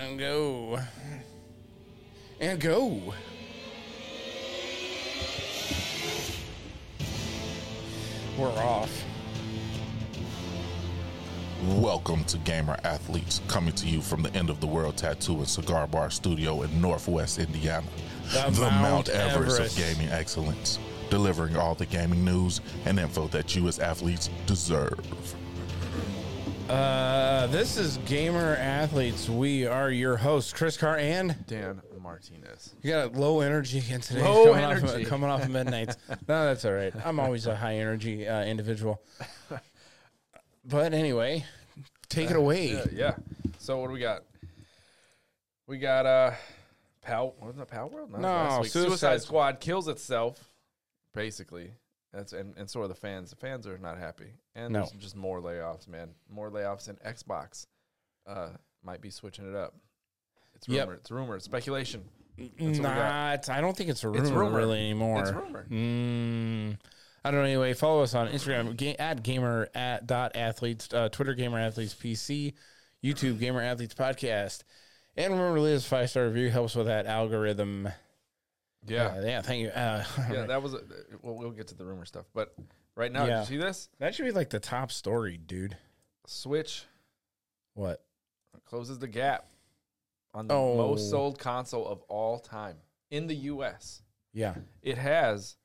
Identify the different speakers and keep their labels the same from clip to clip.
Speaker 1: And go. And go. We're off.
Speaker 2: Welcome to Gamer Athletes, coming to you from the end of the world tattoo and cigar bar studio in Northwest Indiana.
Speaker 1: The Mount Everest.
Speaker 2: of gaming excellence, delivering all the gaming news and info that you as athletes deserve.
Speaker 1: Uh, this is Gamer Athletes. We are your hosts, Chris Carr, and
Speaker 3: Dan Martinez.
Speaker 1: you got a low energy in today.
Speaker 3: Low
Speaker 1: coming Off
Speaker 3: energy.
Speaker 1: of, coming off of midnight. no, that's all right. I'm always a high energy uh, individual. But anyway, take it away.
Speaker 3: Uh, Yeah, yeah. So what do we got? We got uh Pal wasn't it Pal World?
Speaker 1: No,
Speaker 3: last week.
Speaker 1: Suicide
Speaker 3: Suicide, Squad kills itself, basically. That's and, and so are the fans. The fans are not happy. And
Speaker 1: No.
Speaker 3: there's just more layoffs, man. More layoffs and Xbox. Uh might be switching it up. It's
Speaker 1: Yep.
Speaker 3: rumor, it's rumor, it's speculation. we got.
Speaker 1: Nah, it's, I don't think it's a rumor,
Speaker 3: It's rumor.
Speaker 1: really anymore.
Speaker 3: It's rumor.
Speaker 1: Mm, I don't know. Anyway, follow us on Instagram ga- at gamer at dot athletes, uh, Twitter gamer athletes PC, YouTube gamer athletes podcast, and remember to leave us a five star review. Helps with that algorithm.
Speaker 3: Yeah.
Speaker 1: Uh, yeah. Thank you. Uh,
Speaker 3: Yeah, that was a, well, we'll get to the rumor stuff. But right now,
Speaker 1: Yeah.
Speaker 3: did you see this?
Speaker 1: that should be like the top story, dude.
Speaker 3: Switch
Speaker 1: What?
Speaker 3: closes the gap on the
Speaker 1: Oh.
Speaker 3: most sold console of all time in the U.S.
Speaker 1: Yeah,
Speaker 3: It has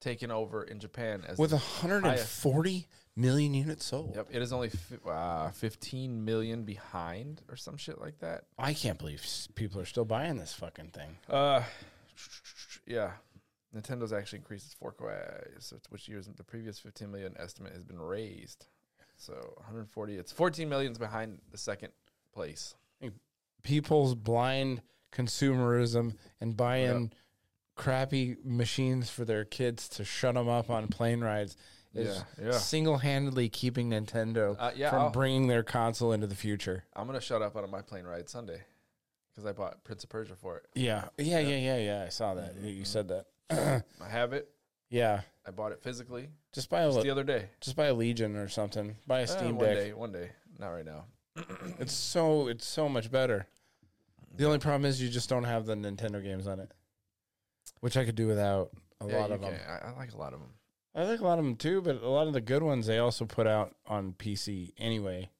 Speaker 3: taken over in Japan as
Speaker 1: with
Speaker 3: the-
Speaker 1: 140 million units sold.
Speaker 3: yep. It is only fi- uh, 15 million behind or some shit like that.
Speaker 1: I can't believe s- people are still buying this fucking thing.
Speaker 3: Uh, yeah. Nintendo's actually increased its forecast, which years the previous 15 million estimate has been raised. So 140, it's 14 millions behind the second place.
Speaker 1: people's blind consumerism and buying crappy machines for their kids to shut them up on plane rides is
Speaker 3: Yeah, yeah.
Speaker 1: single-handedly keeping Nintendo
Speaker 3: Uh, yeah,
Speaker 1: from
Speaker 3: I'll-
Speaker 1: bringing their console into the future.
Speaker 3: I'm gonna shut up on my plane ride Sunday because I bought Prince of Persia for it.
Speaker 1: Yeah. Yeah, yeah, yeah, yeah. I saw that.
Speaker 3: Mm-hmm.
Speaker 1: You said that.
Speaker 3: I have it.
Speaker 1: yeah.
Speaker 3: I bought it physically
Speaker 1: Just buy a
Speaker 3: just the
Speaker 1: Le-
Speaker 3: other day.
Speaker 1: just buy a Legion or something. Buy Oh, a
Speaker 3: Uh,
Speaker 1: Steam
Speaker 3: one
Speaker 1: Deck.
Speaker 3: day, one day, not right now.
Speaker 1: It's so it's so much better. The only problem is you just don't have the Nintendo games on it, which I could do without a
Speaker 3: Yeah,
Speaker 1: lot
Speaker 3: you
Speaker 1: of them.
Speaker 3: can. I, I like a lot of them.
Speaker 1: I like a lot of them too, but a lot of the good ones they also put out on PC anyway.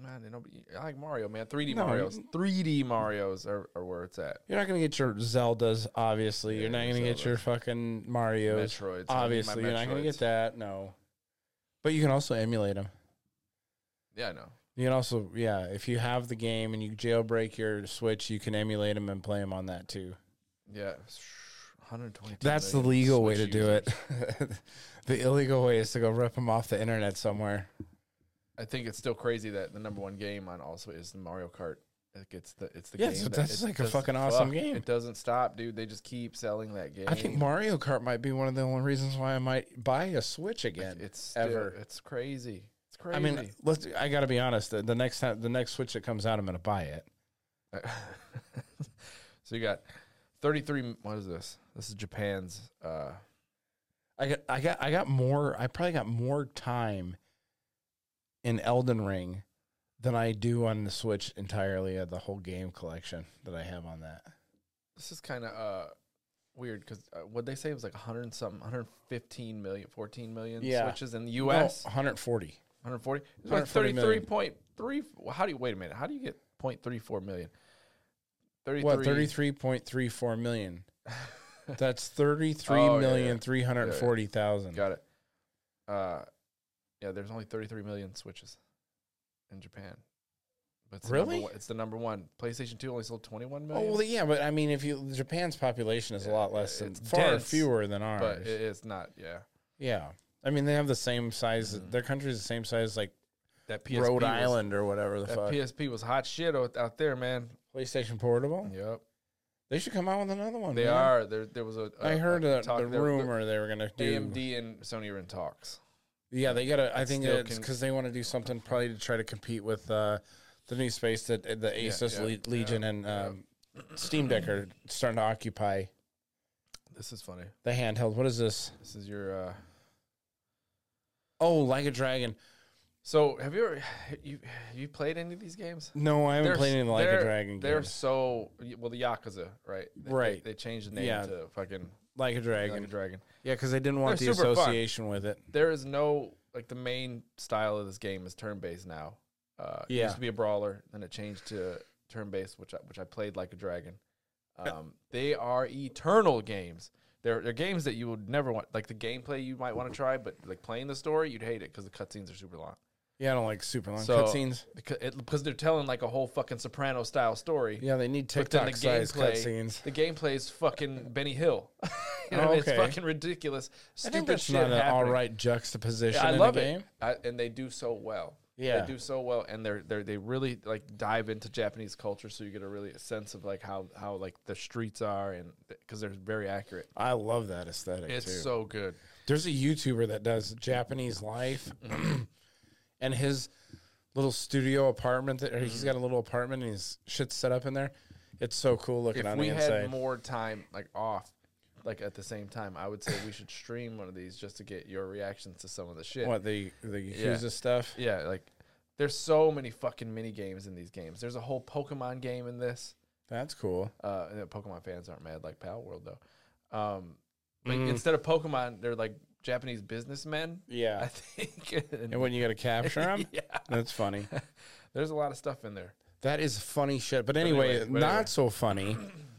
Speaker 3: Man, they don't be, I like Mario, man. 3D
Speaker 1: No,
Speaker 3: Mario's.
Speaker 1: you-
Speaker 3: 3D Mario's are, are where it's at.
Speaker 1: You're not gonna get your Zeldas, obviously.
Speaker 3: Yeah,
Speaker 1: You're not gonna get
Speaker 3: Zeldas.
Speaker 1: your fucking Mario's,
Speaker 3: Metroids. I need my
Speaker 1: obviously. You're not gonna get
Speaker 3: Metroids.
Speaker 1: that, no. But you can also emulate them.
Speaker 3: Yeah, I know.
Speaker 1: You can also, yeah, if you have the game and you jailbreak your Switch, you can emulate them and play them on that too.
Speaker 3: Yeah, 120.
Speaker 1: That's the legal way to do it. the illegal way is to go rip them off the internet somewhere.
Speaker 3: I think it's still crazy that the number one game on also is the Mario Kart. It gets the it's the
Speaker 1: Yeah,
Speaker 3: game.
Speaker 1: so
Speaker 3: that-
Speaker 1: that's
Speaker 3: it
Speaker 1: like a
Speaker 3: doesn't-
Speaker 1: fucking awesome game.
Speaker 3: It doesn't stop, dude. They just keep selling that game.
Speaker 1: I think Mario Kart might be one of the only reasons why I might buy a Switch again.
Speaker 3: it's still,
Speaker 1: ever.
Speaker 3: ever. It's crazy. It's crazy.
Speaker 1: I mean, let's. I got to be honest. The, the next time, the next Switch that comes out, I'm going to buy it.
Speaker 3: so you got 33. What is this? This is Japan's. Uh,
Speaker 1: I got, I got, I got more. I probably got more time in Elden Ring than I do on the Switch entirely of the whole game collection that I have on that.
Speaker 3: this is kind of uh, weird because uh, what they say it was like 100 and something, 115 million, 14 million
Speaker 1: Yeah.
Speaker 3: switches in the U.S.
Speaker 1: No, 140.
Speaker 3: 140. It's
Speaker 1: 140
Speaker 3: like
Speaker 1: million.
Speaker 3: 33.3. well, How do you wait a minute? How do you get 0.34 million? 33.
Speaker 1: What? 33.34 million. That's thirty three
Speaker 3: Oh, yeah,
Speaker 1: million
Speaker 3: yeah.
Speaker 1: three hundred forty thousand.
Speaker 3: Got it. Uh, yeah, there's only 33 million switches in Japan. But the number
Speaker 1: Really?
Speaker 3: one- it's the number one. PlayStation 2 only sold 21 million.
Speaker 1: Oh well, yeah, but I mean, if you Japan's population is a lot less than
Speaker 3: it's
Speaker 1: far
Speaker 3: dense,
Speaker 1: fewer than ours.
Speaker 3: but it, it's not. Yeah,
Speaker 1: Yeah. I mean, they have the same size.
Speaker 3: Mm-hmm.
Speaker 1: Their country's the same size as like
Speaker 3: that PSP
Speaker 1: Rhode
Speaker 3: was-
Speaker 1: Island or whatever the
Speaker 3: That
Speaker 1: fuck.
Speaker 3: PSP was hot shit out out there, man.
Speaker 1: PlayStation Portable.
Speaker 3: Yep,
Speaker 1: They should Oh, come out with another one.
Speaker 3: they
Speaker 1: man.
Speaker 3: are. uh, There, there was a.
Speaker 1: I
Speaker 3: a-
Speaker 1: heard
Speaker 3: a
Speaker 1: that the
Speaker 3: there-
Speaker 1: rumor they were gonna do.
Speaker 3: AMD and Sony are in talks.
Speaker 1: Yeah, they gotta. I think
Speaker 3: Still
Speaker 1: it's
Speaker 3: can-
Speaker 1: because they want to do something probably to try to compete with uh, the new space that uh, the Asus
Speaker 3: yeah,
Speaker 1: Le- Legion and um, Steam Deck are starting to occupy
Speaker 3: This is funny.
Speaker 1: the handheld. What is this?
Speaker 3: This is your. Uh,
Speaker 1: Oh, like a dragon.
Speaker 3: So have you ever you you played any of these games?
Speaker 1: No, I haven't
Speaker 3: They're
Speaker 1: played
Speaker 3: s-
Speaker 1: any Like a
Speaker 3: they're-
Speaker 1: Dragon
Speaker 3: They're
Speaker 1: games.
Speaker 3: so well the Yakuza, right? They-
Speaker 1: Right.
Speaker 3: They, they changed the name
Speaker 1: Yeah.
Speaker 3: to fucking
Speaker 1: Like a
Speaker 3: Dragon.
Speaker 1: Dragon.
Speaker 3: Dragon.
Speaker 1: Yeah, because I didn't want
Speaker 3: They're
Speaker 1: the
Speaker 3: super fun.
Speaker 1: association with it.
Speaker 3: There is no like the main style of this game is turn based now. Uh, It
Speaker 1: Yeah.
Speaker 3: used to be a brawler, then it changed to turn based, which I, which I played like a dragon. Um, they are eternal games. They're, they're games that you would never want, like the gameplay you might want to try, but like playing the story, you'd hate it because the cutscenes are super long.
Speaker 1: Yeah, I don't like super long
Speaker 3: So-
Speaker 1: cutscenes.
Speaker 3: Because it, because they're telling like a whole fucking Soprano style story.
Speaker 1: Yeah, they need
Speaker 3: But then
Speaker 1: TikTok sized cutscenes.
Speaker 3: The gameplay is fucking Benny Hill. you know,
Speaker 1: Oh,
Speaker 3: it's
Speaker 1: okay.
Speaker 3: fucking ridiculous.
Speaker 1: I
Speaker 3: Stupid
Speaker 1: think that's
Speaker 3: shit
Speaker 1: not an all
Speaker 3: happening.
Speaker 1: right juxtaposition.
Speaker 3: I
Speaker 1: in
Speaker 3: love
Speaker 1: the
Speaker 3: it,
Speaker 1: game.
Speaker 3: I, and they do so well.
Speaker 1: Yeah.
Speaker 3: they do so well, and they're they are they really like dive into Japanese culture, so you get a really a sense of like how how like the streets are, and because they're very accurate.
Speaker 1: I love that aesthetic
Speaker 3: It's
Speaker 1: too.
Speaker 3: so good.
Speaker 1: There's a YouTuber that does Japanese life,
Speaker 3: Mm-hmm.
Speaker 1: and his little studio apartment. That, or
Speaker 3: Mm-hmm.
Speaker 1: he's got a little apartment, and his shit's set up in there. It's so cool looking
Speaker 3: If
Speaker 1: on
Speaker 3: we
Speaker 1: the
Speaker 3: had
Speaker 1: inside.
Speaker 3: more time, like off, like at the same time, I would say we should stream one of these just to get your reactions to some of the shit.
Speaker 1: what the the Yakuza stuff?
Speaker 3: Yeah, like there's so many fucking mini games in these games. There's a whole Pokemon game in this.
Speaker 1: That's cool.
Speaker 3: Uh, and the Pokemon fans aren't mad like Pal World though. Um, but instead of Pokemon, they're like Japanese businessmen. I
Speaker 1: Mm. Yeah,
Speaker 3: think. And-
Speaker 1: and when you got to capture them,
Speaker 3: yeah,
Speaker 1: that's funny.
Speaker 3: there's a lot of stuff in there.
Speaker 1: That is funny shit. But anyway,
Speaker 3: anyway, but
Speaker 1: not
Speaker 3: anyway.
Speaker 1: so funny.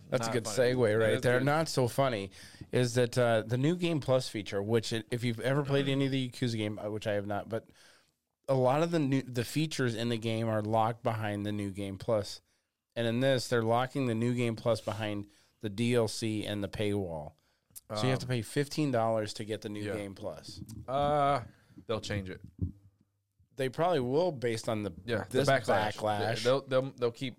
Speaker 1: That's a
Speaker 3: Not
Speaker 1: good
Speaker 3: funny.
Speaker 1: segue
Speaker 3: That
Speaker 1: right
Speaker 3: is
Speaker 1: there.
Speaker 3: good.
Speaker 1: Not so funny is that uh, the new Game Plus feature, which it, if you've ever played any of the Yakuza game, uh, which I have not, but a lot of the new the features in the game are locked behind the new Game Plus, and in this, they're locking the new Game Plus behind the DLC and the paywall. So you have to pay fifteen dollars to get the new
Speaker 3: Um, yeah.
Speaker 1: Game Plus.
Speaker 3: Uh, they'll change it.
Speaker 1: They probably will based on the
Speaker 3: Yeah,
Speaker 1: this
Speaker 3: the
Speaker 1: backlash.
Speaker 3: backlash. They'll they'll they'll keep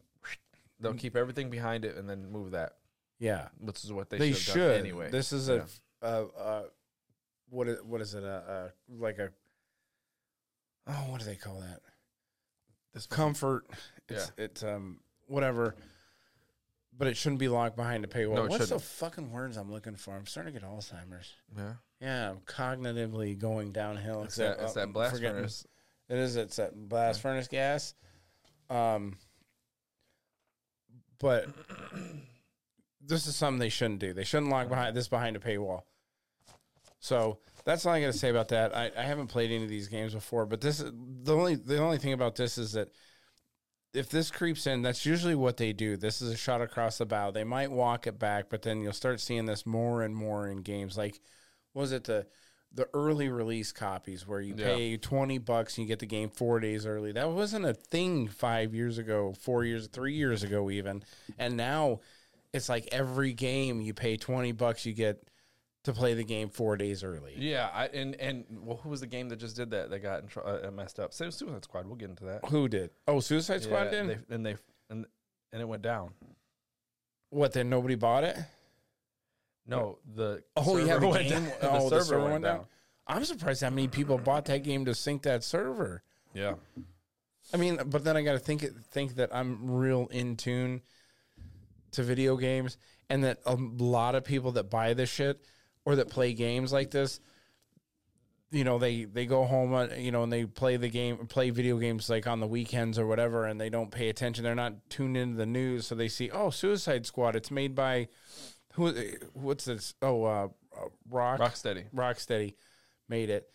Speaker 3: they'll keep everything behind it and then move that,
Speaker 1: yeah.
Speaker 3: which is what they,
Speaker 1: they,
Speaker 3: should,
Speaker 1: should,
Speaker 3: have done anyway.
Speaker 1: This is a,
Speaker 3: Yeah.
Speaker 1: uh, uh, what is, what is it? A, a like a oh, what do they call that?
Speaker 3: This fucking-
Speaker 1: Comfort. It's it's um whatever. But it shouldn't be locked behind a paywall.
Speaker 3: No, it
Speaker 1: What's the
Speaker 3: shouldn't.
Speaker 1: fucking words I'm looking for? I'm starting to get Alzheimer's.
Speaker 3: yeah,
Speaker 1: Yeah, I'm cognitively going downhill.
Speaker 3: it's that, it's
Speaker 1: oh,
Speaker 3: that
Speaker 1: I'm
Speaker 3: blast
Speaker 1: forgetting.
Speaker 3: furnace.
Speaker 1: It is. It's that blast furnace gas. Um, but this is something they shouldn't do. They shouldn't lock behind this behind a paywall. So that's all I got to say about that. I, I haven't played any of these games before, but this is- the only the only thing about this is that if this creeps in, that's usually what they do. This is a shot across the bow. They might walk it back, but then you'll start seeing this more and more in games. Like, what was it the the early release copies where you
Speaker 3: Yeah.
Speaker 1: pay twenty bucks and you get the game four days early? That wasn't a thing five years ago, four years, three years ago, even. And now it's like every game you pay twenty bucks, you get to play the game four days early.
Speaker 3: Yeah, I, and and well, who was the game that just did that? That got in tr- uh, messed up. Same Suicide Squad. We'll get into that.
Speaker 1: Who did? Oh, Suicide Squad
Speaker 3: Yeah,
Speaker 1: did.
Speaker 3: They, and they and and it went down.
Speaker 1: what? Then nobody bought it.
Speaker 3: No, the
Speaker 1: Oh, yeah,
Speaker 3: server
Speaker 1: the
Speaker 3: went
Speaker 1: game-
Speaker 3: down.
Speaker 1: oh, the server went down? I'm surprised how many people bought that game to sync that server.
Speaker 3: Yeah,
Speaker 1: I mean, but then I got to think it- think that I'm real in tune to video games, and that a lot of people that buy this shit or that play games like this, you know, they they go home, uh, you know, and they play the game, play video games like on the weekends or whatever, and they don't pay attention. They're not tuned into the news, so they see, oh, Suicide Squad. It's made by who? What's this? Oh, uh, uh, Rock
Speaker 3: Rocksteady.
Speaker 1: Rocksteady made it,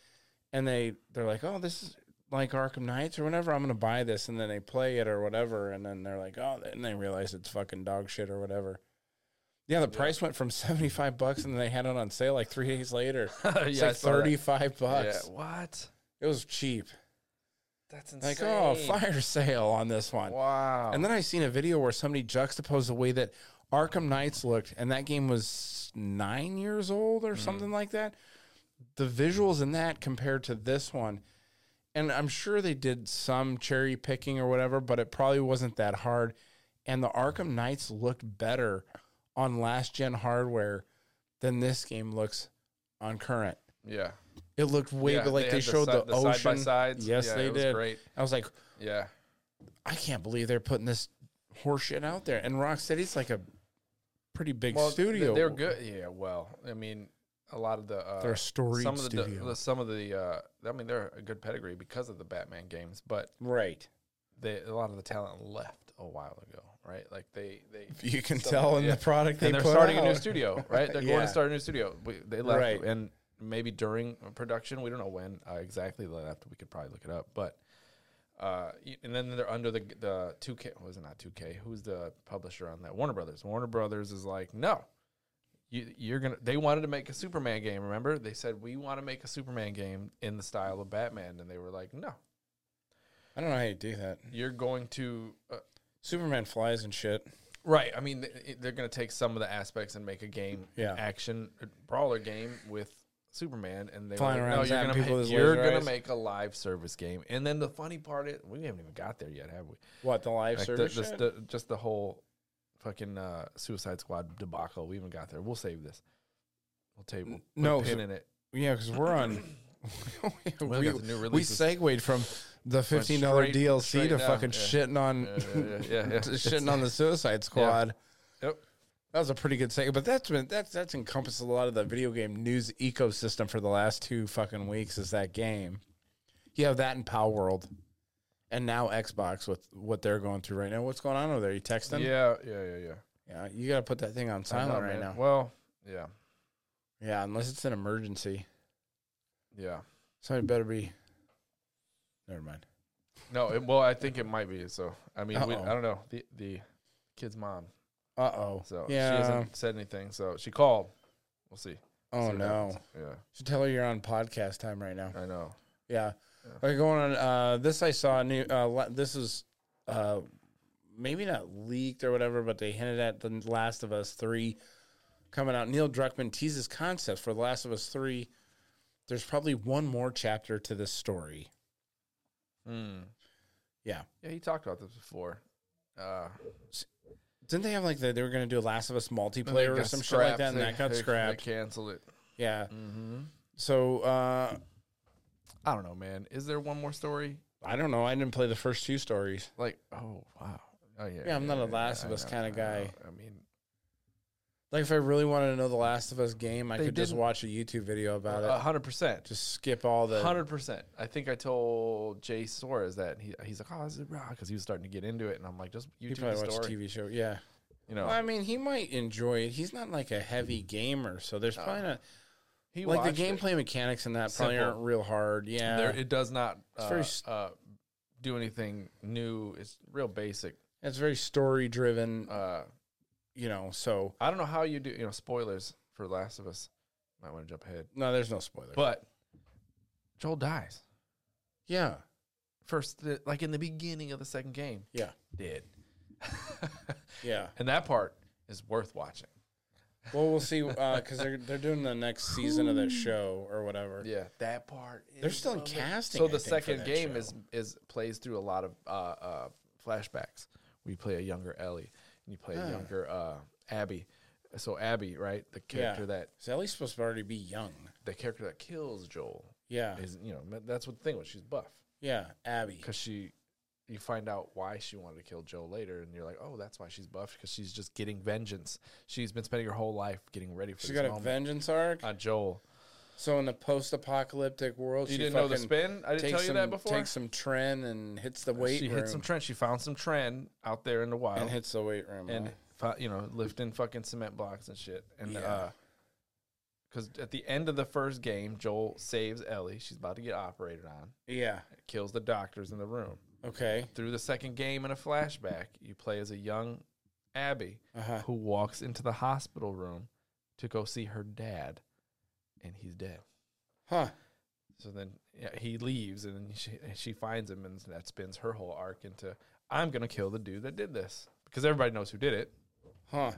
Speaker 1: and they they're like, oh, this is like Arkham Knights or whatever. I'm gonna buy this, and then they play it or whatever, and then they're like, oh, and they realize it's fucking dog shit or whatever. Yeah, the price went from seventy five bucks, and they had it on sale like three days later. It's
Speaker 3: I
Speaker 1: like
Speaker 3: saw that.
Speaker 1: thirty five bucks.
Speaker 3: Yeah, what?
Speaker 1: It was cheap.
Speaker 3: That's insane.
Speaker 1: Like, oh, fire sale on this one.
Speaker 3: Wow.
Speaker 1: And then I seen a video where somebody juxtaposed the way that Arkham Knights looked, and that game was nine years old
Speaker 3: Hmm.
Speaker 1: or something like that. The visuals in that compared to this one, and I'm sure they did some cherry picking or whatever, but it probably wasn't that hard. And the Arkham Knights looked better on last gen hardware than this game looks on current.
Speaker 3: yeah,
Speaker 1: It looked way
Speaker 3: yeah,
Speaker 1: but like they,
Speaker 3: had
Speaker 1: showed
Speaker 3: si-
Speaker 1: the, ocean.
Speaker 3: side by sides.
Speaker 1: Yes,
Speaker 3: Yeah,
Speaker 1: they
Speaker 3: it was
Speaker 1: did.
Speaker 3: Great.
Speaker 1: I was like,
Speaker 3: Yeah,
Speaker 1: I can't believe they're putting this horseshit out there. And Rocksteady's like a pretty big
Speaker 3: well, th-
Speaker 1: studio.
Speaker 3: They're good. Yeah, well, I mean, a lot of the uh,
Speaker 1: They're a storied
Speaker 3: some of the,
Speaker 1: studio.
Speaker 3: the some of the uh, I mean they're a good pedigree because of the Batman games, but
Speaker 1: Right.
Speaker 3: they a lot of the talent left a while ago, right? Like they they
Speaker 1: You can
Speaker 3: some-
Speaker 1: tell in
Speaker 3: yeah.
Speaker 1: the product they
Speaker 3: and they're
Speaker 1: put
Speaker 3: starting a new
Speaker 1: out.
Speaker 3: studio, right? They're going
Speaker 1: Yeah.
Speaker 3: to start a new studio. We, they left,
Speaker 1: Right.
Speaker 3: and maybe during production, we don't know when uh, exactly they left. We could probably look it up, but uh, y- and then they're under the the two K. Was it not two K? Who's the publisher on that? Warner Brothers. Warner Brothers is like, no, you, you're gonna. They wanted to make a Superman game. Remember, they said we want to make a Superman game in the style of Batman, and they were like, no,
Speaker 1: I don't know how you do that.
Speaker 3: you're going to. Uh,
Speaker 1: Superman flies and shit.
Speaker 3: Right. I mean, th- it- they're going to take some of the aspects and make a game,
Speaker 1: Yeah.
Speaker 3: action uh, brawler game with Superman, and they
Speaker 1: Flying
Speaker 3: were
Speaker 1: around
Speaker 3: like, no,
Speaker 1: zapping
Speaker 3: you're
Speaker 1: people
Speaker 3: going
Speaker 1: with his
Speaker 3: to you're
Speaker 1: laser
Speaker 3: going
Speaker 1: eyes."
Speaker 3: to make a live service game, and then the funny part is we haven't even got there yet, have we?
Speaker 1: What the live
Speaker 3: Like the,
Speaker 1: service?
Speaker 3: the-
Speaker 1: shit?
Speaker 3: the- just the whole fucking uh, Suicide Squad debacle. We haven't got there. We'll save this. We'll table. We'll put
Speaker 1: no,
Speaker 3: a pin
Speaker 1: so-
Speaker 3: in it.
Speaker 1: yeah, because we're on.
Speaker 3: We
Speaker 1: we,
Speaker 3: got the new
Speaker 1: we
Speaker 3: releases.
Speaker 1: segued from the fifteen dollar
Speaker 3: straight-
Speaker 1: DLC
Speaker 3: straight
Speaker 1: to
Speaker 3: down,
Speaker 1: fucking
Speaker 3: yeah.
Speaker 1: shitting on
Speaker 3: yeah, yeah, yeah, yeah.
Speaker 1: to shitting on the Suicide Squad.
Speaker 3: Yep.
Speaker 1: That was a pretty good segue, but that's been that's that's encompassed a lot of the video game news ecosystem for the last two fucking weeks. Is that game? You have that in Power World, and now Xbox with what they're going through right now. What's going on over there? You texting?
Speaker 3: yeah, yeah, yeah, yeah.
Speaker 1: Yeah, you got to put that thing on
Speaker 3: I know,
Speaker 1: silent right
Speaker 3: man.
Speaker 1: now.
Speaker 3: Well, yeah,
Speaker 1: Yeah, unless it's an emergency.
Speaker 3: yeah.
Speaker 1: Somebody better be. Never mind.
Speaker 3: No, it, well, I think it might be. So, I mean, we,
Speaker 1: Uh-oh.
Speaker 3: I don't know. The the kid's mom.
Speaker 1: Uh oh.
Speaker 3: So she
Speaker 1: yeah.
Speaker 3: hasn't said anything. So she called. We'll see.
Speaker 1: Oh
Speaker 3: See what
Speaker 1: no.
Speaker 3: happens. Yeah,
Speaker 1: Should tell her you're on podcast time right now.
Speaker 3: I know.
Speaker 1: Yeah. Like going on. Uh, this I saw. New. Uh, la- this is. Uh, maybe not leaked or whatever, but they hinted at the Last of Us three coming out. Neil Druckmann teases concepts for the Last of Us three. There's probably one more chapter to this story.
Speaker 3: Mm.
Speaker 1: Yeah.
Speaker 3: Yeah, he talked about this before. Uh,
Speaker 1: Didn't they have like the, they were going to do a Last of Us
Speaker 3: and they
Speaker 1: multiplayer or
Speaker 3: got
Speaker 1: some shit like
Speaker 3: scrapped.
Speaker 1: that, and
Speaker 3: They-
Speaker 1: that got
Speaker 3: they- they
Speaker 1: scrapped?
Speaker 3: canceled it.
Speaker 1: Yeah.
Speaker 3: Mm-hmm.
Speaker 1: So uh,
Speaker 3: I don't know, man. Is there one more story?
Speaker 1: I don't know. I didn't play the first two stories.
Speaker 3: Like, oh wow. Oh yeah.
Speaker 1: Yeah, I'm not a Last
Speaker 3: I
Speaker 1: of Us
Speaker 3: know,
Speaker 1: kinda
Speaker 3: I know. I mean,
Speaker 1: Like if I really wanted to know the Last of Us game, I
Speaker 3: They
Speaker 1: could just
Speaker 3: didn't- Uh-huh.
Speaker 1: watch a YouTube video about it.
Speaker 3: hundred percent.
Speaker 1: Just skip all the.
Speaker 3: Hundred percent. I think I told Jay Soares that and he he's like, oh, this is raw because he was starting to get into it, and I'm like, just
Speaker 1: He
Speaker 3: YouTube the
Speaker 1: probably watched a
Speaker 3: story.
Speaker 1: TV show. Yeah.
Speaker 3: You know,
Speaker 1: Well, I mean, he might enjoy it. He's not like a heavy gamer, so there's probably not
Speaker 3: Mm. he
Speaker 1: like the
Speaker 3: watched it.
Speaker 1: gameplay mechanics in that probably
Speaker 3: Simple.
Speaker 1: aren't real hard. Yeah.
Speaker 3: There, it does not uh,
Speaker 1: very s-
Speaker 3: uh, do anything new. It's real basic.
Speaker 1: it's very story driven.
Speaker 3: Uh,
Speaker 1: you know, so
Speaker 3: I don't know how you do. You know, spoilers for Last of Us. Might want to jump ahead,
Speaker 1: no, there's no spoilers.
Speaker 3: but Joel dies
Speaker 1: yeah.
Speaker 3: first, th- like in the beginning of the second game.
Speaker 1: Yeah.
Speaker 3: Did,
Speaker 1: Yeah.
Speaker 3: and that part is worth watching.
Speaker 1: Well, we'll see because they're they're doing the next season of that show or whatever.
Speaker 3: Yeah, that part. Is
Speaker 1: They're still in casting.
Speaker 3: So
Speaker 1: I
Speaker 3: the
Speaker 1: think, for
Speaker 3: second
Speaker 1: that
Speaker 3: game
Speaker 1: show.
Speaker 3: is is plays through a lot of uh, uh, flashbacks. We play a younger Ellie, and you play
Speaker 1: Ah.
Speaker 3: a younger uh, Abby. So Abby, right, the character that
Speaker 1: So Ellie's supposed to already be young.
Speaker 3: the character that kills Joel
Speaker 1: Yeah.
Speaker 3: is, you know, ma- that's what the thing was. She's buff
Speaker 1: Yeah. Abby.
Speaker 3: because she, you find out why she wanted to kill Joel later, and you're like, oh, that's why she's buff because she's just getting vengeance. She's been spending her whole life getting ready for
Speaker 1: She
Speaker 3: this
Speaker 1: got a
Speaker 3: moment
Speaker 1: vengeance arc.
Speaker 3: on Joel.
Speaker 1: So in the post-apocalyptic world,
Speaker 3: You
Speaker 1: she
Speaker 3: didn't know the
Speaker 1: fucking
Speaker 3: spin? I didn't
Speaker 1: takes
Speaker 3: tell you
Speaker 1: some,
Speaker 3: that before.
Speaker 1: Takes some tren and hits the weight
Speaker 3: she
Speaker 1: room.
Speaker 3: hit some trend. She found some trend out there in the wild
Speaker 1: and hits the weight room.
Speaker 3: and
Speaker 1: huh?
Speaker 3: fi- you know lifting fucking cement blocks and shit and
Speaker 1: Yeah.
Speaker 3: uh because at the end of the first game joel saves ellie she's about to get operated on
Speaker 1: yeah.
Speaker 3: kills the doctors in the room
Speaker 1: Okay.
Speaker 3: through the second game in a flashback you play as a young abby
Speaker 1: Uh huh.
Speaker 3: who walks into the hospital room to go see her dad and he's dead
Speaker 1: Huh.
Speaker 3: so then yeah, he leaves and then she, and she finds him and that spins her whole arc into i'm gonna kill the dude that did this because everybody knows who did it
Speaker 1: Huh.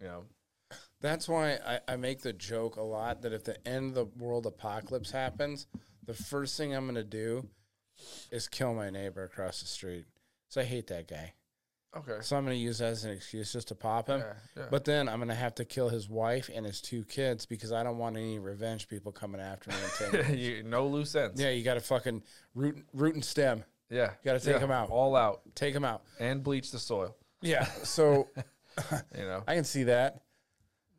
Speaker 3: you know
Speaker 1: That's why I, I make the joke a lot that if the end of the world apocalypse happens, the first thing I'm gonna do is kill my neighbor across the street. So I hate that guy.
Speaker 3: okay
Speaker 1: So I'm gonna use that as an excuse just to pop him.
Speaker 3: Yeah, yeah.
Speaker 1: But then I'm gonna have to kill his wife and his two kids because I don't want any revenge people coming after me. And taking
Speaker 3: you, no loose ends. Yeah,
Speaker 1: yeah, you got to fucking root root and stem,
Speaker 3: yeah.
Speaker 1: gotta take 'em out.
Speaker 3: all out,
Speaker 1: take him out.
Speaker 3: and bleach the soil.
Speaker 1: Yeah. So
Speaker 3: You know,
Speaker 1: I can see that.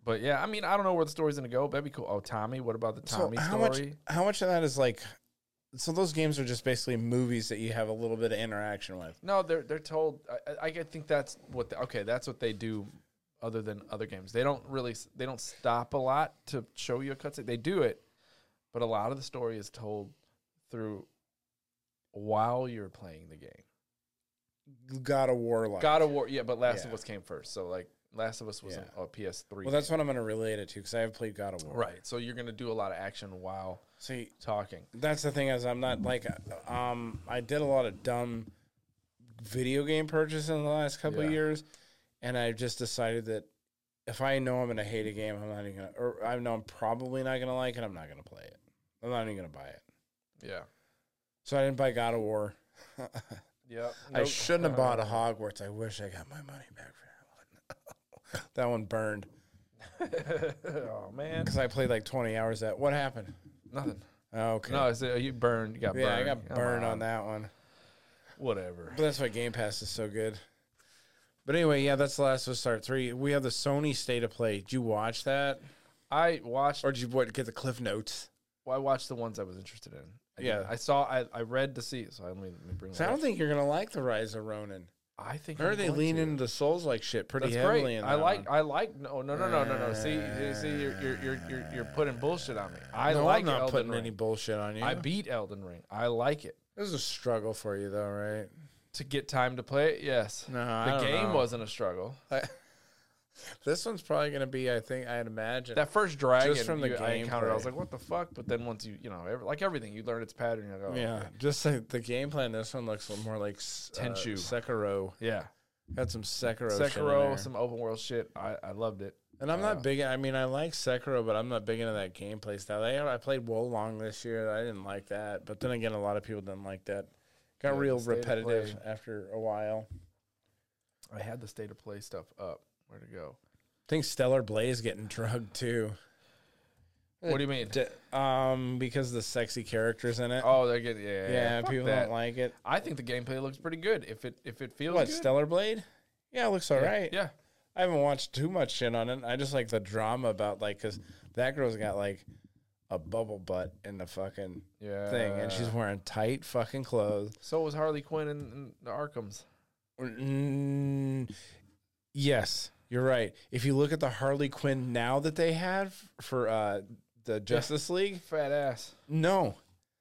Speaker 3: But yeah, I mean, I don't know where the story's gonna go. But that'd be cool. Oh, Tommy, what about the Tommy
Speaker 1: how
Speaker 3: story?
Speaker 1: much how much of that is like so those games are just basically movies that you have a little bit of interaction with.
Speaker 3: No, they're they're told. I, I I think that's what. The, okay, that's what they do. Other than other games, they don't really s- they don't stop a lot to show you a cutscene. They do it, but a lot of the story is told through while you're playing the game.
Speaker 1: God of War like.
Speaker 3: God of War, yeah, but Last
Speaker 1: Yeah.
Speaker 3: of Us came first, so like Last of Us was
Speaker 1: Yeah.
Speaker 3: a, a PS3.
Speaker 1: well, that's
Speaker 3: game.
Speaker 1: what I'm going to relate it to because I have played God of War.
Speaker 3: right. So you're gonna do a lot of action while
Speaker 1: See,
Speaker 3: talking.
Speaker 1: that's the thing is I'm not like um I did a lot of dumb video game purchases in the last couple
Speaker 3: Yeah.
Speaker 1: of years, and I've just decided that if I know I'm gonna hate a game, I'm not even gonna, or I know I'm probably not gonna like it, I'm not gonna play it. I'm not even gonna buy it.
Speaker 3: Yeah.
Speaker 1: So I didn't buy God of War.
Speaker 3: Yeah.
Speaker 1: I shouldn't have bought a Hogwarts. I wish I got my money back for that one. that one burned
Speaker 3: oh man.
Speaker 1: because I played like 20 hours. That what happened? Oh,
Speaker 3: Nothing.
Speaker 1: Okay.
Speaker 3: No, it's, uh, you burned. You got
Speaker 1: yeah, I
Speaker 3: burned.
Speaker 1: got
Speaker 3: Come
Speaker 1: burned on that one.
Speaker 3: Whatever.
Speaker 1: But that's why Game Pass is so good. But anyway, yeah, that's the last of us start three. We have the Sony State of Play. Did you watch that,
Speaker 3: I watched.
Speaker 1: or did you what, get the Cliff Notes?
Speaker 3: I watched the ones I was interested in. I
Speaker 1: Yeah.
Speaker 3: did- I saw. I, I read to see. So I only let me bring.
Speaker 1: So I
Speaker 3: that
Speaker 1: don't
Speaker 3: up.
Speaker 1: think you're gonna like the Rise of Ronin.
Speaker 3: I think.
Speaker 1: Or
Speaker 3: I'm
Speaker 1: they
Speaker 3: going
Speaker 1: lean
Speaker 3: to.
Speaker 1: into the Souls like shit pretty
Speaker 3: That's
Speaker 1: heavily.
Speaker 3: great.
Speaker 1: In
Speaker 3: I
Speaker 1: that
Speaker 3: like.
Speaker 1: one.
Speaker 3: I like. No, no, no, no, no, no. See, you- see, you're you're you're you're, you're putting bullshit on me. I
Speaker 1: No,
Speaker 3: like
Speaker 1: I'm not
Speaker 3: Elden
Speaker 1: putting
Speaker 3: Ring.
Speaker 1: any bullshit on you.
Speaker 3: I beat Elden Ring. I like it.
Speaker 1: this is a struggle for you though, right?
Speaker 3: To get time to play it, yes.
Speaker 1: No,
Speaker 3: the game wasn't a struggle.
Speaker 1: This one's probably gonna be. I think I'd imagine.
Speaker 3: That first dragon
Speaker 1: from the
Speaker 3: you- I encountered, I was
Speaker 1: gameplay.
Speaker 3: like, "What the fuck?" But then once you, you know, every, like everything, you learn its pattern. You're like, oh,
Speaker 1: yeah, just like the game plan. This one looks a little more like s- uh,
Speaker 3: Tenchu.
Speaker 1: Sekiro.
Speaker 3: yeah.
Speaker 1: Had some Sekiro. shit in
Speaker 3: Sekiro,
Speaker 1: there.
Speaker 3: some open world shit. I, I loved it.
Speaker 1: And I'm
Speaker 3: Uh,
Speaker 1: not big. I mean, I like Sekiro, but I'm not big into that gameplay style. I, I played Wolong this year. I didn't like that. But then again, a lot of people didn't like that. Got
Speaker 3: Yeah,
Speaker 1: real
Speaker 3: the state of
Speaker 1: repetitive
Speaker 3: play.
Speaker 1: after a while.
Speaker 3: I had the state of play stuff up. Where to go?
Speaker 1: I think Stellar Blaze getting drugged too.
Speaker 3: What do you mean?
Speaker 1: D- um, because the sexy characters in it.
Speaker 3: Oh, they're getting yeah. yeah,
Speaker 1: yeah,
Speaker 3: fuck
Speaker 1: people
Speaker 3: that.
Speaker 1: don't like it.
Speaker 3: I think the gameplay looks pretty good. If it if it feels
Speaker 1: What
Speaker 3: good.
Speaker 1: Stellar Blade? Yeah, it looks all right.
Speaker 3: yeah, Yeah,
Speaker 1: I haven't watched too much shit on it. I just like the drama about like because that girl's got like a bubble butt in the fucking
Speaker 3: yeah.
Speaker 1: thing, and
Speaker 3: Uh.
Speaker 1: she's wearing tight fucking clothes.
Speaker 3: so was Harley Quinn in, in the Arkham's.
Speaker 1: Mm, yes, you're right. If you look at the Harley Quinn now that they had for uh, the Justice League,
Speaker 3: Fat ass.
Speaker 1: no,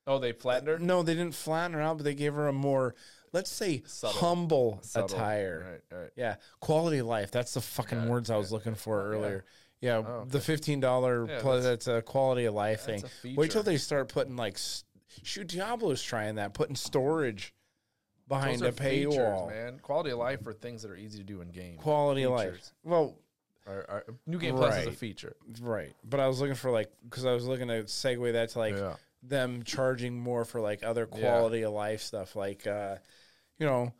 Speaker 3: Oh, they flattened her.
Speaker 1: no, they didn't flatten her out, but they gave her a more, let's say,
Speaker 3: Subtle.
Speaker 1: humble
Speaker 3: Subtle.
Speaker 1: attire.
Speaker 3: Right, right.
Speaker 1: Yeah, quality of life. That's the fucking
Speaker 3: Got it,
Speaker 1: words I was
Speaker 3: yeah,
Speaker 1: looking for
Speaker 3: yeah.
Speaker 1: earlier. Yeah,
Speaker 3: Oh,
Speaker 1: the fifteen dollar
Speaker 3: Yeah,
Speaker 1: plus. That's a quality of life
Speaker 3: That's
Speaker 1: thing.
Speaker 3: a
Speaker 1: Wait till
Speaker 3: feature.
Speaker 1: they start putting like, s- shoot, Diablo's trying that, putting storage behind
Speaker 3: Those
Speaker 1: a
Speaker 3: are features,
Speaker 1: paywall.
Speaker 3: man. Quality of life are things that are easy to do in game.
Speaker 1: Quality of life.
Speaker 3: Features.
Speaker 1: Well,
Speaker 3: Are- are- New Game Plus is a
Speaker 1: Right.
Speaker 3: feature.
Speaker 1: right, but I was looking for like because I was looking to segue that to like
Speaker 3: Yeah.
Speaker 1: them charging more for like other quality of life stuff, like uh, you know.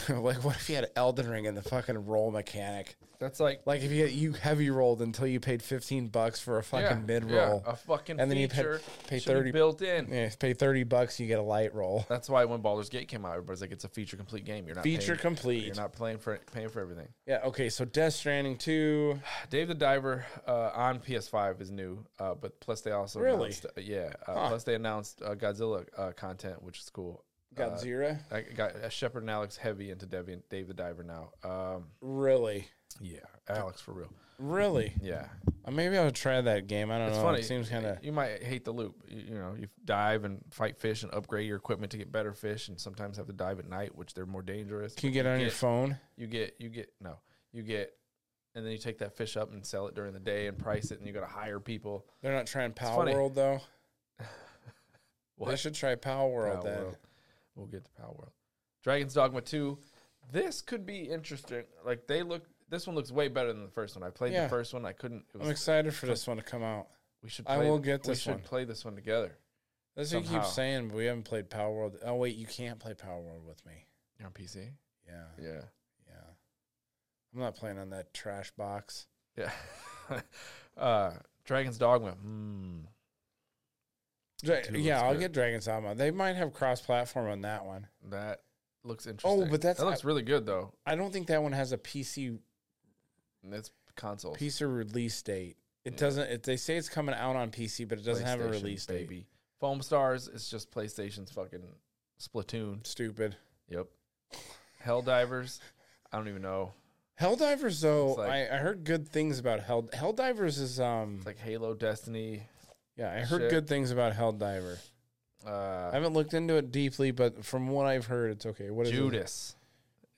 Speaker 1: like what if you had Elden Ring and the fucking roll mechanic?
Speaker 3: That's like
Speaker 1: Like if you you heavy rolled until you paid fifteen bucks for a fucking
Speaker 3: yeah,
Speaker 1: mid
Speaker 3: yeah,
Speaker 1: roll,
Speaker 3: a fucking
Speaker 1: And then you pay-
Speaker 3: feature
Speaker 1: pay
Speaker 3: should
Speaker 1: 30
Speaker 3: be built in.
Speaker 1: yeah. pay thirty bucks you get a light roll.
Speaker 3: That's why when Baldur's Gate came out, everybody's like, "It's a feature complete game. You're not
Speaker 1: Feature
Speaker 3: paying, You're
Speaker 1: complete.
Speaker 3: not playing for paying for everything."
Speaker 1: Yeah. Okay. So Death Stranding two.
Speaker 3: Dave the Diver uh, on PS5 is new, uh, but plus they also
Speaker 1: Really?
Speaker 3: announced, uh, yeah, uh, plus they announced uh, Godzilla uh, content, which is cool.
Speaker 1: Godzilla.
Speaker 3: I got uh, Shepard and Alex heavy into Devi Dave the Diver now. Um,
Speaker 1: really.
Speaker 3: yeah, Alex for real.
Speaker 1: Really.
Speaker 3: Yeah,
Speaker 1: Uh, Maybe I'll try that game. I don't
Speaker 3: it's
Speaker 1: know.
Speaker 3: funny.
Speaker 1: Um, It seems kind of.
Speaker 3: You might hate the loop. You, you know, you dive and fight fish and upgrade your equipment to get better fish, and sometimes have to dive at night, which they're more dangerous.
Speaker 1: Can you get it on your
Speaker 3: get-
Speaker 1: phone?
Speaker 3: you get you get no you get and then you take that fish up and sell it during the day and price it and you got to hire people
Speaker 1: They're not trying Power
Speaker 3: funny.
Speaker 1: World though. They
Speaker 3: What?
Speaker 1: should try Power World
Speaker 3: Power
Speaker 1: then.
Speaker 3: World. we'll get to power world dragon's dogma 2 this could be interesting like they look this one looks way better than the first one i played
Speaker 1: Yeah.
Speaker 3: the first one i couldn't it was,
Speaker 1: I'm excited for this one to come out.
Speaker 3: we should
Speaker 1: I
Speaker 3: play,
Speaker 1: will get
Speaker 3: we
Speaker 1: this
Speaker 3: should
Speaker 1: one.
Speaker 3: play this one together
Speaker 1: That's what you keep
Speaker 3: Somehow.
Speaker 1: saying, but we haven't played Power World. Oh wait, you can't play Power World with me.
Speaker 3: You're on pc
Speaker 1: Yeah.
Speaker 3: yeah
Speaker 1: Yeah. I'm not playing on that trash box.
Speaker 3: yeah uh dragon's dogma hmm
Speaker 1: Dra-
Speaker 3: Two
Speaker 1: yeah,
Speaker 3: looks
Speaker 1: I'll
Speaker 3: good.
Speaker 1: get Dragon's Dogma. They might have cross platform on that one.
Speaker 3: that looks interesting
Speaker 1: Oh, but that's-
Speaker 3: that looks really good though
Speaker 1: I don't think that one has a PC.
Speaker 3: And it's consoles.
Speaker 1: PC release date. It doesn't. It, they say it's coming out on PC, but it doesn't have a
Speaker 3: PlayStation,
Speaker 1: release date.
Speaker 3: baby. Foam Stars is just PlayStation's fucking Splatoon.
Speaker 1: Stupid.
Speaker 3: Yep. Helldivers. I don't even know.
Speaker 1: Helldivers, though,
Speaker 3: It's like-
Speaker 1: I, I heard good things about Hell. Helldivers is um.
Speaker 3: It's like Halo, Destiny.
Speaker 1: yeah, I heard
Speaker 3: shit.
Speaker 1: good things about Helldiver. I
Speaker 3: Uh,
Speaker 1: haven't looked into it deeply, but from what I've heard, it's okay. What is it?
Speaker 3: Judas.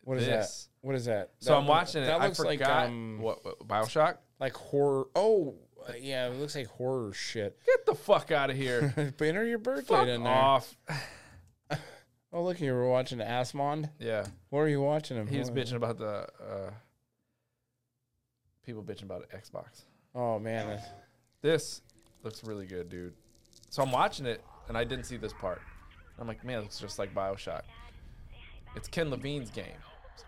Speaker 1: What is
Speaker 3: This.
Speaker 1: that? What is that?
Speaker 3: So
Speaker 1: That
Speaker 3: I'm
Speaker 1: look-
Speaker 3: watching it.
Speaker 1: That
Speaker 3: I
Speaker 1: looks
Speaker 3: forgot
Speaker 1: like um,
Speaker 3: what, what Bioshock.
Speaker 1: like horror. Oh, uh, yeah, it looks like horror shit.
Speaker 3: Get the fuck out of here.
Speaker 1: but enter your birthday
Speaker 3: Fuck
Speaker 1: in there.
Speaker 3: off.
Speaker 1: Oh, look, you were watching Asmond.
Speaker 3: Yeah,
Speaker 1: What are you watching him?
Speaker 3: he was
Speaker 1: for?
Speaker 3: bitching about the uh, people bitching about Xbox.
Speaker 1: Oh man, that's-
Speaker 3: This looks really good, dude. So I'm watching it, and I didn't see this part. I'm like, man, it looks just like Bioshock. It's Ken Levine's game.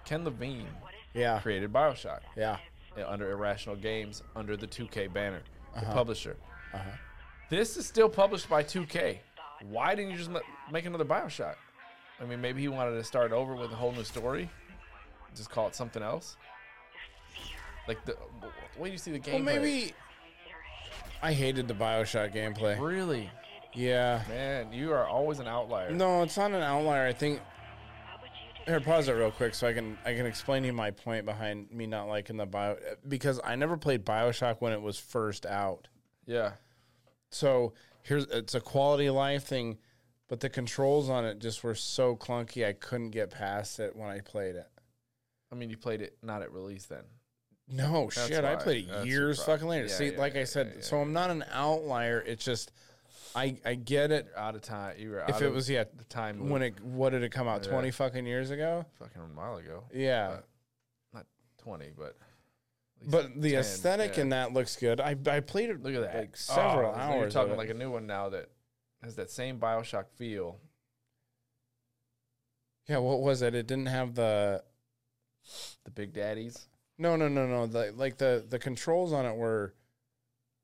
Speaker 3: Ken Levine
Speaker 1: yeah,
Speaker 3: created Bioshock
Speaker 1: yeah.
Speaker 3: uh, under Irrational Games, under the 2K banner,
Speaker 1: Uh-huh.
Speaker 3: the publisher. This is still published by 2K. Why didn't you just ma- make another Bioshock? I mean, maybe he wanted to start over with a whole new story, just call it something else. Like the wh- where do you see the
Speaker 1: Well,
Speaker 3: game?
Speaker 1: maybe I hated the Bioshock gameplay.
Speaker 3: really,
Speaker 1: Yeah,
Speaker 3: man, you are always an outlier.
Speaker 1: no, it's not an outlier. I think. Here, pause it real quick so I can I can explain to you my point behind me not liking the bio because I never played Bioshock when it was first out.
Speaker 3: Yeah,
Speaker 1: So here's it's a quality of life thing, but the controls on it just were so clunky I couldn't get past it when I played it.
Speaker 3: I mean, you played it not at release then.
Speaker 1: No shit, I
Speaker 3: why.
Speaker 1: played it
Speaker 3: That's your
Speaker 1: years
Speaker 3: problem.
Speaker 1: fucking later.
Speaker 3: Yeah,
Speaker 1: See,
Speaker 3: yeah,
Speaker 1: like
Speaker 3: yeah,
Speaker 1: I said, so I'm not an outlier. It's just I I get it.
Speaker 3: You're out of time. You were out
Speaker 1: If it
Speaker 3: of
Speaker 1: was yeah,
Speaker 3: the time
Speaker 1: when it what did it come out
Speaker 3: Yeah.
Speaker 1: twenty fucking years ago?
Speaker 3: fucking a while ago,
Speaker 1: Yeah,
Speaker 3: not twenty, but at least
Speaker 1: but the
Speaker 3: 10,
Speaker 1: aesthetic
Speaker 3: yeah.
Speaker 1: in that looks good. I I played it.
Speaker 3: Look at that. Oh,
Speaker 1: Like several
Speaker 3: so
Speaker 1: hours.
Speaker 3: You're talking
Speaker 1: of it.
Speaker 3: like a new one now that has that same Bioshock feel.
Speaker 1: yeah. What was it? It didn't have the
Speaker 3: The Big Daddies.
Speaker 1: No, no, no, no. The, like the the controls on it were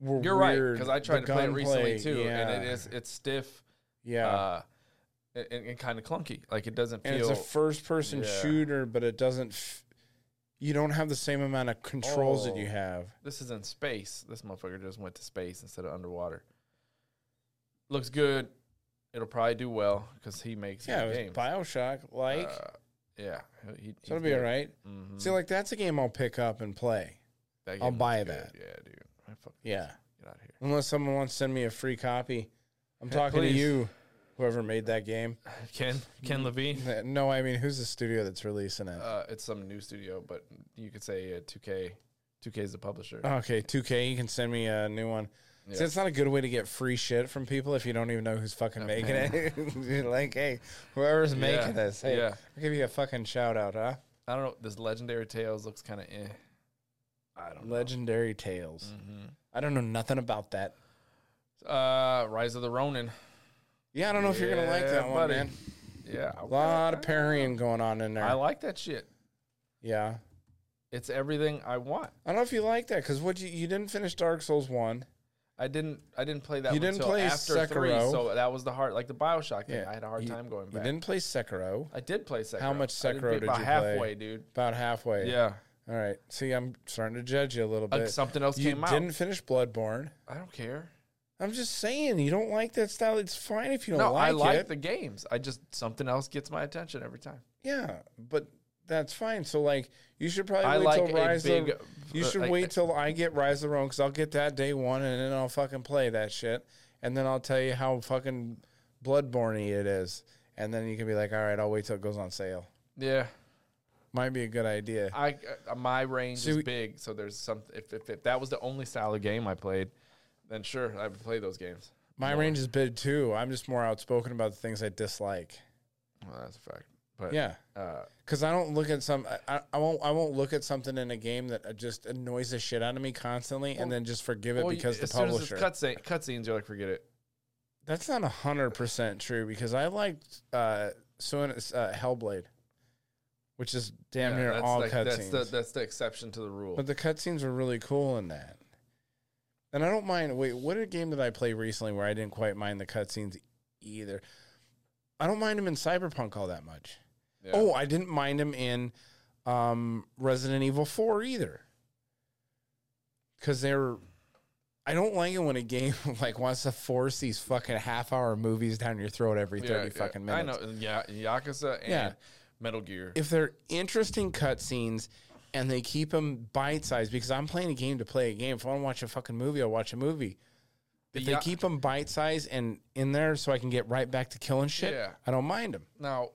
Speaker 1: were
Speaker 3: You're right,
Speaker 1: weird.
Speaker 3: because I tried
Speaker 1: The
Speaker 3: to play it recently
Speaker 1: gunplay,
Speaker 3: too,
Speaker 1: yeah,
Speaker 3: and it is it's stiff,
Speaker 1: yeah.
Speaker 3: uh, and, and kind of clunky. Like it doesn't
Speaker 1: and
Speaker 3: feel.
Speaker 1: it's a first person
Speaker 3: yeah.
Speaker 1: shooter, but it doesn't. F- you don't have the same amount of controls that you
Speaker 3: Oh.
Speaker 1: have.
Speaker 3: this is in space. This motherfucker just went to space instead of underwater. Looks good. It'll probably do well because he makes
Speaker 1: Yeah, it
Speaker 3: good
Speaker 1: was
Speaker 3: games.
Speaker 1: Bioshock like.
Speaker 3: Uh, yeah, he, he-
Speaker 1: so
Speaker 3: he's
Speaker 1: it'll be
Speaker 3: good.
Speaker 1: all right.
Speaker 3: Mhm.
Speaker 1: See, like that's a game I'll pick up and play.
Speaker 3: That
Speaker 1: I'll
Speaker 3: game
Speaker 1: buy
Speaker 3: looks
Speaker 1: that.
Speaker 3: good. Yeah, dude. I fuck-
Speaker 1: Yeah,
Speaker 3: Get out of here.
Speaker 1: unless someone wants to send me a free copy. I'm talking to
Speaker 3: please.
Speaker 1: you, whoever made that game.
Speaker 3: Ken Ken Levine.
Speaker 1: No, I mean, who's the studio that's releasing it?
Speaker 3: Uh, it's some new studio, but you could say uh, 2K. 2K is the publisher.
Speaker 1: Okay, 2K, you can send me a new one. See,
Speaker 3: Yeah.
Speaker 1: it's not a good way to get free shit from people if you don't even know who's fucking making it. You're like, hey, whoever's making this, hey,
Speaker 3: yeah.
Speaker 1: I'll give you a fucking shout out, huh?
Speaker 3: I don't know. This Legendary Tales looks kind of eh. I don't Mm.
Speaker 1: Legendary Tales. I don't know nothing about that.
Speaker 3: know. Uh, Rise of the Ronin.
Speaker 1: Yeah, I don't know if you're gonna like that
Speaker 3: Yeah,
Speaker 1: one,
Speaker 3: buddy.
Speaker 1: man.
Speaker 3: Yeah.
Speaker 1: A lot of parrying going on in there.
Speaker 3: I like that shit.
Speaker 1: yeah,
Speaker 3: It's everything I want.
Speaker 1: I don't know if you like that because what you you didn't finish Dark Souls one.
Speaker 3: I didn't. I didn't play that.
Speaker 1: You
Speaker 3: one
Speaker 1: didn't
Speaker 3: till
Speaker 1: play
Speaker 3: after three,
Speaker 1: Sekiro.
Speaker 3: so that was the hard, like the Bioshock thing.
Speaker 1: Yeah,
Speaker 3: I had a hard
Speaker 1: you-
Speaker 3: time going
Speaker 1: You
Speaker 3: back.
Speaker 1: didn't play Sekiro.
Speaker 3: I did play Sekiro.
Speaker 1: How much
Speaker 3: I didn't
Speaker 1: Sekiro
Speaker 3: get
Speaker 1: did
Speaker 3: about
Speaker 1: you play?
Speaker 3: halfway, dude.
Speaker 1: About halfway.
Speaker 3: Yeah.
Speaker 1: All right. See, I'm starting to judge you a little
Speaker 3: Like
Speaker 1: bit.
Speaker 3: something else
Speaker 1: you
Speaker 3: came out.
Speaker 1: didn't finish Bloodborne.
Speaker 3: I don't care.
Speaker 1: I'm just saying, you don't like that style. It's fine if you don't
Speaker 3: No,
Speaker 1: like,
Speaker 3: I like
Speaker 1: it.
Speaker 3: the games. I just something else gets my attention every time.
Speaker 1: yeah, but that's fine. So like, you should probably
Speaker 3: I
Speaker 1: wait
Speaker 3: like
Speaker 1: till
Speaker 3: a
Speaker 1: Rise. of-
Speaker 3: big-
Speaker 1: you
Speaker 3: uh,
Speaker 1: should
Speaker 3: like-
Speaker 1: wait till I get Rise of the Rome because I'll get that day one, and then I'll fucking play that shit, and then I'll tell you how fucking bloodborne it is, and then you can be like, all right, I'll wait till it goes on sale.
Speaker 3: Yeah,
Speaker 1: Might be a good idea.
Speaker 3: I uh, my range
Speaker 1: See,
Speaker 3: is
Speaker 1: we-
Speaker 3: big, so there's some. If, if if that was the only style of game I played, then sure, I would play those games.
Speaker 1: My range is big too. I'm just more outspoken about the things I dislike.
Speaker 3: Well, that's a fact. But
Speaker 1: Yeah.
Speaker 3: uh,
Speaker 1: Cause I don't look at some, I, I- I won't, I won't look at something in a game that uh, just annoys the shit out of me constantly, and then just forgive it
Speaker 3: well,
Speaker 1: because the
Speaker 3: as soon as
Speaker 1: publisher.
Speaker 3: it's cutscene, cutscenes, you're like, forget it.
Speaker 1: That's not hundred percent true because I liked uh, so in, uh, Hellblade, which is damn
Speaker 3: Yeah,
Speaker 1: near
Speaker 3: that's
Speaker 1: all
Speaker 3: like, That's
Speaker 1: cutscenes.
Speaker 3: the that's the exception to the rule.
Speaker 1: but the cutscenes were really cool in that, and I don't mind. Wait, what a game did I play recently where I didn't quite mind the cutscenes either? I don't mind them in Cyberpunk all that much.
Speaker 3: Yeah.
Speaker 1: Oh, I didn't mind them in um, Resident Evil Four either. because they're. I don't like it when a game like wants to force these fucking half hour movies down your throat every
Speaker 3: Yeah,
Speaker 1: thirty
Speaker 3: yeah.
Speaker 1: fucking minutes.
Speaker 3: I know. Yeah, Yakuza and
Speaker 1: Yeah.
Speaker 3: Metal Gear.
Speaker 1: if they're interesting cutscenes and they keep them bite sized, because I'm playing a game to play a game. If I want to watch a fucking movie, I'll watch a movie. If
Speaker 3: Yeah.
Speaker 1: they keep them bite sized and in there so I can get right back to killing shit,
Speaker 3: Yeah.
Speaker 1: I don't mind them.
Speaker 3: Now,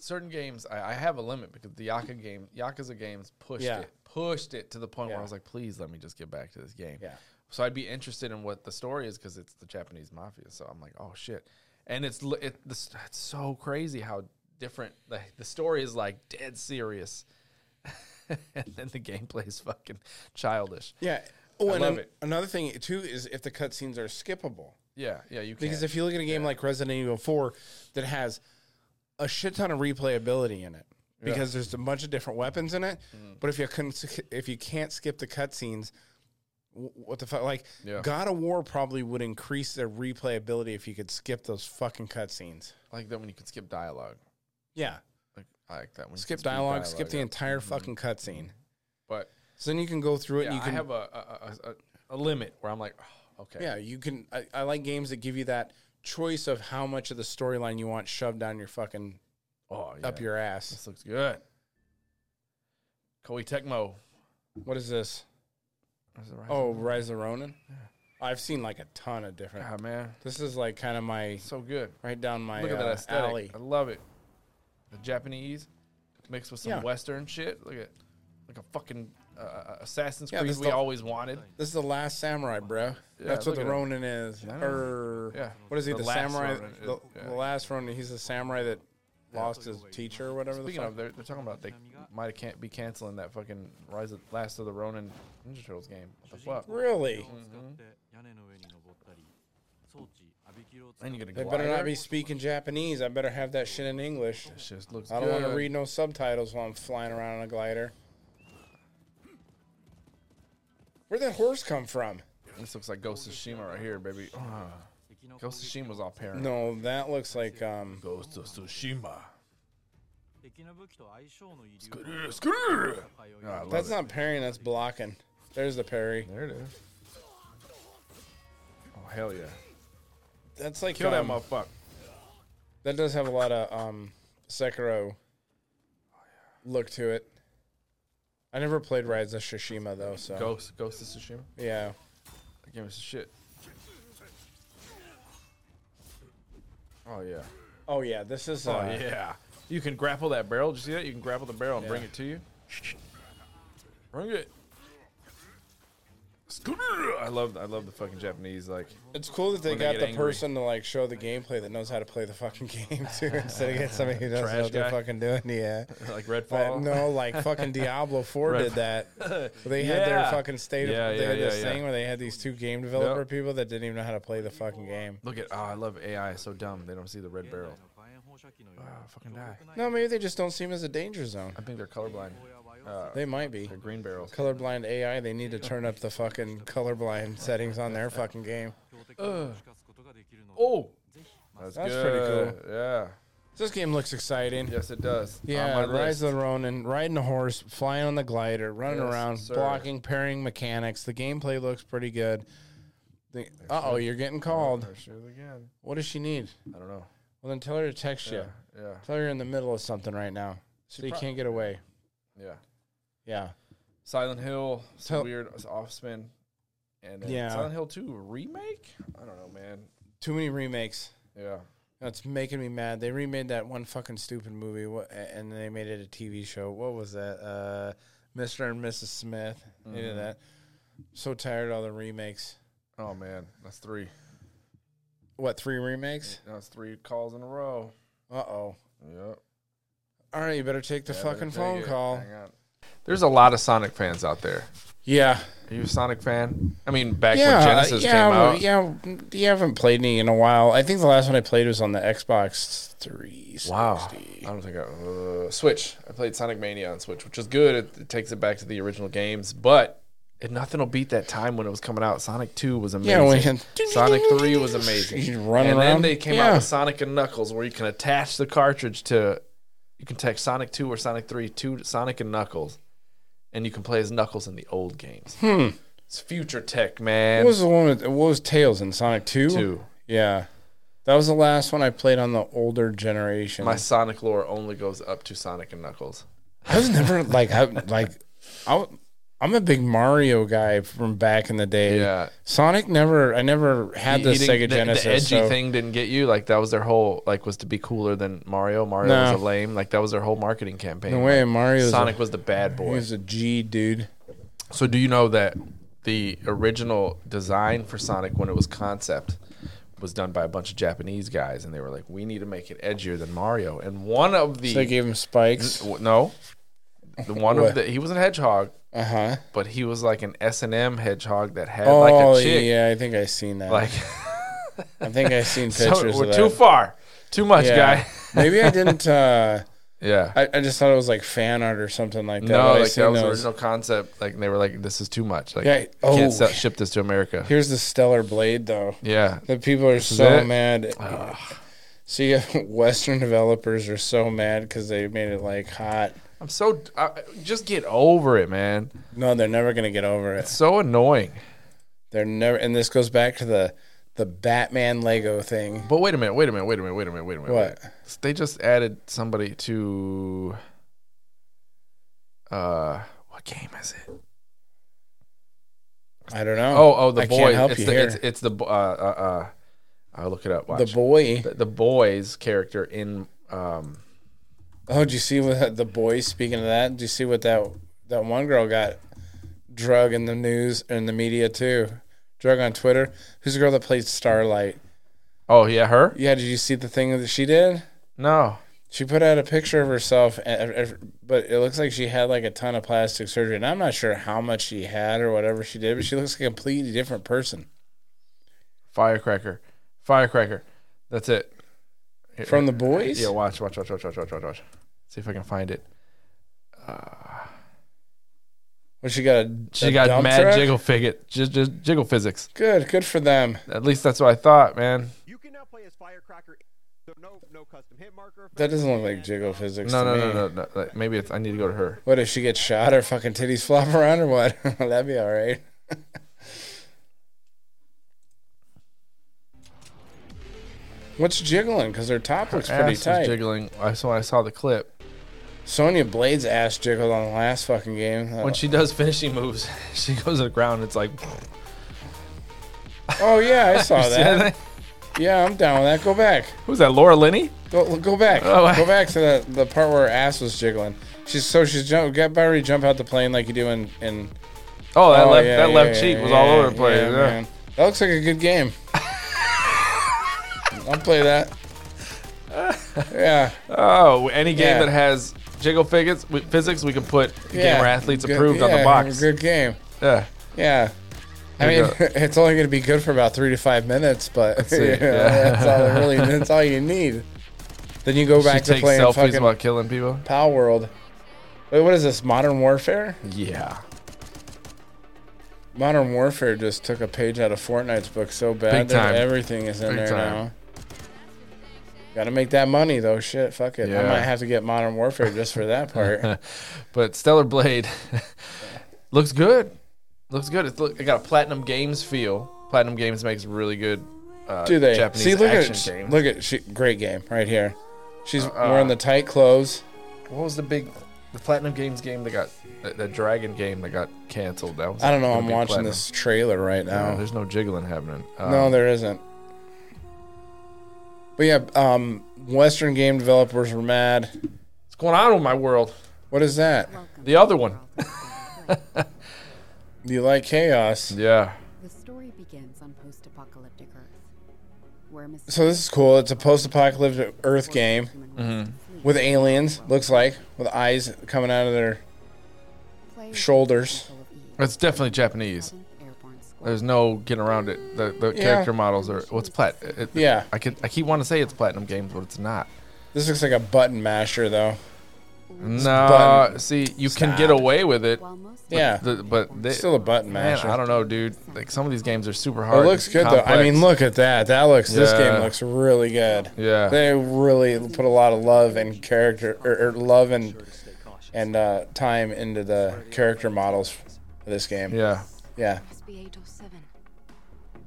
Speaker 3: certain games I, I have a limit because the Yakuza game, Yakuza games pushed
Speaker 1: Yeah.
Speaker 3: it, pushed it to the point where I
Speaker 1: Yeah.
Speaker 3: was like, please let me just get back to this game.
Speaker 1: Yeah.
Speaker 3: So I'd be interested in what the story is because it's the Japanese mafia. So I'm like, oh shit, and it's li- it, this, it's so crazy how different the, the story is like dead serious, and then the gameplay is fucking childish.
Speaker 1: Yeah. Oh,
Speaker 3: I
Speaker 1: and
Speaker 3: love
Speaker 1: an-
Speaker 3: it.
Speaker 1: another thing too is if the cutscenes are skippable.
Speaker 3: Yeah, yeah, you can.
Speaker 1: Because if you look at a game like Resident Evil 4 that has a shit ton of replayability in it because there's a bunch of different weapons in it,
Speaker 3: Mm-hmm.
Speaker 1: but if you couldn't if you can't skip the cutscenes, wh- what the fuck like
Speaker 3: Yeah.
Speaker 1: God of War probably would increase their replayability if you could skip those fucking cutscenes.
Speaker 3: like that when you can skip dialogue,
Speaker 1: Yeah.
Speaker 3: like I like that when you can
Speaker 1: Skip
Speaker 3: speed
Speaker 1: dialogue, skip the
Speaker 3: yeah.
Speaker 1: entire fucking cutscene.
Speaker 3: but
Speaker 1: So then you can go through it
Speaker 3: Mm-hmm. yeah,
Speaker 1: and you can
Speaker 3: I have a a, a, a a limit where I'm like, oh, okay,
Speaker 1: Yeah, you can. I, I like games that give you that choice of how much of the storyline you want shoved down your fucking
Speaker 3: oh, yeah.
Speaker 1: up your ass.
Speaker 3: This looks good. Koei Tecmo.
Speaker 1: What is this?
Speaker 3: Is it right?
Speaker 1: Oh, Rise of Ronin. I've seen like a ton of different.
Speaker 3: God, man,
Speaker 1: This is like kind of my
Speaker 3: so good.
Speaker 1: right down my
Speaker 3: Uh-huh. Look at that
Speaker 1: uh,
Speaker 3: aesthetic.
Speaker 1: alley.
Speaker 3: I love it. The Japanese mixed with some
Speaker 1: Yeah.
Speaker 3: Western shit. Look at like a fucking uh, Assassin's
Speaker 1: Yeah,
Speaker 3: Creed
Speaker 1: this
Speaker 3: we
Speaker 1: the-
Speaker 3: always wanted.
Speaker 1: This is the last samurai, bro. That's what
Speaker 3: look
Speaker 1: the
Speaker 3: at it.
Speaker 1: Ronin is.
Speaker 3: Yeah.
Speaker 1: Er,
Speaker 3: Yeah.
Speaker 1: What is he?
Speaker 3: The
Speaker 1: The,
Speaker 3: last
Speaker 1: samurai.
Speaker 3: Ronin.
Speaker 1: The,
Speaker 3: Yeah.
Speaker 1: the last Ronin. He's a samurai that lost his teacher or whatever. the
Speaker 3: Speaking
Speaker 1: fuck.
Speaker 3: of, they're, they're talking about they might can't be canceling that fucking Rise of Last of the Ronin Ninja Turtles game. What the fuck? Mm-hmm.
Speaker 1: really,
Speaker 3: And you get a
Speaker 1: they better not
Speaker 3: glider?
Speaker 1: be speaking Japanese. I better have that shit in English.
Speaker 3: That shit looks
Speaker 1: I don't want to
Speaker 3: good.
Speaker 1: read no subtitles while I'm flying around on a glider. Where'd that horse come from?
Speaker 3: This looks like Ghost of Tsushima right here, baby. Ah. Ghost of Tsushima was all parent.
Speaker 1: No, that looks like um.
Speaker 3: Ghost of Tsushima.
Speaker 4: 敵の武器と相性の遺留
Speaker 3: Skrrr, skrrr. Ah, I love
Speaker 1: That's
Speaker 3: it.
Speaker 1: not parrying. That's blocking. There's the parry.
Speaker 3: There it is. Oh hell yeah!
Speaker 1: That's like
Speaker 3: Kill that
Speaker 1: um,
Speaker 3: motherfucker.
Speaker 1: That does have a lot of um Sekiro look to it. I never played Rise of Shishima though, so
Speaker 3: Ghost, Ghost of Tsushima.
Speaker 1: yeah.
Speaker 3: That game is the shit. Oh yeah.
Speaker 1: Oh yeah, this is uh,
Speaker 3: Oh yeah. You can grapple that barrel. Did you see that? You can grapple the barrel and bring
Speaker 1: Yeah.
Speaker 3: it to you. Bring it. Skrrr. I love, I love the fucking Japanese like.
Speaker 1: It's cool that they
Speaker 3: When they
Speaker 1: got
Speaker 3: get
Speaker 1: the
Speaker 3: angry.
Speaker 1: person to like show the gameplay that knows how to play the fucking game too, instead of getting somebody who doesn't
Speaker 3: Trash
Speaker 1: know what
Speaker 3: guy.
Speaker 1: they're fucking doing. Yeah,
Speaker 3: Like
Speaker 1: but
Speaker 3: Redfall.
Speaker 1: no, like fucking Diablo Four
Speaker 3: Right.
Speaker 1: did that. They had their
Speaker 3: Yeah.
Speaker 1: fucking state. Of,
Speaker 3: Yeah,
Speaker 1: they
Speaker 3: yeah,
Speaker 1: had
Speaker 3: yeah,
Speaker 1: this
Speaker 3: yeah.
Speaker 1: thing where they had these two game developer people that didn't even know how to play the fucking game.
Speaker 3: Look at, oh, I love AI. It's so dumb. They don't see the red barrel.
Speaker 4: の火炎放射器のよう
Speaker 3: Oh,
Speaker 4: な
Speaker 3: fucking die.
Speaker 1: No, maybe they just don't see him as a danger zone.
Speaker 3: I think they're colorblind. Uh,
Speaker 1: They might be.
Speaker 3: they're green barrels.
Speaker 1: colorblind AI, they need to turn up the fucking colorblind settings on their fucking game.
Speaker 4: 強敵を打ち勝つことができるので
Speaker 3: Oh,
Speaker 4: ぜひまず
Speaker 3: that's,
Speaker 1: That's pretty
Speaker 3: good. pretty cool. Yeah.
Speaker 1: This game looks exciting.
Speaker 3: Yes, it does.
Speaker 1: Yeah, Rise of the Ronin, riding a horse, flying on the glider, running
Speaker 3: Yes,
Speaker 1: around,
Speaker 3: sir.
Speaker 1: blocking, parrying mechanics. The gameplay looks pretty good. Uh oh, you're getting called.
Speaker 3: again.
Speaker 1: What does she need?
Speaker 3: I don't know.
Speaker 1: Well, then tell her to text you.
Speaker 3: Yeah.
Speaker 1: Tell her you're in the middle of something right now, so you
Speaker 3: prob-
Speaker 1: can't get away.
Speaker 3: Yeah.
Speaker 1: Yeah,
Speaker 3: Silent Hill, some
Speaker 1: Tell-
Speaker 3: weird offspin, and then
Speaker 1: Yeah.
Speaker 3: Silent Hill Two remake. I don't know, man.
Speaker 1: too many remakes.
Speaker 3: Yeah.
Speaker 1: That's making me mad. They remade that one fucking stupid movie, what, and they made it a TV show. What was that? Uh, Mr. and Mrs. Smith. They
Speaker 3: Mm-hmm.
Speaker 1: did that. So tired of all the remakes.
Speaker 3: Oh man, that's three.
Speaker 1: What three remakes?
Speaker 3: That's three calls in a row.
Speaker 1: Uh oh.
Speaker 3: Yep.
Speaker 1: All right, you better take the fucking phone call.
Speaker 3: There's a lot of Sonic fans out there.
Speaker 1: Yeah,
Speaker 3: Are you a Sonic fan? I mean, back
Speaker 1: yeah,
Speaker 3: when Genesis
Speaker 1: yeah,
Speaker 3: came out.
Speaker 1: yeah. You haven't played any in a while. I think the last one I played was on the Xbox 360.
Speaker 3: Wow. I don't think I uh, Switch. I played Sonic Mania on Switch, which is good. It, it takes it back to the original games, but it, nothing will beat that time when it was coming out. Sonic Two was amazing.
Speaker 1: Yeah, when you-
Speaker 3: Sonic Three was amazing.
Speaker 1: You run
Speaker 3: and then
Speaker 1: around.
Speaker 3: they came out
Speaker 1: Yeah.
Speaker 3: with Sonic and Knuckles, where you can attach the cartridge to. You can text Sonic Two or Sonic Three to Sonic and Knuckles, and you can play as Knuckles in the old games. It's future tech, man.
Speaker 1: Hmm. What was the one with what was Tails in Sonic 2?
Speaker 3: Two.
Speaker 1: Yeah. That was the last one I played on the older generation.
Speaker 3: My Sonic lore only goes up to Sonic and Knuckles.
Speaker 1: I was never like I like I am a big Mario guy from back in the day.
Speaker 3: Yeah.
Speaker 1: Sonic never I never had the
Speaker 3: You- you didn't-
Speaker 1: Sega Genesis.
Speaker 3: The edgy
Speaker 1: so-
Speaker 3: thing didn't get you. Like that was their whole like was to be cooler than Mario. Mario was
Speaker 1: No.
Speaker 3: a lame. Like that was their whole marketing campaign.
Speaker 1: No way,
Speaker 3: Like,
Speaker 1: Mario's
Speaker 3: Sonic
Speaker 1: a,
Speaker 3: was the bad
Speaker 1: he
Speaker 3: boy.
Speaker 1: was a G dude.
Speaker 3: So do you know that the original design for Sonic when it was concept was done by a bunch of Japanese guys, and they were like, "We need to make it edgier than Mario." And one of the
Speaker 1: So they gave him spikes.
Speaker 3: w- no, the one
Speaker 1: What?
Speaker 3: of the he was a hedgehog,
Speaker 1: Uh huh.
Speaker 3: but he was like an S and M hedgehog that had
Speaker 1: Oh
Speaker 3: like a chick.
Speaker 1: yeah, I think I seen that.
Speaker 3: Like
Speaker 1: I think I seen
Speaker 3: so
Speaker 1: pictures
Speaker 3: we're
Speaker 1: of that.
Speaker 3: too far, too much,
Speaker 1: Yeah.
Speaker 3: guy.
Speaker 1: Maybe I didn't. uh
Speaker 3: Yeah.
Speaker 1: I, I just thought it was like fan art or something like that.
Speaker 3: No,
Speaker 1: but I
Speaker 3: like
Speaker 1: seen
Speaker 3: that was the
Speaker 1: those.
Speaker 3: original concept. Like they were like, "This is too much. Like,
Speaker 1: Yeah,
Speaker 3: you
Speaker 1: oh.
Speaker 3: can't sell, ship this to America."
Speaker 1: Here's the Stellar Blade though.
Speaker 3: Yeah,
Speaker 1: The people are so
Speaker 3: it.
Speaker 1: mad. So you have Western developers are so mad because they made it like hot.
Speaker 3: I'm so I, just get over it, man.
Speaker 1: No, they're never gonna get over it.
Speaker 3: So annoying.
Speaker 1: They're never. And this goes back to the the Batman Lego thing.
Speaker 3: But wait a minute, wait a minute, wait a minute, wait a minute, wait a minute.
Speaker 1: What?
Speaker 3: They just added somebody to. Uh, what game is it?
Speaker 1: I don't know.
Speaker 3: Oh, oh, the
Speaker 1: I
Speaker 3: boy.
Speaker 1: can't help
Speaker 3: it's
Speaker 1: you
Speaker 3: the
Speaker 1: here.
Speaker 3: it's it's the bo- uh uh. uh I'll look it up. Watch.
Speaker 1: the boy.
Speaker 3: The, the boy's character in um
Speaker 1: Oh, did you see what the boys? Speaking of that, did you see what that that one girl got drug in the news and the media too? Drug on Twitter. Who's the girl that played Starlight?
Speaker 3: oh yeah her
Speaker 1: Yeah, did you see the thing that she did?
Speaker 3: no
Speaker 1: She put out a picture of herself, and- and- but it looks like she had like a ton of plastic surgery, and I'm not sure how much she had or whatever she did, but she looks like a completely different person
Speaker 3: firecracker firecracker that's it Here-
Speaker 1: from the boys.
Speaker 3: Yeah, watch, watch, watch, watch, watch, watch, watch, watch. See if I can find it.
Speaker 1: Well, she got a
Speaker 3: She
Speaker 1: a
Speaker 3: got
Speaker 1: dump
Speaker 3: mad
Speaker 1: truck?
Speaker 3: jiggle figure, j- j- jiggle physics.
Speaker 1: Good, good for them.
Speaker 3: At least that's what I thought, man.
Speaker 5: You can now play as Firecracker. So no, no custom hit marker.
Speaker 1: That doesn't look like jiggle physics.
Speaker 3: No,
Speaker 1: to
Speaker 3: no,
Speaker 1: me.
Speaker 3: no, no, no. Like, maybe it's, I need to go to her.
Speaker 1: What if she gets shot? Her fucking titties flop around or what? That'd be all right. What's jiggling? Because her top looks
Speaker 3: Ass
Speaker 1: pretty
Speaker 3: was
Speaker 1: tight.
Speaker 3: Ah, jiggling. I saw. I saw the clip
Speaker 1: Sonya Blade's ass jiggled on the last fucking game.
Speaker 3: when she does finishing moves. She goes to the ground. It's like
Speaker 1: oh yeah, I saw
Speaker 3: You see that
Speaker 1: that.
Speaker 3: thing?
Speaker 1: Yeah, I'm down with that. Go back.
Speaker 3: Who's that? Laura Linney?
Speaker 1: Go go back.
Speaker 3: Oh, I-
Speaker 1: go back to the, the part where her ass was jiggling. She's so she's jump got by already jump out the plane like you do in, in
Speaker 3: Oh, that
Speaker 1: oh,
Speaker 3: left
Speaker 1: yeah,
Speaker 3: that
Speaker 1: yeah,
Speaker 3: left
Speaker 1: yeah,
Speaker 3: cheek was
Speaker 1: yeah,
Speaker 3: all over the place.
Speaker 1: yeah,
Speaker 3: Yeah,
Speaker 1: man. That looks like a good game. I'll play that. Yeah.
Speaker 3: Oh, any game
Speaker 1: Yeah.
Speaker 3: that has jiggle figures with physics, we can put
Speaker 1: yeah.
Speaker 3: gamer athletes
Speaker 1: Good-
Speaker 3: approved on
Speaker 1: yeah,
Speaker 3: the box.
Speaker 1: Good game.
Speaker 3: Yeah.
Speaker 1: Yeah. I
Speaker 3: Here you
Speaker 1: mean, it's only going to be good for about three to five minutes, but
Speaker 3: it,
Speaker 1: you know,
Speaker 3: yeah.
Speaker 1: that's all it really. That's all you need. Then you go
Speaker 3: She
Speaker 1: back to
Speaker 3: takes
Speaker 1: playing
Speaker 3: selfies
Speaker 1: fucking
Speaker 3: while killing people.
Speaker 1: Pal World. Wait, what is this? Modern Warfare?
Speaker 3: Yeah.
Speaker 1: Modern Warfare just took a page out of Fortnite's book so bad
Speaker 3: Big
Speaker 1: that
Speaker 3: time.
Speaker 1: everything is in
Speaker 3: Big
Speaker 1: there
Speaker 3: time.
Speaker 1: now. Got to make that money though. Shit, fuck it. I
Speaker 3: Yeah. Uh,
Speaker 1: might have to get Modern Warfare just for that part.
Speaker 3: But Stellar Blade looks good. Looks good. It's look, it got a Platinum Games feel. Platinum Games makes really good. Uh,
Speaker 1: Do they?
Speaker 3: Japanese
Speaker 1: See, look
Speaker 3: action Uh,
Speaker 1: at
Speaker 3: games.
Speaker 1: look at she, great game right here. She's wearing the tight clothes.
Speaker 3: What was the big, the Platinum Games game that got the, the Dragon game that got canceled? That was.
Speaker 1: I don't know.
Speaker 3: gonna
Speaker 1: I'm
Speaker 3: be
Speaker 1: watching
Speaker 3: Platinum.
Speaker 1: this trailer right
Speaker 3: Yeah,
Speaker 1: now.
Speaker 3: there's no jiggling happening. Um,
Speaker 1: no, there isn't. But yeah, um, Western game developers were mad.
Speaker 3: what's going on with my world?
Speaker 1: What is that?
Speaker 3: The other one.
Speaker 1: Do you like chaos?
Speaker 3: Yeah.
Speaker 6: The story begins on post-apocalyptic Earth, where
Speaker 1: So this is cool. It's a post-apocalyptic Earth game
Speaker 3: Mm-hmm.
Speaker 1: with aliens. Looks like with eyes coming out of their. shoulders.
Speaker 3: That's definitely Japanese. There's no getting around it. The, the character models are what's plat. It,
Speaker 1: Yeah.
Speaker 3: I could. I keep wanting to say it's Platinum Games, but it's not.
Speaker 1: This looks like a button masher though.
Speaker 3: No,
Speaker 1: button.
Speaker 3: see, you can get away with it.
Speaker 1: Yeah.
Speaker 3: The, but they,
Speaker 1: It's still a button
Speaker 3: man,
Speaker 1: masher.
Speaker 3: I don't know, dude. Like some of these games are super
Speaker 1: It
Speaker 3: hard.
Speaker 1: looks good though. I
Speaker 3: complex.
Speaker 1: mean, look at that. That looks. This game
Speaker 3: Yeah.
Speaker 1: looks really good.
Speaker 3: Yeah.
Speaker 1: They really put a lot of love and character, or, or love and and uh, time into the character models for this game.
Speaker 3: Yeah.
Speaker 1: Yeah,
Speaker 6: Must be 807.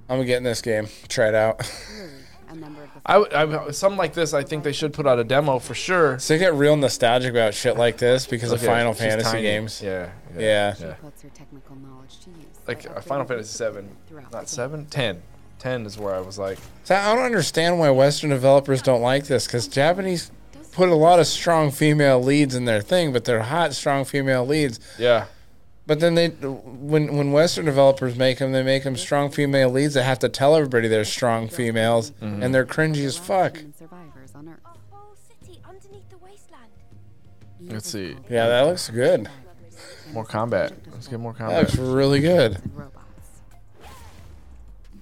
Speaker 1: I'm getting this game. Try it out.
Speaker 6: Clearly, a number of the
Speaker 3: I, would- I would- something like this, I think they should put out a demo for sure.
Speaker 1: So I get real nostalgic about shit like this because of
Speaker 3: Okay,
Speaker 1: Final
Speaker 3: she's
Speaker 1: Fantasy
Speaker 3: tiny.
Speaker 1: games.
Speaker 3: Yeah.
Speaker 1: Yeah.
Speaker 3: Yeah.
Speaker 6: puts her technical knowledge to use.
Speaker 3: Like
Speaker 6: by
Speaker 3: uh, Final
Speaker 6: upgrading
Speaker 3: Fantasy
Speaker 6: her
Speaker 3: Seven,
Speaker 6: equipment throughout
Speaker 3: not
Speaker 6: the game.
Speaker 3: seven, ten. Ten is where I was like,
Speaker 1: So I don't understand why Western developers don't like this because Japanese put a lot of strong female leads in their thing, but they're hot, strong female leads.
Speaker 3: yeah,
Speaker 1: But then they, when when Western developers make them, they make them strong female leads. They have to tell everybody they're strong females,
Speaker 3: Mm-hmm.
Speaker 1: and they're cringy as
Speaker 6: Last
Speaker 1: fuck.
Speaker 6: human survivors on Earth.
Speaker 7: A whole city underneath the wasteland.
Speaker 6: Eve
Speaker 3: Let's
Speaker 6: is
Speaker 3: see.
Speaker 6: called
Speaker 1: Yeah, that looks good.
Speaker 3: more combat. Let's get more
Speaker 1: That
Speaker 3: combat.
Speaker 1: looks really good.
Speaker 6: and robots.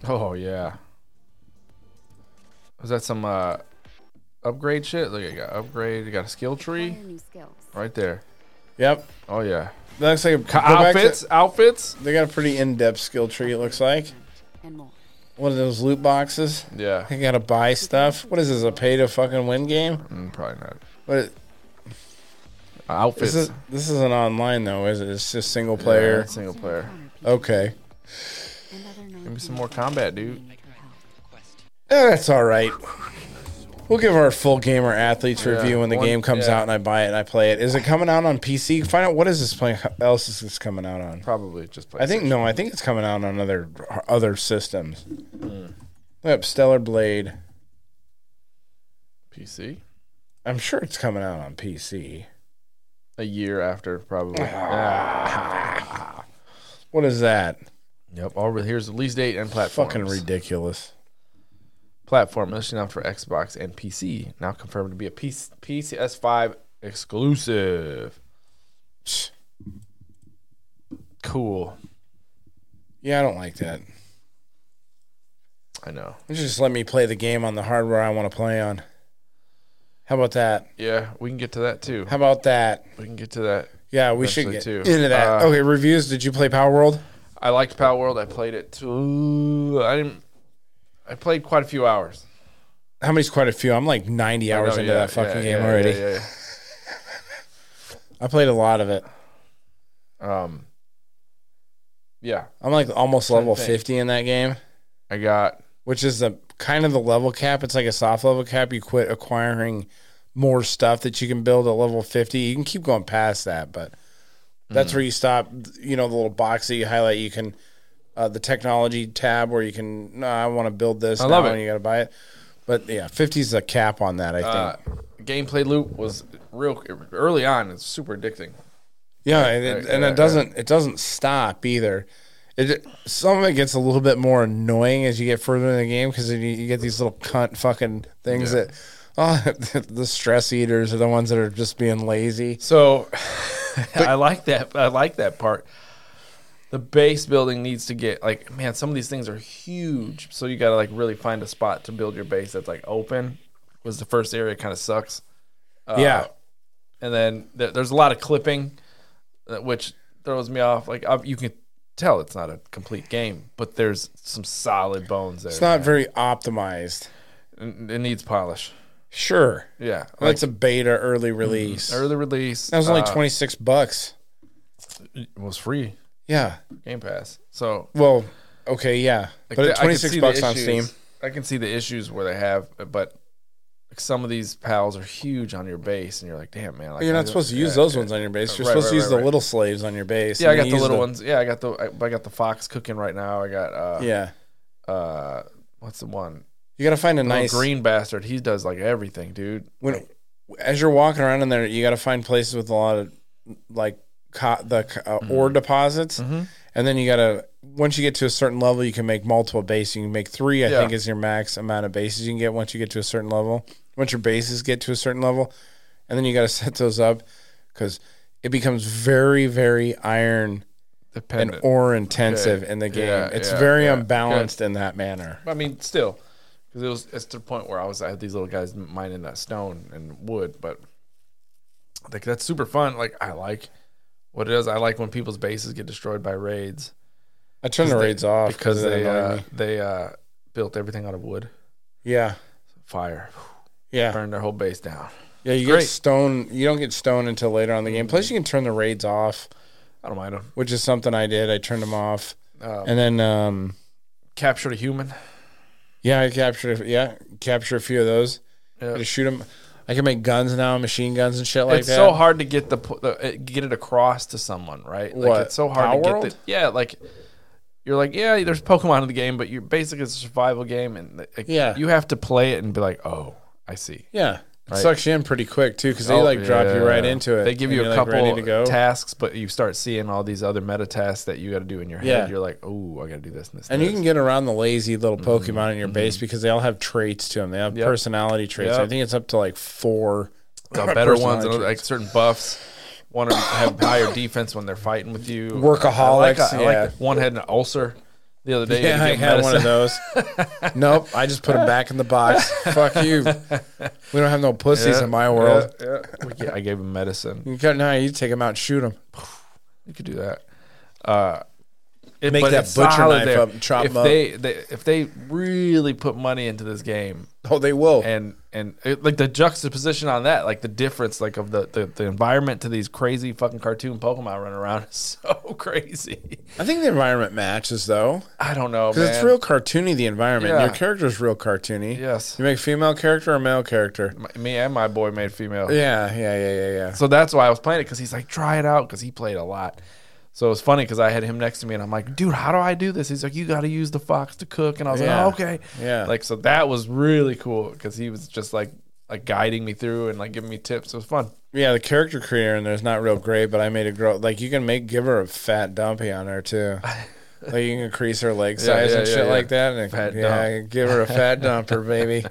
Speaker 3: Oh yeah. Was that some uh, upgrade shit? Look, I got upgrade. You got a skill tree
Speaker 6: Acquire new skills.
Speaker 3: right there.
Speaker 1: Yep,
Speaker 3: Oh yeah.
Speaker 1: that looks like a, go
Speaker 3: Co-
Speaker 1: back to-
Speaker 3: outfits, outfits.
Speaker 1: they got a pretty in-depth skill tree. It looks like
Speaker 6: And more.
Speaker 1: one of those loot boxes.
Speaker 3: Yeah,
Speaker 1: I gotta buy stuff. What is this? A pay to fucking win game?
Speaker 3: Mm, probably not.
Speaker 1: What
Speaker 3: Outfits.
Speaker 1: this is? This isn't online though, is it? It's just single
Speaker 3: Yeah,
Speaker 1: player.
Speaker 3: it's single player.
Speaker 1: Okay,
Speaker 6: Give
Speaker 3: Give me some more combat, dude.
Speaker 1: Eh, that's all right. We'll give our full gamer athletes
Speaker 3: Yeah,
Speaker 1: review when the
Speaker 3: one-
Speaker 1: game comes
Speaker 3: yeah.
Speaker 1: out and I buy it and I play it. Is it coming out on PC? Find out what is this playing else is this coming out on?
Speaker 3: Probably just.
Speaker 1: I think
Speaker 3: PlayStation.
Speaker 1: no, I think it's coming out on other other systems.
Speaker 3: Hmm.
Speaker 1: Look up Stellar Blade.
Speaker 3: PC.
Speaker 1: I'm sure it's coming out on PC.
Speaker 3: A year after, probably. Yeah.
Speaker 1: What is that?
Speaker 3: Yep. All re- here's the release date and platform.
Speaker 1: Fucking ridiculous.
Speaker 3: Platform initially announced for Xbox and PC. Now confirmed to be a PC, PS5 exclusive. Cool.
Speaker 1: Yeah, I don't like that.
Speaker 3: I know.
Speaker 1: Just let me play the game on the hardware I want to play on. How about that?
Speaker 3: Yeah, we can get to that too.
Speaker 1: How about that?
Speaker 3: We can get to that.
Speaker 1: Yeah, we should get
Speaker 3: Eventually, too.
Speaker 1: into that.
Speaker 3: Uh,
Speaker 1: okay, reviews. Did you play Power World?
Speaker 3: I liked Power World. I played it too. I didn't. I played quite a few hours.
Speaker 1: How many's quite a few? I'm like 90 hours
Speaker 3: No,
Speaker 1: into
Speaker 3: yeah,
Speaker 1: that fucking
Speaker 3: yeah,
Speaker 1: game
Speaker 3: yeah,
Speaker 1: already.
Speaker 3: yeah, yeah,
Speaker 1: I played a lot of it.
Speaker 3: yeah. Um. Yeah,
Speaker 1: I'm like almost level
Speaker 3: think.
Speaker 1: 50 in that game,
Speaker 3: I got
Speaker 1: which is the kind of the level cap. It's like a soft level cap. You quit acquiring more stuff that you can build at level 50. You can keep going past that, but
Speaker 3: Mm.
Speaker 1: that's where you stop. You know, the little box that you highlight, you can. Uh, the technology tab where you can, no, I want to build this.
Speaker 3: I love
Speaker 1: now,"
Speaker 3: it.
Speaker 1: And you got to buy it. But yeah, 50 is the cap on that, I think.
Speaker 3: uh, gameplay loop was real early on. It's super addicting.
Speaker 1: Yeah, and it,
Speaker 3: right,
Speaker 1: and
Speaker 3: right,
Speaker 1: it doesn't it doesn't stop either. It some of it gets a little bit more annoying as you get further in the game because you, you get these little cunt fucking things
Speaker 3: Yeah.
Speaker 1: that oh the stress eaters are the ones that are just being lazy.
Speaker 3: So I like that. I like that part. The base building needs to get like man. Some of these things are huge, so you gotta like really find a spot to build your base that's like open. Was the first area kind of sucks, Uh,
Speaker 1: yeah,
Speaker 3: and then th- there's a lot of clipping, uh, which throws me off. Like i you can tell it's not a complete game, but there's some solid bones there.
Speaker 1: it's not very optimized.
Speaker 3: It, it needs polish.
Speaker 1: Sure,
Speaker 3: Yeah, like
Speaker 1: that's a beta early release.
Speaker 3: Mm-hmm. early release.
Speaker 1: that was only
Speaker 3: uh,
Speaker 1: twenty six bucks.
Speaker 3: It was free
Speaker 1: Yeah.
Speaker 3: Game Pass. So
Speaker 1: Well, okay, yeah, but
Speaker 3: Like, th-
Speaker 1: at
Speaker 3: I can
Speaker 1: twenty six
Speaker 3: see the
Speaker 1: bucks on Steam.
Speaker 3: issues- I can see the issues where they have, but some of these pals are huge on your base, and you're like, damn man, like,
Speaker 1: You're
Speaker 3: I
Speaker 1: not
Speaker 3: don't-
Speaker 1: supposed to use
Speaker 3: yeah,
Speaker 1: those
Speaker 3: yeah.
Speaker 1: ones on your base. You're
Speaker 3: Right,
Speaker 1: supposed
Speaker 3: right,
Speaker 1: to use
Speaker 3: right,
Speaker 1: the
Speaker 3: right.
Speaker 1: little slaves on your base.
Speaker 3: Yeah, I
Speaker 1: and
Speaker 3: got
Speaker 1: you
Speaker 3: the
Speaker 1: use
Speaker 3: little ones. Yeah, I got the I, I got the fox cooking right now. I got uh
Speaker 1: Yeah,
Speaker 3: uh what's the one?
Speaker 1: you got to find a
Speaker 3: The
Speaker 1: nice
Speaker 3: little green bastard. He does like everything, dude.
Speaker 1: when as you're walking around in there, you got to find places with a lot of like co- the co- uh,
Speaker 3: Mm-hmm.
Speaker 1: ore deposits, and then you got to once you get to a certain level, you can make multiple bases. You can make three, I
Speaker 3: Yeah.
Speaker 1: think, is your max amount of bases you can get once you get to a certain level. Once your bases get to a certain level, and then you got to set those up because it becomes very, very iron and
Speaker 3: Dependent.
Speaker 1: ore intensive in the game.
Speaker 3: Yeah,
Speaker 1: it's
Speaker 3: yeah,
Speaker 1: very
Speaker 3: yeah.
Speaker 1: unbalanced in that manner.
Speaker 3: I mean, still, because it was it's to the point where I was I had these little guys mining that stone and wood, but like that's super fun. Like I like what it is. I like when people's bases get destroyed by raids.
Speaker 1: I turn the
Speaker 3: Because they-
Speaker 1: raids off
Speaker 3: because
Speaker 1: it
Speaker 3: they
Speaker 1: annoyed
Speaker 3: uh,
Speaker 1: me.
Speaker 3: they uh, built everything out of wood,
Speaker 1: yeah,
Speaker 3: fire,
Speaker 1: yeah.
Speaker 3: burned their whole base down.
Speaker 1: Yeah, you
Speaker 3: Great. Mm-hmm.
Speaker 1: get stone. You don't get stone until later on in the game. Plus, you can turn the raids off,
Speaker 3: I don't mind them.
Speaker 1: which is something I did. I turned them off.
Speaker 3: Um,
Speaker 1: And then, um,
Speaker 3: captured a human.
Speaker 1: yeah, I captured, yeah, capture a few of those.
Speaker 3: Yeah.
Speaker 1: Just shoot them. I can make guns now, machine guns and shit like
Speaker 3: it's
Speaker 1: that.
Speaker 3: so hard to get the, po- the uh, get it across to someone, right? Like
Speaker 1: What,
Speaker 3: it's so hard
Speaker 1: Power
Speaker 3: to get
Speaker 1: World?
Speaker 3: the yeah, like you're like yeah, there's Pokemon in the game, but you're basically it's a survival game, and like,
Speaker 1: Yeah.
Speaker 3: you have to play it and be like, oh, I see.
Speaker 1: Yeah. It
Speaker 3: Right.
Speaker 1: sucks you in pretty quick too, because they
Speaker 3: Oh,
Speaker 1: like drop you right
Speaker 3: yeah.
Speaker 1: into it.
Speaker 3: They give
Speaker 1: and
Speaker 3: you
Speaker 1: you're,
Speaker 3: a
Speaker 1: like,
Speaker 3: couple
Speaker 1: ready to go.
Speaker 3: tasks, but you start seeing all these other meta tasks that you got to do in your head.
Speaker 1: Yeah.
Speaker 3: You're like, oh, I got to do this and this.
Speaker 1: and you
Speaker 3: this."
Speaker 1: can get around the lazy little Pokemon in your base because they all have traits to them. They have
Speaker 3: Mm-hmm. Yep.
Speaker 1: personality traits.
Speaker 3: Yep.
Speaker 1: I think it's up to like four.
Speaker 3: the better ones,
Speaker 1: personality
Speaker 3: and like
Speaker 1: traits.
Speaker 3: certain buffs. One to have higher defense when they're fighting with you.
Speaker 1: Workaholics,
Speaker 3: I like, I like
Speaker 1: yeah.
Speaker 3: that one had an ulcer the other day.
Speaker 1: Yeah, I
Speaker 3: to get
Speaker 1: had one of
Speaker 3: medicine.
Speaker 1: those. nope, I just put them back in the box. Fuck you. We don't have no pussies in my world.
Speaker 3: We- yeah, Mm. I gave him medicine.
Speaker 1: You cut now, you take them out, and shoot them.
Speaker 3: You could do that. Uh, it,
Speaker 1: Make
Speaker 3: but
Speaker 1: that
Speaker 3: it's
Speaker 1: butcher
Speaker 3: solid
Speaker 1: knife up and chop
Speaker 3: if
Speaker 1: 'em up.
Speaker 3: They, they, if they really put money into this game,
Speaker 1: Oh, they will.
Speaker 3: and and it, like the juxtaposition on that, like the difference, like of the, the the environment to these crazy fucking cartoon Pokemon running around is so crazy.
Speaker 1: I think the environment matches though,
Speaker 3: I don't know,
Speaker 1: because it's
Speaker 3: man.
Speaker 1: real cartoony. The environment,
Speaker 3: Yeah.
Speaker 1: your character's real cartoony.
Speaker 3: Yes.
Speaker 1: you make female character or male character.
Speaker 3: My- me and my boy made female.
Speaker 1: Yeah, yeah, yeah, yeah, yeah.
Speaker 3: So that's why I was playing it because he's like, try it out because he played a lot. So it was funny because I had him next to me and I'm like, dude, how do I do this? He's like, you got to use the fox to cook. And I was
Speaker 1: Yeah.
Speaker 3: like, oh, okay.
Speaker 1: Yeah.
Speaker 3: Like, so that was really cool because he was just like, like guiding me through and like giving me tips. It was fun.
Speaker 1: Yeah, the character creator in there's not real great, but I made a girl like you can make give her a fat dumpy on her too. Like you can increase her leg size
Speaker 3: yeah,
Speaker 1: and
Speaker 3: yeah,
Speaker 1: shit
Speaker 3: yeah.
Speaker 1: like that. And
Speaker 3: Fat
Speaker 1: yeah,
Speaker 3: dump.
Speaker 1: give her a fat dumper, baby.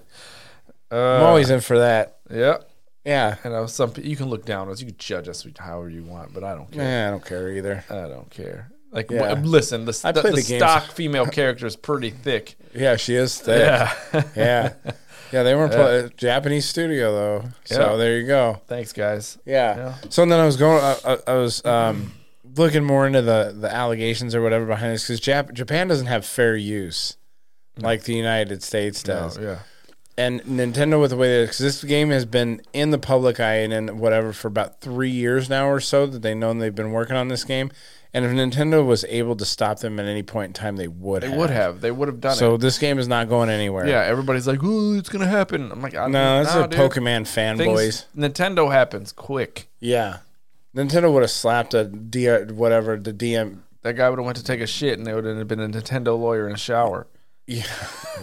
Speaker 3: Uh,
Speaker 1: I'm always in for that.
Speaker 3: yeah.
Speaker 1: Yeah.
Speaker 3: And I was some, you can look down on us, you can judge us however you want, but I don't care.
Speaker 1: Yeah, I don't care either.
Speaker 3: I don't care. Like,
Speaker 1: Yeah.
Speaker 3: wh- listen, the,
Speaker 1: I
Speaker 3: the,
Speaker 1: play
Speaker 3: the
Speaker 1: the games.
Speaker 3: stock female character is pretty thick.
Speaker 1: Yeah, she is thick. Yeah. Yeah. they weren't pla- Japanese studio though.
Speaker 3: Yeah.
Speaker 1: So there you go.
Speaker 3: Thanks, guys.
Speaker 1: Yeah.
Speaker 3: Yeah.
Speaker 1: So then I was going, I, I, I was um, looking more into the, the allegations or whatever behind this because Jap- Japan doesn't have fair use like the United States does.
Speaker 3: Oh, yeah.
Speaker 1: and Nintendo with the way that because this game has been in the public eye and in whatever for about three years now or so that they know they've been working on this game, and if Nintendo was able to stop them at any point in time, they would.
Speaker 3: They
Speaker 1: have.
Speaker 3: would have. They would have done it.
Speaker 1: So this game is not going anywhere.
Speaker 3: Yeah, everybody's like, "Ooh, it's gonna happen." I'm like, I,
Speaker 1: No, that's
Speaker 3: nah,
Speaker 1: a
Speaker 3: dude.
Speaker 1: Pokemon
Speaker 3: Things-
Speaker 1: fanboys.
Speaker 3: Nintendo happens quick.
Speaker 1: Yeah. Nintendo would have slapped a D whatever the DM.
Speaker 3: That guy would have went to take a shit, and there would have been a Nintendo lawyer in a shower.
Speaker 1: Yeah.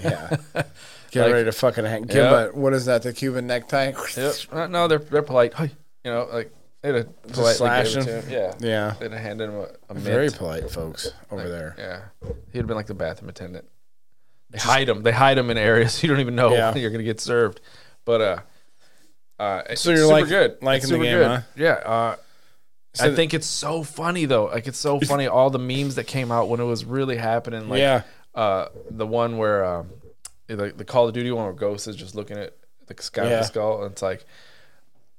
Speaker 1: Yeah. Get
Speaker 3: Like-
Speaker 1: ready to fucking hang. Give
Speaker 3: Yeah.
Speaker 1: a, what is that? The Cuban necktie.
Speaker 3: Uh, no, they're they're polite. Hey, you know, like they'd have politely
Speaker 1: slash
Speaker 3: gave it
Speaker 1: him.
Speaker 3: to him. Yeah,
Speaker 1: Yeah.
Speaker 3: they'd have handed him a, a mint.
Speaker 1: Very polite folks over
Speaker 3: Like,
Speaker 1: there.
Speaker 3: Yeah, he'd have been like the bathroom attendant. They hide him. They hide him in areas you don't even know
Speaker 1: Yeah.
Speaker 3: you're gonna get served. But uh, uh, it's
Speaker 1: you're
Speaker 3: super
Speaker 1: like-
Speaker 3: good.
Speaker 1: liking
Speaker 3: It's
Speaker 1: the
Speaker 3: super
Speaker 1: game,
Speaker 3: good.
Speaker 1: huh?
Speaker 3: Yeah. Uh,
Speaker 1: So
Speaker 3: I think it's so funny though. Like it's so funny all the memes that came out when it was really happening. Like
Speaker 1: Yeah.
Speaker 3: uh, the one where um, like the Call of Duty one where Ghost is just looking at the sky
Speaker 1: Yeah.
Speaker 3: of the skull, and it's like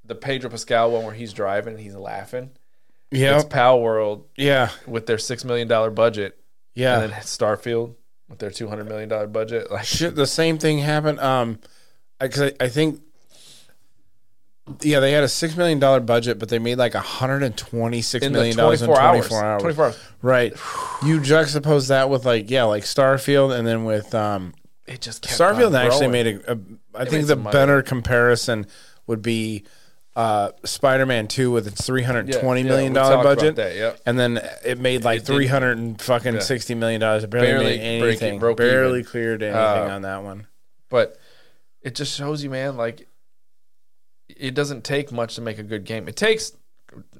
Speaker 3: the Pedro Pascal one where he's driving and he's laughing.
Speaker 1: Yeah.
Speaker 3: It's Pal World
Speaker 1: Yeah.
Speaker 3: with their six million dollar budget,
Speaker 1: Yeah.
Speaker 3: and then it's Starfield with their two hundred million dollar budget. Like
Speaker 1: shit the same thing happened um I, cause I, I think yeah they had a six million dollar budget but they made like a hundred and twenty six
Speaker 3: in the
Speaker 1: million dollars
Speaker 3: twenty
Speaker 1: in
Speaker 3: four
Speaker 1: 24
Speaker 3: hours,
Speaker 1: hours
Speaker 3: twenty four hours,
Speaker 1: right you juxtapose that with like yeah like starfield and then with um
Speaker 3: it just kept on
Speaker 1: starfield actually
Speaker 3: growing.
Speaker 1: made a, a I think
Speaker 3: made
Speaker 1: the
Speaker 3: some money.
Speaker 1: better comparison would be uh spider-man 2 with its three hundred
Speaker 3: Yeah,
Speaker 1: twenty
Speaker 3: yeah,
Speaker 1: million
Speaker 3: we
Speaker 1: dollar
Speaker 3: talked about
Speaker 1: budget
Speaker 3: that, yep.
Speaker 1: and then it made like
Speaker 3: didn't-
Speaker 1: three hundred and fucking sixty million dollars It barely,
Speaker 3: Barely
Speaker 1: made
Speaker 3: break-
Speaker 1: anything
Speaker 3: broke
Speaker 1: barely
Speaker 3: even.
Speaker 1: cleared anything
Speaker 3: Uh,
Speaker 1: on that one
Speaker 3: but it just shows you man like it doesn't take much to make a good game it takes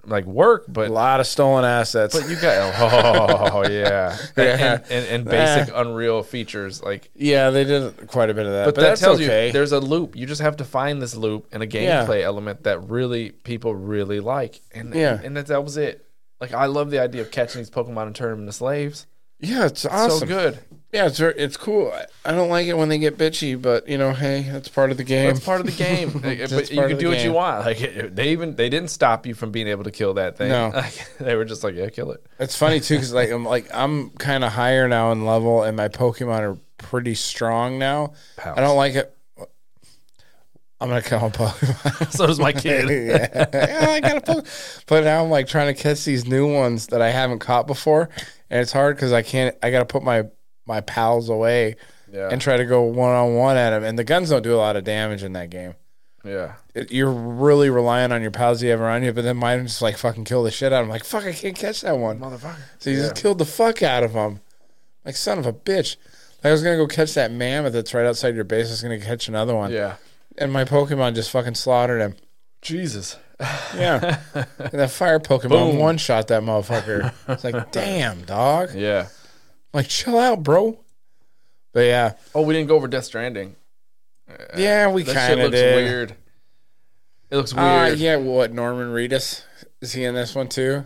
Speaker 3: like work but
Speaker 1: A lot of stolen assets.
Speaker 3: but you got oh yeah,
Speaker 1: Yeah. Uh,
Speaker 3: And, and, and basic unreal features like
Speaker 1: yeah, they did quite a bit of that.
Speaker 3: but,
Speaker 1: But,
Speaker 3: that
Speaker 1: that's
Speaker 3: tells
Speaker 1: okay.
Speaker 3: you there's a loop you just have to find this loop and a
Speaker 1: Yeah.
Speaker 3: gameplay element that really people really like and
Speaker 1: Yeah.
Speaker 3: and that, that was it like i love the idea of catching these pokemon and turning them into slaves
Speaker 1: yeah, it's
Speaker 3: It's
Speaker 1: awesome.
Speaker 3: so good
Speaker 1: Yeah, it's very, it's cool. I- I don't like it when they get bitchy, but you know, hey, that's part of the game.
Speaker 3: That's part of the game. Like,
Speaker 1: That's
Speaker 3: but you
Speaker 1: part
Speaker 3: can
Speaker 1: of the
Speaker 3: do what you
Speaker 1: game.
Speaker 3: want. Like it- it- they even they didn't stop you from being able to kill that thing.
Speaker 1: No.
Speaker 3: Like, they were just like, yeah, kill it.
Speaker 1: It's funny too, because like I'm like I'm kind of higher now in level, and my Pokemon are pretty strong now. I
Speaker 3: Pounce.
Speaker 1: don't like it. I'm gonna call Pokemon.
Speaker 3: So does my kid.
Speaker 1: yeah. Yeah, I gotta po- But now I'm like trying to catch these new ones that I haven't caught before, and it's hard because I can't. I gotta put my my pals away
Speaker 3: yeah.
Speaker 1: and try to go one on one at them. And the guns don't do a lot of damage in that game.
Speaker 3: yeah.
Speaker 1: It- you're really relying on your pals you have around you, but then mine just like fucking kill the shit out of them. Like fuck, I can't catch that one.
Speaker 3: Motherfucker.
Speaker 1: So you just killed the fuck out of him. Like son of a bitch. Like I was gonna go catch that mammoth that's right outside your base. I was gonna catch another one,
Speaker 3: Yeah.
Speaker 1: and my Pokemon just fucking slaughtered him.
Speaker 3: Jesus.
Speaker 1: Yeah, and that fire Pokemon
Speaker 3: Boom.
Speaker 1: one shot that motherfucker. It's like damn dog.
Speaker 3: Yeah.
Speaker 1: Like chill out, bro. But yeah,
Speaker 3: Oh, we didn't go over Death Stranding.
Speaker 1: yeah, we
Speaker 3: Uh, That shit
Speaker 1: kind of
Speaker 3: looks
Speaker 1: did.
Speaker 3: weird. It looks weird.
Speaker 1: Uh, yeah, what Norman Reedus is he in this one too?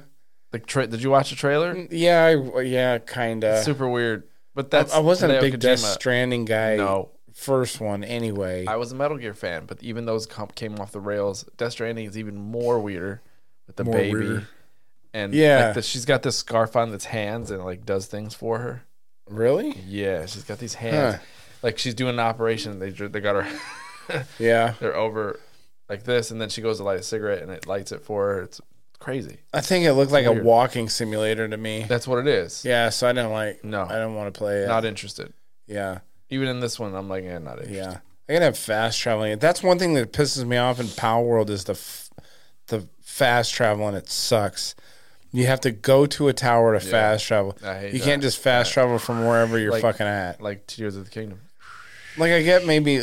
Speaker 3: The tra- did you watch the trailer?
Speaker 1: Yeah, I, yeah, kind
Speaker 3: It's
Speaker 1: of.
Speaker 3: super weird. But
Speaker 1: I,
Speaker 3: that's
Speaker 1: I wasn't a
Speaker 3: Hideo
Speaker 1: big Death
Speaker 3: Kojima.
Speaker 1: Stranding guy.
Speaker 3: No,
Speaker 1: First one anyway.
Speaker 3: I was a Metal Gear fan, but even those comp came off the rails. Death Stranding is even more weirder with the
Speaker 1: More
Speaker 3: baby,
Speaker 1: weirder.
Speaker 3: and
Speaker 1: Yeah.
Speaker 3: like the, she's got this scarf on that's hands and like does things for her.
Speaker 1: really?
Speaker 3: Yeah, she's got these hands,
Speaker 1: Huh.
Speaker 3: like she's doing an operation. They dr- they got her,
Speaker 1: Yeah.
Speaker 3: they're over like this, and then she goes to light a cigarette and it lights it for her. It's crazy.
Speaker 1: I think it looked like a
Speaker 3: weird.
Speaker 1: walking simulator to me.
Speaker 3: That's what it is.
Speaker 1: Yeah, so I didn't like.
Speaker 3: No.
Speaker 1: I didn't want to play it.
Speaker 3: Not interested.
Speaker 1: yeah,
Speaker 3: Even in this one, I'm like, eh, not interested.
Speaker 1: yeah. I gotta have fast traveling. That's one thing that pisses me off in Power World is the f- the fast traveling. It sucks. You have to go to a tower to fast travel.
Speaker 3: I hate
Speaker 1: you
Speaker 3: that.
Speaker 1: can't just fast travel from wherever you're
Speaker 3: Like-
Speaker 1: fucking at.
Speaker 3: Like Tears of the Kingdom.
Speaker 1: Like I get maybe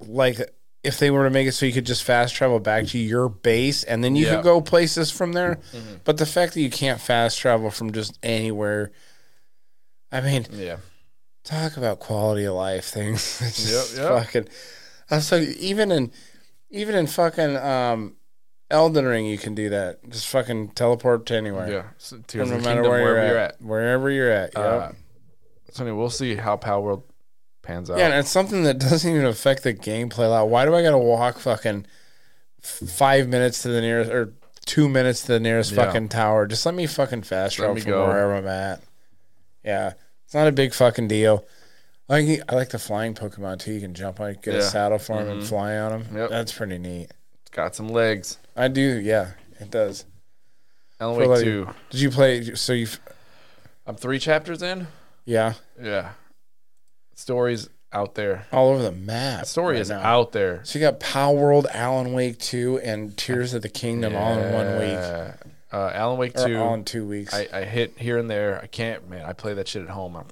Speaker 1: like if they were to make it so you could just fast travel back to your base and then you
Speaker 3: Yeah. Mm-hmm.
Speaker 1: could go places from there. But the fact that you can't fast travel from just anywhere I mean,
Speaker 3: Yeah.
Speaker 1: talk about quality of life things. It's just
Speaker 3: Yep, yep.
Speaker 1: fucking I'm so even in even in fucking um Elden Ring you can do that. Just fucking teleport to anywhere.
Speaker 3: Yeah. So Tears
Speaker 1: And no
Speaker 3: of the
Speaker 1: matter
Speaker 3: Kingdom,
Speaker 1: where you're at,
Speaker 3: wherever you're at.
Speaker 1: Wherever you're at. Yep.
Speaker 3: Uh, so anyway, we'll see how Power World pans out.
Speaker 1: Yeah, and it's something that doesn't even affect the gameplay a lot. Why do I gotta walk fucking f- five minutes to the nearest or two minutes to the nearest
Speaker 3: Yeah.
Speaker 1: fucking tower? Just let me fucking fast
Speaker 3: Let
Speaker 1: travel
Speaker 3: me
Speaker 1: from
Speaker 3: go.
Speaker 1: wherever I'm at. Yeah, it's not a big fucking deal. I like I like the flying Pokemon too. You can jump on, get a
Speaker 3: Yeah. Mm-hmm.
Speaker 1: saddle for them, and fly on them.
Speaker 3: Yep.
Speaker 1: That's pretty neat.
Speaker 3: Got some legs.
Speaker 1: I do. Yeah, it does.
Speaker 3: Alan
Speaker 1: Feel
Speaker 3: Wake
Speaker 1: like-
Speaker 3: 2.
Speaker 1: Did you play? So you, have
Speaker 3: I'm three chapters in.
Speaker 1: yeah,
Speaker 3: Yeah. Stories out there.
Speaker 1: all over the map.
Speaker 3: Story
Speaker 1: right
Speaker 3: is
Speaker 1: now.
Speaker 3: out there.
Speaker 1: So you got Power World, Alan Wake two, and Tears of the Kingdom all in one week.
Speaker 3: Yeah. Uh, Alan Wake
Speaker 1: Or
Speaker 3: 2.
Speaker 1: all in two weeks.
Speaker 3: I, I hit here and there. I can't, man. I play that shit at home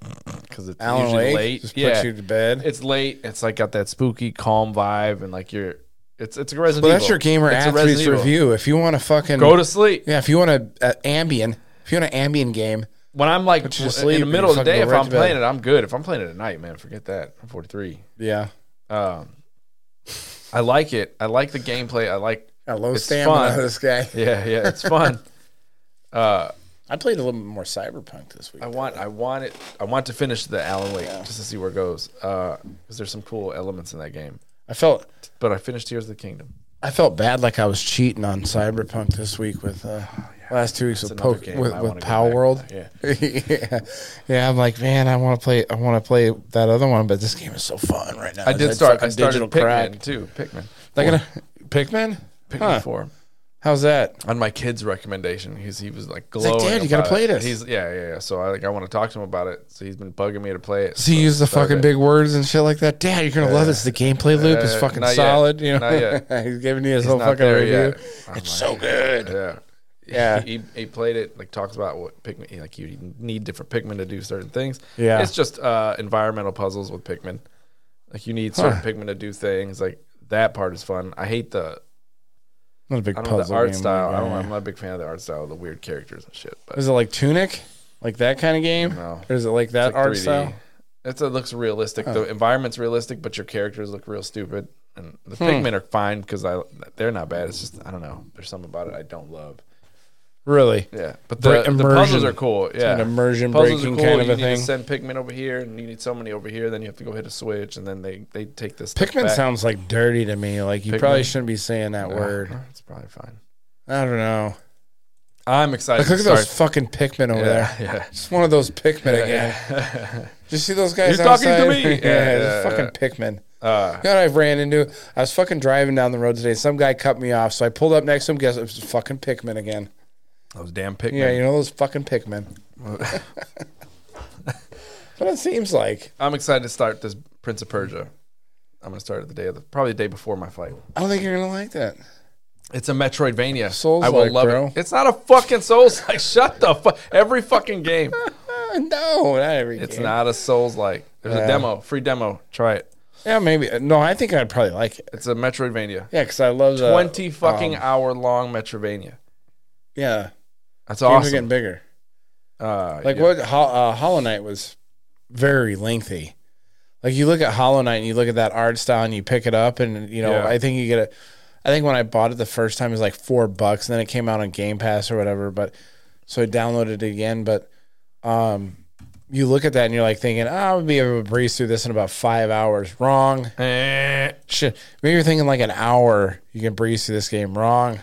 Speaker 3: because it's
Speaker 1: Alan
Speaker 3: usually
Speaker 1: Wake
Speaker 3: late.
Speaker 1: just
Speaker 3: yeah,
Speaker 1: puts you to bed.
Speaker 3: it's late. It's like got that spooky, calm vibe, and like you're, it's it's a Resident
Speaker 1: well,
Speaker 3: Evil.
Speaker 1: that's your gamer
Speaker 3: It's a
Speaker 1: athletes
Speaker 3: Resident Evil.
Speaker 1: review. If you want to fucking
Speaker 3: Go to sleep.
Speaker 1: yeah, if you want a uh, Ambien, if you want an Ambien game,
Speaker 3: When I'm like
Speaker 1: Put you to
Speaker 3: w-
Speaker 1: sleep
Speaker 3: in
Speaker 1: and
Speaker 3: the middle of the
Speaker 1: fucking
Speaker 3: day,
Speaker 1: go
Speaker 3: if
Speaker 1: right
Speaker 3: I'm
Speaker 1: to bed.
Speaker 3: playing it, I'm good. If I'm playing it at night, man, forget that. I'm 43.
Speaker 1: yeah,
Speaker 3: Um, I like it. I like the gameplay. I like.
Speaker 1: got low
Speaker 3: It's
Speaker 1: stamina.
Speaker 3: fun.
Speaker 1: This guy.
Speaker 3: Yeah, yeah, it's fun. uh,
Speaker 1: I played a little bit more Cyberpunk this week.
Speaker 3: I want, I want it. I want to finish the Alan Wake just to see where it goes. Because there's some cool elements in that game.
Speaker 1: I felt
Speaker 3: But I finished Tears of the Kingdom.
Speaker 1: I felt bad, like I was cheating on Cyberpunk this week with uh, last two weeks with
Speaker 3: Oh, another
Speaker 1: Poke
Speaker 3: game
Speaker 1: with,
Speaker 3: I
Speaker 1: with
Speaker 3: wanna go
Speaker 1: Power
Speaker 3: back to
Speaker 1: World.
Speaker 3: that,
Speaker 1: yeah, yeah. I'm like, man, I want to play. I want to play that other one, but this game is so fun right now.
Speaker 3: I
Speaker 1: It's
Speaker 3: did
Speaker 1: like
Speaker 3: start.
Speaker 1: fucking
Speaker 3: I started Pikmin
Speaker 1: crack.
Speaker 3: too. Pikmin.
Speaker 1: They're gonna Pikmin.
Speaker 3: Pikmin
Speaker 1: Huh.
Speaker 3: four
Speaker 1: How's that?
Speaker 3: on my kid's recommendation. He's he was like
Speaker 1: like,
Speaker 3: glowing.
Speaker 1: "Dad, you gotta
Speaker 3: about
Speaker 1: play
Speaker 3: it."
Speaker 1: this.
Speaker 3: He's yeah yeah yeah. So I like I want to talk to him about it. So he's been bugging me to play it.
Speaker 1: So you
Speaker 3: So
Speaker 1: use the
Speaker 3: started
Speaker 1: fucking
Speaker 3: it.
Speaker 1: big words and shit like that. Dad, you're gonna love this. The gameplay loop is
Speaker 3: uh,
Speaker 1: fucking
Speaker 3: not yet.
Speaker 1: solid. You know,
Speaker 3: Not
Speaker 1: he's giving you his whole
Speaker 3: not
Speaker 1: fucking
Speaker 3: there
Speaker 1: review.
Speaker 3: yet. uh,
Speaker 1: It's so good.
Speaker 3: Yeah.
Speaker 1: Yeah.
Speaker 3: He, he played it, like talks about what Pikmin, he- like you need different Pikmin to do certain things.
Speaker 1: Yeah.
Speaker 3: It's just uh, environmental puzzles with Pikmin. Like you need certain Pikmin to do things. Like that part is fun. I hate the,
Speaker 1: Not a big
Speaker 3: I don't know,
Speaker 1: puzzle
Speaker 3: the art
Speaker 1: game
Speaker 3: style.
Speaker 1: like
Speaker 3: I don't, I'm
Speaker 1: that.
Speaker 3: not a big fan of the art style, the weird characters and shit. But
Speaker 1: Is it like Tunic, like that kind of game?
Speaker 3: No.
Speaker 1: Or is it like that
Speaker 3: like
Speaker 1: art
Speaker 3: 3D.
Speaker 1: style? Oh.
Speaker 3: It's, it looks realistic. The environment's realistic, but your characters look real stupid. And the
Speaker 1: Hmm.
Speaker 3: Pikmin are fine because I they're not bad. It's just I don't know. There's something about it I don't love.
Speaker 1: Really?
Speaker 3: Yeah, but
Speaker 1: Bre-
Speaker 3: the, the puzzles
Speaker 1: immersion.
Speaker 3: are cool. Yeah,
Speaker 1: an immersion
Speaker 3: puzzles
Speaker 1: breaking kind of
Speaker 3: you
Speaker 1: a
Speaker 3: need
Speaker 1: thing.
Speaker 3: To send Pikmin over here, and you need so many over here. Then you have to go hit a switch, and then they they take this. stuff
Speaker 1: Pikmin
Speaker 3: back.
Speaker 1: sounds like dirty to me. Like you
Speaker 3: Pikmin?
Speaker 1: probably shouldn't be saying that
Speaker 3: Uh,
Speaker 1: word.
Speaker 3: It's probably fine.
Speaker 1: I don't know.
Speaker 3: I'm excited.
Speaker 1: Like, look
Speaker 3: to
Speaker 1: at those
Speaker 3: start-
Speaker 1: fucking Pikmin over there.
Speaker 3: yeah,
Speaker 1: It's one of those Pikmin
Speaker 3: yeah,
Speaker 1: again.
Speaker 3: yeah.
Speaker 1: Did you see those guys?
Speaker 3: You're talking to
Speaker 1: outside?
Speaker 3: me.
Speaker 1: yeah,
Speaker 3: Yeah,
Speaker 1: it's
Speaker 3: yeah,
Speaker 1: fucking Pikmin.
Speaker 3: Uh,
Speaker 1: God, I've ran into. I was fucking driving down the road today. Some guy cut me off, so I pulled up next to him. Guess it was fucking Pikmin again.
Speaker 3: those damn Pikmin.
Speaker 1: Yeah, you know those fucking Pikmin. That's what it seems like.
Speaker 3: I'm excited to start this Prince of Persia. I'm gonna start it the day of the probably the day before my fight.
Speaker 1: I don't think you're gonna like that.
Speaker 3: It's a Metroidvania.
Speaker 1: Souls
Speaker 3: I will
Speaker 1: like,
Speaker 3: love
Speaker 1: bro.
Speaker 3: it. It's not a fucking Souls like. Shut the fuck. Every fucking game.
Speaker 1: Uh, no, not every.
Speaker 3: It's
Speaker 1: game.
Speaker 3: not a Souls like. There's
Speaker 1: Yeah.
Speaker 3: a demo, free demo. Try it.
Speaker 1: Yeah, maybe. No, I think I'd probably like it.
Speaker 3: It's a Metroidvania.
Speaker 1: Yeah, because I love the
Speaker 3: Twenty fucking
Speaker 1: um,
Speaker 3: hour long Metroidvania.
Speaker 1: yeah,
Speaker 3: That's
Speaker 1: games are
Speaker 3: awesome.
Speaker 1: getting bigger.
Speaker 3: Uh,
Speaker 1: Like
Speaker 3: yeah.
Speaker 1: what Ho- uh, Hollow Knight was very lengthy. Like you look at Hollow Knight and you look at that art style and you pick it up and you know
Speaker 3: Yeah.
Speaker 1: I think you get it. I think when I bought it the first time it was like four bucks and then it came out on Game Pass or whatever. But so I downloaded it again. But um, you look at that and you're like thinking, oh, I'll be able to breeze through this in about five hours. Wrong.
Speaker 3: Eh,
Speaker 1: Shit. Maybe you're thinking like an hour you can breeze through this game. Wrong.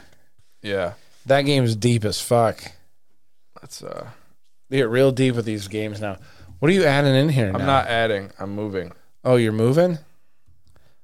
Speaker 3: Yeah.
Speaker 1: That game's deep as fuck.
Speaker 3: That's uh.
Speaker 1: They get real deep with these games now. What are you adding in here?
Speaker 3: I'm
Speaker 1: now?
Speaker 3: not adding. I'm moving.
Speaker 1: Oh, you're moving?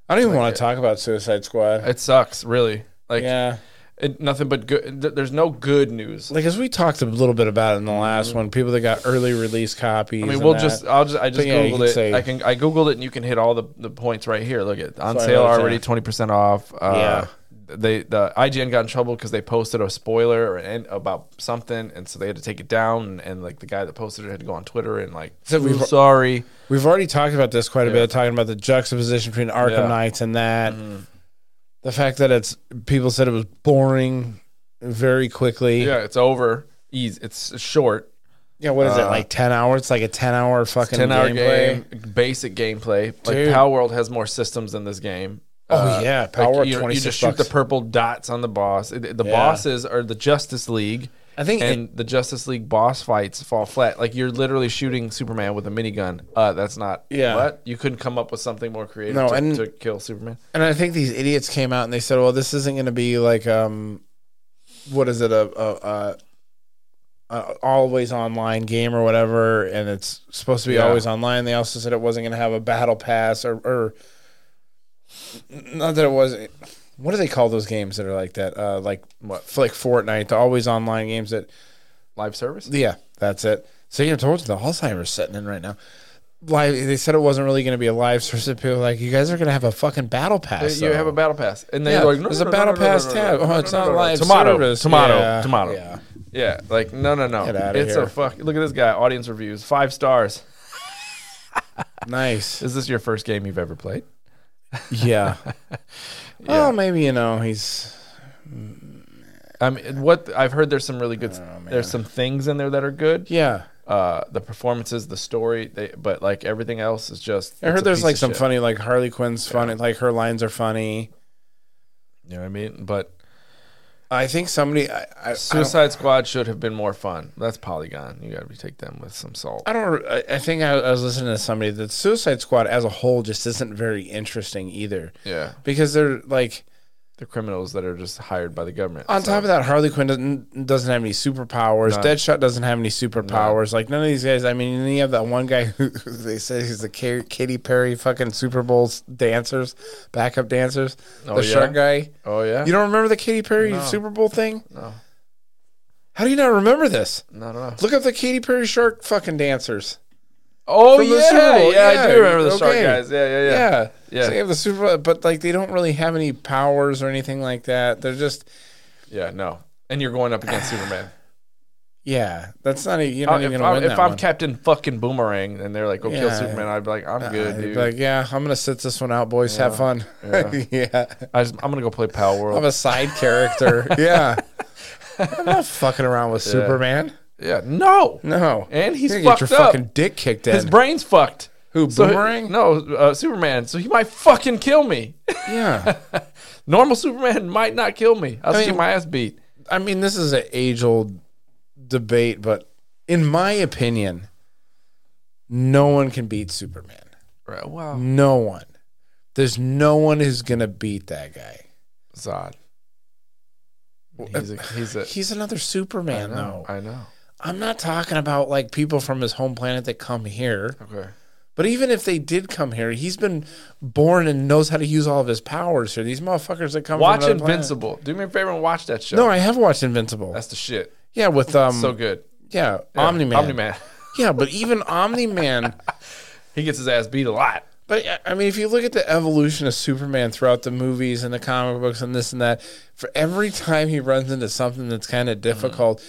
Speaker 1: I don't even
Speaker 3: Like
Speaker 1: want
Speaker 3: it.
Speaker 1: to talk about Suicide Squad.
Speaker 3: It sucks, really. Like
Speaker 1: yeah.
Speaker 3: it, nothing but good. th- There's no good news.
Speaker 1: Like, as we talked a little bit about it in the last one, people that got early release copies.
Speaker 3: Mm-hmm. I mean,
Speaker 1: and
Speaker 3: we'll
Speaker 1: that.
Speaker 3: just. uh, I'll just. I just
Speaker 1: yeah, you
Speaker 3: googled
Speaker 1: can
Speaker 3: it.
Speaker 1: say-
Speaker 3: I can. I googled it, and you can hit all the, the points right here. Look at on
Speaker 1: So I
Speaker 3: sale
Speaker 1: noticed,
Speaker 3: already,
Speaker 1: yeah.
Speaker 3: twenty percent off. Uh,
Speaker 1: Yeah.
Speaker 3: They the IGN got in trouble because they posted a spoiler or an, about something, and so they had to take it down. And, and like the guy that posted it had to go on Twitter and like,
Speaker 1: So
Speaker 3: "Ooh,
Speaker 1: we've-
Speaker 3: sorry.
Speaker 1: We've already talked about this quite a
Speaker 3: Yeah.
Speaker 1: bit, talking about the juxtaposition between Arkham
Speaker 3: Yeah. Mm-hmm.
Speaker 1: Knights and that. The fact that it's. People said it was boring very quickly.
Speaker 3: Yeah, it's over. Ease. It's short.
Speaker 1: Yeah, what is it?
Speaker 3: Uh,
Speaker 1: Like 10 hours? It's like a 10 hour fucking
Speaker 3: 10 hour
Speaker 1: gameplay.
Speaker 3: game, basic gameplay.
Speaker 1: Dude.
Speaker 3: Like Power World has more systems than this game. Uh,
Speaker 1: Oh, yeah. Power World,
Speaker 3: you, you
Speaker 1: 26
Speaker 3: just
Speaker 1: bucks.
Speaker 3: shoot the purple dots on the boss. It- The
Speaker 1: Yeah.
Speaker 3: bosses are the Justice League,
Speaker 1: I think.
Speaker 3: and the Justice League boss fights fall flat. Like you're literally shooting Superman with a minigun. Uh, that's not.
Speaker 1: Yeah.
Speaker 3: What you couldn't come up with something more creative
Speaker 1: No,
Speaker 3: to,
Speaker 1: and-
Speaker 3: to kill Superman.
Speaker 1: And I think these idiots came out and they said, "Well, this isn't going to be like um, what is it a a, a, a always online game or whatever, and it's supposed to be
Speaker 3: Yeah.
Speaker 1: always online." They also said it wasn't going to have a battle pass or or not that it wasn't. What do they call those games that are like that? Uh, like
Speaker 3: What?
Speaker 1: f- like Fortnite, the always online games that
Speaker 3: Live service.
Speaker 1: yeah, that's it. So you told you the Alzheimer's setting in right now. Live, they said it wasn't really going to be a live service. People were like, you guys are going to have a fucking battle
Speaker 3: Uh,
Speaker 1: pass.
Speaker 3: you have
Speaker 1: though."
Speaker 3: a battle pass, and then
Speaker 1: Yeah,
Speaker 3: are like, no,
Speaker 1: there's
Speaker 3: no,
Speaker 1: a
Speaker 3: no,
Speaker 1: battle
Speaker 3: no, no, no,
Speaker 1: pass
Speaker 3: no,
Speaker 1: tab.
Speaker 3: no,
Speaker 1: Oh,
Speaker 3: no,
Speaker 1: it's
Speaker 3: no,
Speaker 1: not
Speaker 3: no, no.
Speaker 1: live
Speaker 3: Tomato,
Speaker 1: service.
Speaker 3: tomato,
Speaker 1: Yeah,
Speaker 3: tomato.
Speaker 1: yeah.
Speaker 3: Yeah, like no, no, no.
Speaker 1: Get outta
Speaker 3: it's
Speaker 1: here.
Speaker 3: a fuck. Look at this guy. Audience reviews, five stars.
Speaker 1: Nice.
Speaker 3: Is this your first game you've ever played?
Speaker 1: Yeah.
Speaker 3: Yeah.
Speaker 1: Oh, maybe you know he's.
Speaker 3: I mean, what I've heard there's some really good.
Speaker 1: Oh,
Speaker 3: there's some things in there that are good.
Speaker 1: Yeah,
Speaker 3: Uh, the performances, the story, they, but like everything else is just.
Speaker 1: I
Speaker 3: it's
Speaker 1: heard
Speaker 3: a
Speaker 1: there's
Speaker 3: piece
Speaker 1: like
Speaker 3: of
Speaker 1: some
Speaker 3: shit.
Speaker 1: funny, like Harley Quinn's funny, like her lines are funny.
Speaker 3: You know what I mean? But
Speaker 1: I think somebody. I, I, I don't-
Speaker 3: Suicide Squad should have been more fun. That's Polygon. You got to take them with some salt.
Speaker 1: I don't. I, I think I, I was listening to somebody that Suicide Squad as a whole just isn't very interesting either
Speaker 3: Yeah,
Speaker 1: because they're like
Speaker 3: the criminals that are just hired by the government.
Speaker 1: on
Speaker 3: So,
Speaker 1: top of that Harley Quinn doesn't doesn't have any superpowers.
Speaker 3: No.
Speaker 1: Deadshot doesn't have any superpowers. Like none of these guys. I mean, and you have that one guy who, who they say he's the Car- Katy Perry fucking Super Bowl dancers, backup dancers.
Speaker 3: Oh,
Speaker 1: the
Speaker 3: yeah?
Speaker 1: shark guy.
Speaker 3: Oh yeah.
Speaker 1: You don't remember the Katy Perry
Speaker 3: No.
Speaker 1: Super Bowl thing?
Speaker 3: No.
Speaker 1: How do you not remember this?
Speaker 3: No, no, no.
Speaker 1: Look up the Katy Perry shark fucking dancers.
Speaker 3: Oh
Speaker 1: From
Speaker 3: yeah,
Speaker 1: the Super Bowl.
Speaker 3: yeah, I
Speaker 1: Yeah,
Speaker 3: do remember the shark
Speaker 1: okay.
Speaker 3: guys. Yeah, yeah, yeah.
Speaker 1: Yeah.
Speaker 3: Yeah.
Speaker 1: So they have the Super Bowl, but like they don't really have any powers or anything like that. They're just,
Speaker 3: Yeah, no. And you're going up against Superman.
Speaker 1: yeah, that's not, e- you're
Speaker 3: Uh,
Speaker 1: not
Speaker 3: if
Speaker 1: even going to
Speaker 3: I'm,
Speaker 1: win
Speaker 3: if
Speaker 1: that
Speaker 3: I'm
Speaker 1: one.
Speaker 3: Captain fucking Boomerang and they're like, go kill
Speaker 1: Yeah.
Speaker 3: Superman, I'd be like, I'm
Speaker 1: Uh,
Speaker 3: good,
Speaker 1: they'd be
Speaker 3: dude.
Speaker 1: Like, yeah, I'm gonna sit this one out, boys. Have fun.
Speaker 3: Yeah.
Speaker 1: Yeah.
Speaker 3: I just, I'm going to go play Pal World.
Speaker 1: I'm a side character. yeah, I'm not fucking around with Superman.
Speaker 3: yeah, no.
Speaker 1: No,
Speaker 3: And he's
Speaker 1: You're gonna get
Speaker 3: fucked
Speaker 1: your
Speaker 3: up.
Speaker 1: fucking dick kicked in.
Speaker 3: His brain's fucked.
Speaker 1: Who
Speaker 3: So-
Speaker 1: boomerang?
Speaker 3: no, uh, Superman. So he might fucking kill me.
Speaker 1: yeah,
Speaker 3: Normal Superman might not kill me. I'll
Speaker 1: I
Speaker 3: just
Speaker 1: mean-
Speaker 3: get my ass beat.
Speaker 1: I mean, this is an age old debate, but in my opinion, no one can beat Superman.
Speaker 3: Right, wow.
Speaker 1: No one. There's no one who's gonna beat that guy.
Speaker 3: Zod.
Speaker 1: Mm.
Speaker 3: He's a, he's a,
Speaker 1: He's another Superman,
Speaker 3: I know,
Speaker 1: though.
Speaker 3: I know.
Speaker 1: I'm not talking about like people from his home planet that come here.
Speaker 3: Okay.
Speaker 1: But even if they did come here, he's been born and knows how to use all of his powers here. These motherfuckers that come
Speaker 3: Watch
Speaker 1: from another planet-
Speaker 3: Invincible. Do me a favor and watch that show.
Speaker 1: No, I have watched Invincible.
Speaker 3: that's the shit.
Speaker 1: yeah, with um,
Speaker 3: so good.
Speaker 1: yeah,
Speaker 3: Yeah,
Speaker 1: Omni Man.
Speaker 3: Omni Man.
Speaker 1: Yeah, but even Omni Man.
Speaker 3: he gets his ass beat a lot.
Speaker 1: But I- I mean, if you look at the evolution of Superman throughout the movies and the comic books and this and that, for every time he runs into something that's kind
Speaker 3: Mm-hmm.
Speaker 1: of difficult,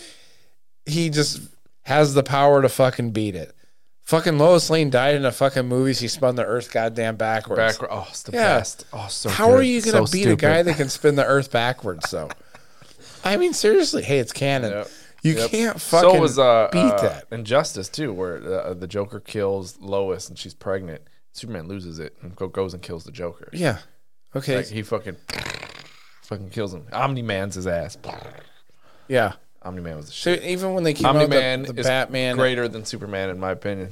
Speaker 1: he just has the power to fucking beat it. Fucking Lois Lane died in a fucking movie. She spun the Earth goddamn backwards.
Speaker 3: Back. Oh, it's the
Speaker 1: Yeah.
Speaker 3: best. Oh, so
Speaker 1: How
Speaker 3: good.
Speaker 1: are you gonna
Speaker 3: So
Speaker 1: beat
Speaker 3: stupid.
Speaker 1: a guy that can spin the Earth backwards? Though, I mean, seriously, hey, it's canon.
Speaker 3: Yep.
Speaker 1: You
Speaker 3: Yep.
Speaker 1: can't fucking
Speaker 3: so was, uh,
Speaker 1: beat
Speaker 3: uh,
Speaker 1: that.
Speaker 3: Injustice too, where uh, the Joker kills Lois and she's pregnant. Superman loses it and go, goes and kills the Joker.
Speaker 1: Yeah. Okay.
Speaker 3: Like, he fucking fucking kills him. Omni Man's his ass.
Speaker 1: yeah.
Speaker 3: Omni Man was the shit.
Speaker 1: So even when they came
Speaker 3: Omni
Speaker 1: out,
Speaker 3: Man
Speaker 1: the, the
Speaker 3: is
Speaker 1: Batman.
Speaker 3: greater than Superman in my opinion.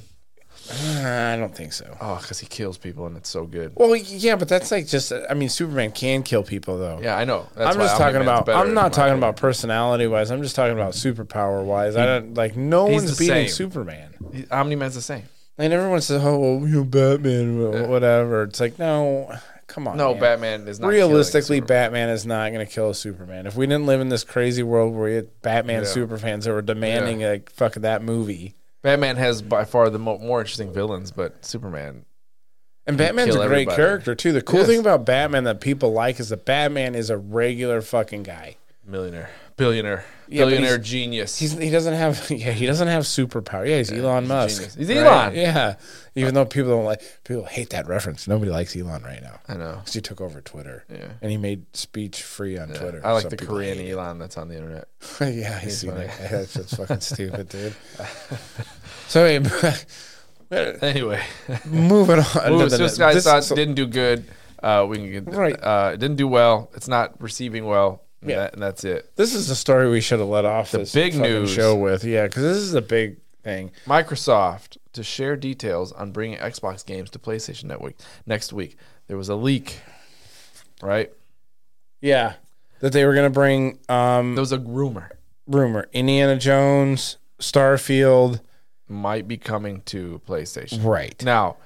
Speaker 1: I don't think so.
Speaker 3: Oh, because he kills people and it's so good.
Speaker 1: Well, yeah, but that's like just. I mean, Superman can kill people though.
Speaker 3: Yeah, I know. That's
Speaker 1: I'm
Speaker 3: why
Speaker 1: just
Speaker 3: Omni
Speaker 1: talking
Speaker 3: Man's
Speaker 1: about.
Speaker 3: better
Speaker 1: I'm
Speaker 3: in my
Speaker 1: not talking
Speaker 3: opinion.
Speaker 1: about personality wise. I'm just talking about superpower wise. I don't like. No
Speaker 3: he's
Speaker 1: one's
Speaker 3: the
Speaker 1: beating
Speaker 3: same.
Speaker 1: Superman.
Speaker 3: He- Omni Man's the same.
Speaker 1: And everyone says, "Oh, well, you know, Batman, wh- whatever." It's like, no, come on.
Speaker 3: No,
Speaker 1: man.
Speaker 3: Batman is not killing
Speaker 1: Realistically,
Speaker 3: Superman.
Speaker 1: Batman is not going to kill a Superman. If we didn't live in this crazy world where you had Batman
Speaker 3: Yeah.
Speaker 1: super fans that were demanding like fuck that movie,
Speaker 3: Batman has by far the mo- more interesting villains, but Superman
Speaker 1: And Batman's a
Speaker 3: kill
Speaker 1: great
Speaker 3: everybody.
Speaker 1: character too. The cool
Speaker 3: Yes.
Speaker 1: thing about Batman that people like is that Batman is a regular fucking guy.
Speaker 3: millionaire, billionaire,
Speaker 1: Yeah, but
Speaker 3: billionaire
Speaker 1: he's-
Speaker 3: genius.
Speaker 1: He's, he doesn't have yeah he doesn't have superpower. Yeah, he's Elon Musk.
Speaker 3: genius. He's Elon.
Speaker 1: Yeah, even though people don't like people hate that reference. Nobody likes Elon right now
Speaker 3: I know.
Speaker 1: because he took over Twitter.
Speaker 3: Yeah.
Speaker 1: and he made speech free on Twitter.
Speaker 3: I like
Speaker 1: so
Speaker 3: the
Speaker 1: people
Speaker 3: Korean
Speaker 1: hate
Speaker 3: Elon that's on the internet.
Speaker 1: it. yeah, he's seen
Speaker 3: funny.
Speaker 1: that. That's just fucking stupid, dude. So hey,
Speaker 3: Anyway,
Speaker 1: moving on.
Speaker 3: Ooh,
Speaker 1: to the ne-
Speaker 3: Suicide
Speaker 1: this-
Speaker 3: Squad
Speaker 1: so-
Speaker 3: didn't do good. Uh, we can get
Speaker 1: Right.
Speaker 3: Uh, it didn't do well. It's not receiving well. And
Speaker 1: Yeah.
Speaker 3: that- and that's it.
Speaker 1: This is the story we should have let off the
Speaker 3: big news.
Speaker 1: show with. Yeah, because this is a big thing.
Speaker 3: Microsoft to share details on bringing Xbox games to PlayStation Network next week. There was a leak, right?
Speaker 1: Yeah, that they were going to bring um
Speaker 3: There was a rumor
Speaker 1: rumor Indiana Jones, Starfield,
Speaker 3: might be coming to PlayStation.
Speaker 1: right?
Speaker 3: Now,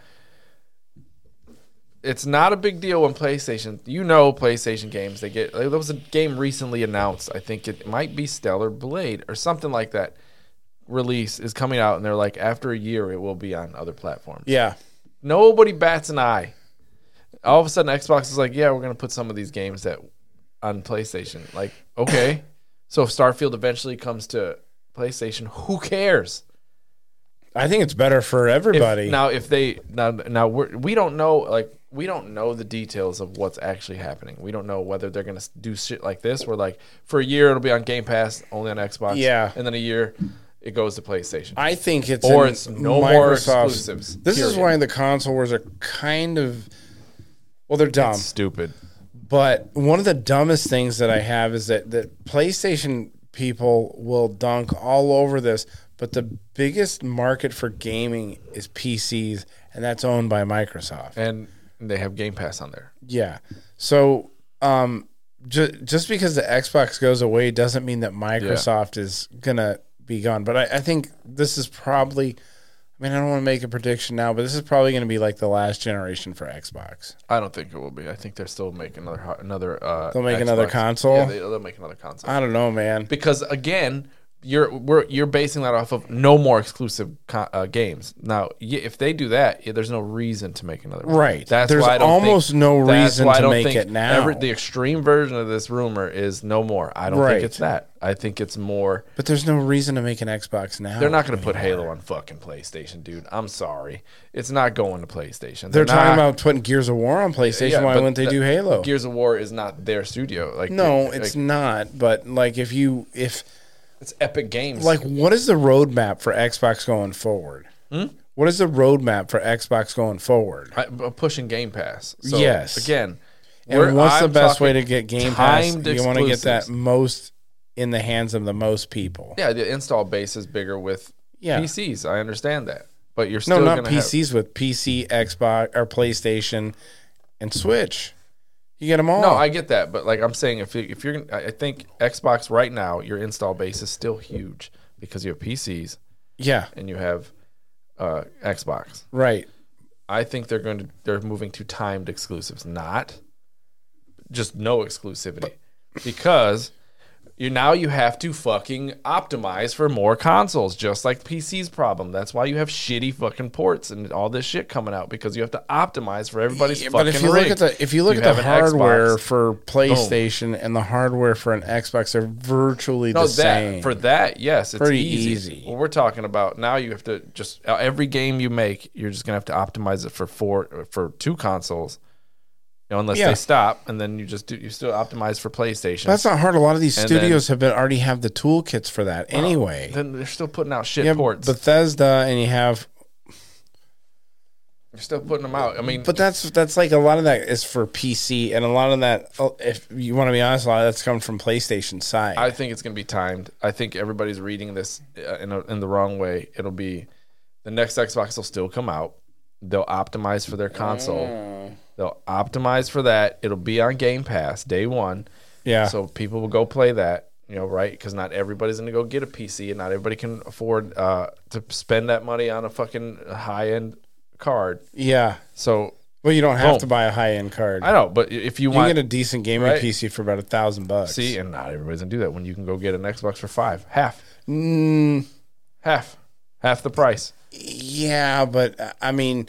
Speaker 3: it's not a big deal when PlayStation, you know, PlayStation games, they get, like, there was a game recently announced. I think it might be Stellar Blade or something like that. Release is coming out, and they're like, after a year, it will be on other platforms.
Speaker 1: Yeah,
Speaker 3: Nobody bats an eye. All of a sudden, Xbox is like, yeah, we're going to put some of these games that on PlayStation. Like, okay. so if Starfield eventually comes to PlayStation, who cares?
Speaker 1: I think it's better for
Speaker 3: if-
Speaker 1: everybody.
Speaker 3: now, if they now now we're, we don't know like we don't know the details of what's actually happening. We don't know whether they're gonna s- do shit like this, where like for a year it'll be on Game Pass only on Xbox,
Speaker 1: Yeah.
Speaker 3: and then a year it goes to PlayStation.
Speaker 1: I think it's
Speaker 3: Or
Speaker 1: in
Speaker 3: it's no more exclusives,
Speaker 1: This is
Speaker 3: period.
Speaker 1: why the console wars are kind of well, they're dumb.
Speaker 3: Stupid.
Speaker 1: But one of the dumbest things that I have is that that PlayStation people will dunk all over this, but the biggest market for gaming is PCs, and that's owned by Microsoft.
Speaker 3: And they have Game Pass on there.
Speaker 1: Yeah. So, um, ju- just because the Xbox goes away doesn't mean that Microsoft is gonna be gone. But I, I think this is probably. I mean, I don't want to make a prediction now, but this is probably going to be like the last generation for Xbox.
Speaker 3: I don't think it will be. I think they're still making another ho- another. Uh,
Speaker 1: They'll make another
Speaker 3: Xbox.
Speaker 1: console?
Speaker 3: Yeah, they, they'll make another console
Speaker 1: I don't know, man.
Speaker 3: because again. You're we're, you're basing that off of no more exclusive co- uh, games. Now, y- if they do that, yeah, there's no reason to make another. one.
Speaker 1: Right.
Speaker 3: That's
Speaker 1: There's
Speaker 3: why I don't
Speaker 1: almost
Speaker 3: think,
Speaker 1: no
Speaker 3: that's
Speaker 1: reason
Speaker 3: why I
Speaker 1: to
Speaker 3: don't
Speaker 1: make
Speaker 3: think
Speaker 1: it now.
Speaker 3: every- the extreme version of this rumor is no more. I don't
Speaker 1: Right.
Speaker 3: think it's that. I think it's more.
Speaker 1: But there's no reason to make an Xbox now.
Speaker 3: They're not going to
Speaker 1: Oh,
Speaker 3: put Halo on fucking PlayStation, dude. I'm sorry, it's not going to PlayStation.
Speaker 1: They're talking
Speaker 3: not-
Speaker 1: about putting Gears of War on PlayStation.
Speaker 3: yeah,
Speaker 1: Why
Speaker 3: but
Speaker 1: wouldn't they
Speaker 3: the-
Speaker 1: do Halo?
Speaker 3: Gears of War is not their studio. Like
Speaker 1: no,
Speaker 3: like,
Speaker 1: it's not. But like, if you if
Speaker 3: it's Epic Games.
Speaker 1: like, what is the roadmap for Xbox going forward?
Speaker 3: Hmm?
Speaker 1: What is the roadmap for Xbox going forward?
Speaker 3: I, I'm pushing Game Pass. So,
Speaker 1: Yes.
Speaker 3: Again, we're-
Speaker 1: And what's the
Speaker 3: I'm
Speaker 1: best way to
Speaker 3: talking
Speaker 1: get Game Pass?
Speaker 3: timed
Speaker 1: You want to get that
Speaker 3: exclusives.
Speaker 1: most in the hands of the most people.
Speaker 3: Yeah, the install base is bigger with
Speaker 1: Yeah.
Speaker 3: PCs. I understand that, but you're
Speaker 1: No,
Speaker 3: still
Speaker 1: not
Speaker 3: gonna have-
Speaker 1: PCs with PC, Xbox, or PlayStation, and Switch. You get them all.
Speaker 3: no, I get that, but like I'm saying, if you, if you're, gonna- I I think Xbox right now, your install base is still huge because you have PCs
Speaker 1: yeah,
Speaker 3: and you have uh, Xbox.
Speaker 1: right.
Speaker 3: I think they're going to they're moving to timed exclusives, not just no exclusivity, because you now you have to fucking optimize for more consoles, just like PC's problem. That's why you have shitty fucking ports and all this shit coming out because you have to optimize for everybody's
Speaker 1: Yeah,
Speaker 3: fucking.
Speaker 1: but if you
Speaker 3: rig.
Speaker 1: look at the if you look at
Speaker 3: have
Speaker 1: the
Speaker 3: an
Speaker 1: hardware
Speaker 3: Xbox.
Speaker 1: for PlayStation and the hardware for an Xbox are virtually
Speaker 3: no,
Speaker 1: the
Speaker 3: that
Speaker 1: same.
Speaker 3: for that, yes, it's
Speaker 1: Pretty
Speaker 3: easy.
Speaker 1: easy.
Speaker 3: What we're talking about now, you have to just uh, every game you make, you're just gonna have to optimize it for four uh, for two consoles, you know, unless
Speaker 1: Yeah.
Speaker 3: they stop, and then you just do you still optimize for PlayStation.
Speaker 1: That's not hard. A lot of these
Speaker 3: And
Speaker 1: studios have been already have the toolkits for that anyway.
Speaker 3: then they're still putting out shit
Speaker 1: Yeah,
Speaker 3: ports.
Speaker 1: Bethesda, and you have,
Speaker 3: they're still putting them out. I mean,
Speaker 1: but that's that's like a lot of that is for PC, and a lot of that, oh, if you want to be honest, a lot of that's coming from PlayStation side.
Speaker 3: I think it's going to be timed. I think everybody's reading this uh, in, a, in the wrong way. It'll be the next Xbox will still come out. They'll optimize for their console. They'll optimize for that. It'll be on Game Pass day one,
Speaker 1: yeah,
Speaker 3: so people will go play that. You know, right? Because not everybody's going to go get a PC, and not everybody can afford uh, to spend that money on a fucking high end card.
Speaker 1: yeah.
Speaker 3: So
Speaker 1: Well, you don't have
Speaker 3: Boom.
Speaker 1: to buy a high end card.
Speaker 3: I know, but if you
Speaker 1: you can
Speaker 3: want
Speaker 1: get a decent gaming
Speaker 3: Right.
Speaker 1: PC for about a thousand bucks.
Speaker 3: see, and not everybody's going to do that when you can go get an Xbox for five, half,
Speaker 1: Mm,
Speaker 3: half, half the price.
Speaker 1: yeah, but uh, I mean,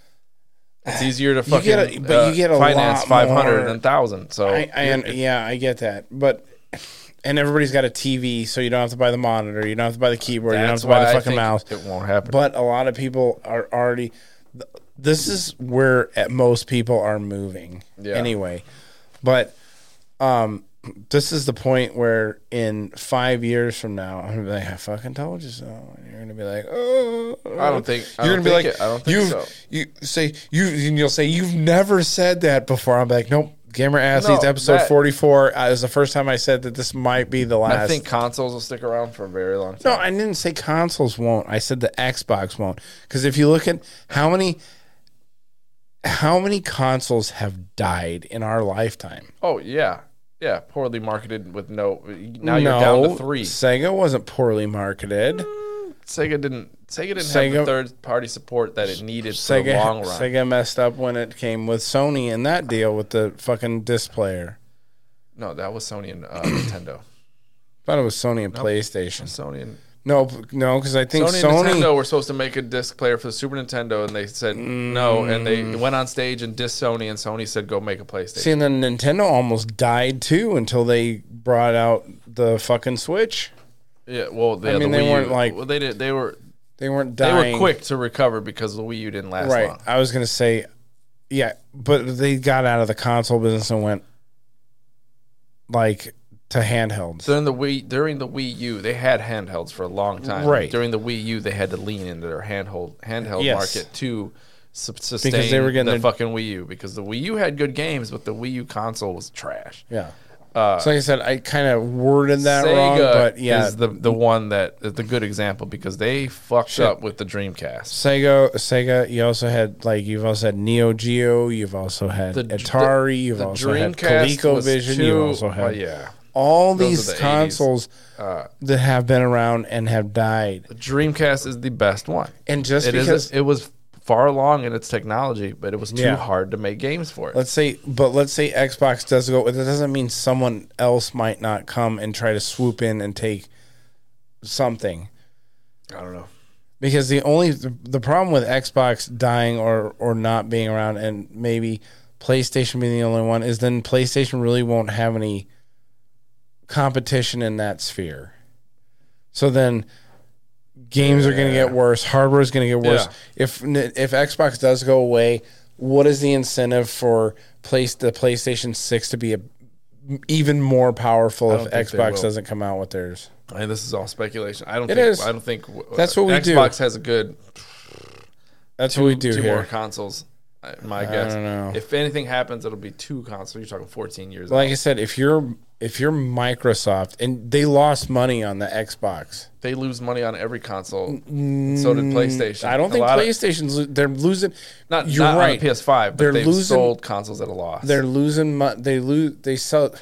Speaker 3: It's easier to
Speaker 1: You
Speaker 3: fucking
Speaker 1: get a- but
Speaker 3: uh,
Speaker 1: you get a
Speaker 3: finance
Speaker 1: lot
Speaker 3: five hundred
Speaker 1: more-
Speaker 3: than thousand. So
Speaker 1: I, I
Speaker 3: you're-
Speaker 1: un- yeah, I get that, but and everybody's got a TV, so you don't have to buy the monitor, you don't have to buy the keyboard, you don't have
Speaker 3: that's
Speaker 1: to buy
Speaker 3: why
Speaker 1: the
Speaker 3: I
Speaker 1: fucking
Speaker 3: think
Speaker 1: mouse.
Speaker 3: It won't happen.
Speaker 1: But a lot of people are already. th- This is where at most people are moving
Speaker 3: Yeah.
Speaker 1: anyway. But um, this is the point where in five years from now, I'm gonna be like, I fucking told you so. And you're gonna be like, oh,
Speaker 3: I don't think- I
Speaker 1: you're
Speaker 3: don't
Speaker 1: gonna be like,
Speaker 3: think it- I don't think
Speaker 1: you've
Speaker 3: so."
Speaker 1: you say you and you'll say you've never said that before. I'm like, nope. Gamer athletes
Speaker 3: No,
Speaker 1: episode
Speaker 3: that-
Speaker 1: 44 uh, is the first time I said that this might be the last.
Speaker 3: I think consoles will stick around for a very long
Speaker 1: No,
Speaker 3: time.
Speaker 1: I didn't say consoles won't. I said the Xbox won't. Because if you look at how many how many consoles have died in our lifetime?
Speaker 3: oh yeah, yeah. Poorly marketed with no. Now you're down to three. Mm.
Speaker 1: Sega wasn't poorly marketed.
Speaker 3: Sega didn't. Sega didn't
Speaker 1: Sega-
Speaker 3: have the third party support that it needed for the
Speaker 1: Sega
Speaker 3: long run.
Speaker 1: Sega messed up when it came with Sony and that deal with the fucking disc player.
Speaker 3: No, that was Sony and uh, Nintendo.
Speaker 1: thought it was Sony and PlayStation.
Speaker 3: Sony and
Speaker 1: No, p- no, because I think
Speaker 3: Sony,
Speaker 1: Sony.
Speaker 3: and Nintendo were supposed to make a disc player for the Super Nintendo, and they said no, and they
Speaker 1: Mm.
Speaker 3: went on stage and dissed Sony, and Sony said go make a PlayStation.
Speaker 1: See, and then Nintendo almost died too until they brought out the fucking Switch.
Speaker 3: Yeah, well, they
Speaker 1: I
Speaker 3: had
Speaker 1: mean,
Speaker 3: the
Speaker 1: they
Speaker 3: Wii U.
Speaker 1: weren't, like-
Speaker 3: well, they did. They were
Speaker 1: They weren't
Speaker 3: they
Speaker 1: dying.
Speaker 3: were quick to recover because the Wii U didn't last
Speaker 1: right.
Speaker 3: long.
Speaker 1: I was gonna say, yeah, but they got out of the console business and went like to handhelds.
Speaker 3: So then the Wii during the Wii U, they had handhelds for a long time.
Speaker 1: Right.
Speaker 3: During the Wii U, they had to lean into their handheld handheld
Speaker 1: Yes.
Speaker 3: market to sub- sustain
Speaker 1: they were getting
Speaker 3: the
Speaker 1: their-
Speaker 3: fucking Wii U because the Wii U had good games, but the Wii U console was trash.
Speaker 1: yeah. so like I said, I kind of worded that
Speaker 3: uh, Sega
Speaker 1: wrong, but yeah,
Speaker 3: is the the one that is the good example because they fucked
Speaker 1: Shit.
Speaker 3: up with the Dreamcast.
Speaker 1: Sega, Sega. You also had like you've also had Neo Geo. You've also had
Speaker 3: The-
Speaker 1: Atari. you've
Speaker 3: the
Speaker 1: also had
Speaker 3: Dreamcast was
Speaker 1: ColecoVision.
Speaker 3: too-
Speaker 1: you also had
Speaker 3: oh, yeah.
Speaker 1: all
Speaker 3: Those are
Speaker 1: these
Speaker 3: the 80s.
Speaker 1: consoles
Speaker 3: Uh,
Speaker 1: that have been around and have died.
Speaker 3: the Dreamcast is the best one.
Speaker 1: And just
Speaker 3: It is.
Speaker 1: because
Speaker 3: it was far along in its technology, but it was too
Speaker 1: Yeah.
Speaker 3: hard to make games for it.
Speaker 1: Let's say, but let's say Xbox does go. That doesn't mean someone else might not come and try to swoop in and take something.
Speaker 3: I don't know.
Speaker 1: Because the only the problem with Xbox dying or or not being around, and maybe PlayStation being the only one, is then PlayStation really won't have any competition in that sphere. So then. Games are going to get worse. Hardware is going to get worse. If if Xbox does go away, what is the incentive for place the PlayStation Six to be a, even more powerful
Speaker 3: I
Speaker 1: if
Speaker 3: don't think they
Speaker 1: Xbox
Speaker 3: will.
Speaker 1: doesn't come out with theirs?
Speaker 3: And this is all speculation. I don't.
Speaker 1: It
Speaker 3: think,
Speaker 1: is.
Speaker 3: I don't think w- uh,
Speaker 1: That's what we
Speaker 3: Xbox
Speaker 1: do.
Speaker 3: has a good
Speaker 1: That's what we do
Speaker 3: two
Speaker 1: here.
Speaker 3: more consoles. uh, My guess.
Speaker 1: don't know.
Speaker 3: If anything happens, it'll be two consoles. You're talking 14 years.
Speaker 1: like
Speaker 3: Like
Speaker 1: I said, if you're if you're Microsoft and they lost money on the Xbox,
Speaker 3: they lose money on every console. and so did PlayStation.
Speaker 1: I don't
Speaker 3: A
Speaker 1: think
Speaker 3: lot of-
Speaker 1: PlayStation's lo- they're losing.
Speaker 3: not
Speaker 1: you're
Speaker 3: not
Speaker 1: right.
Speaker 3: on the PS5, but
Speaker 1: They're
Speaker 3: they've
Speaker 1: losing-
Speaker 3: sold consoles at a loss.
Speaker 1: They're losing. Mo- they lose. They sell.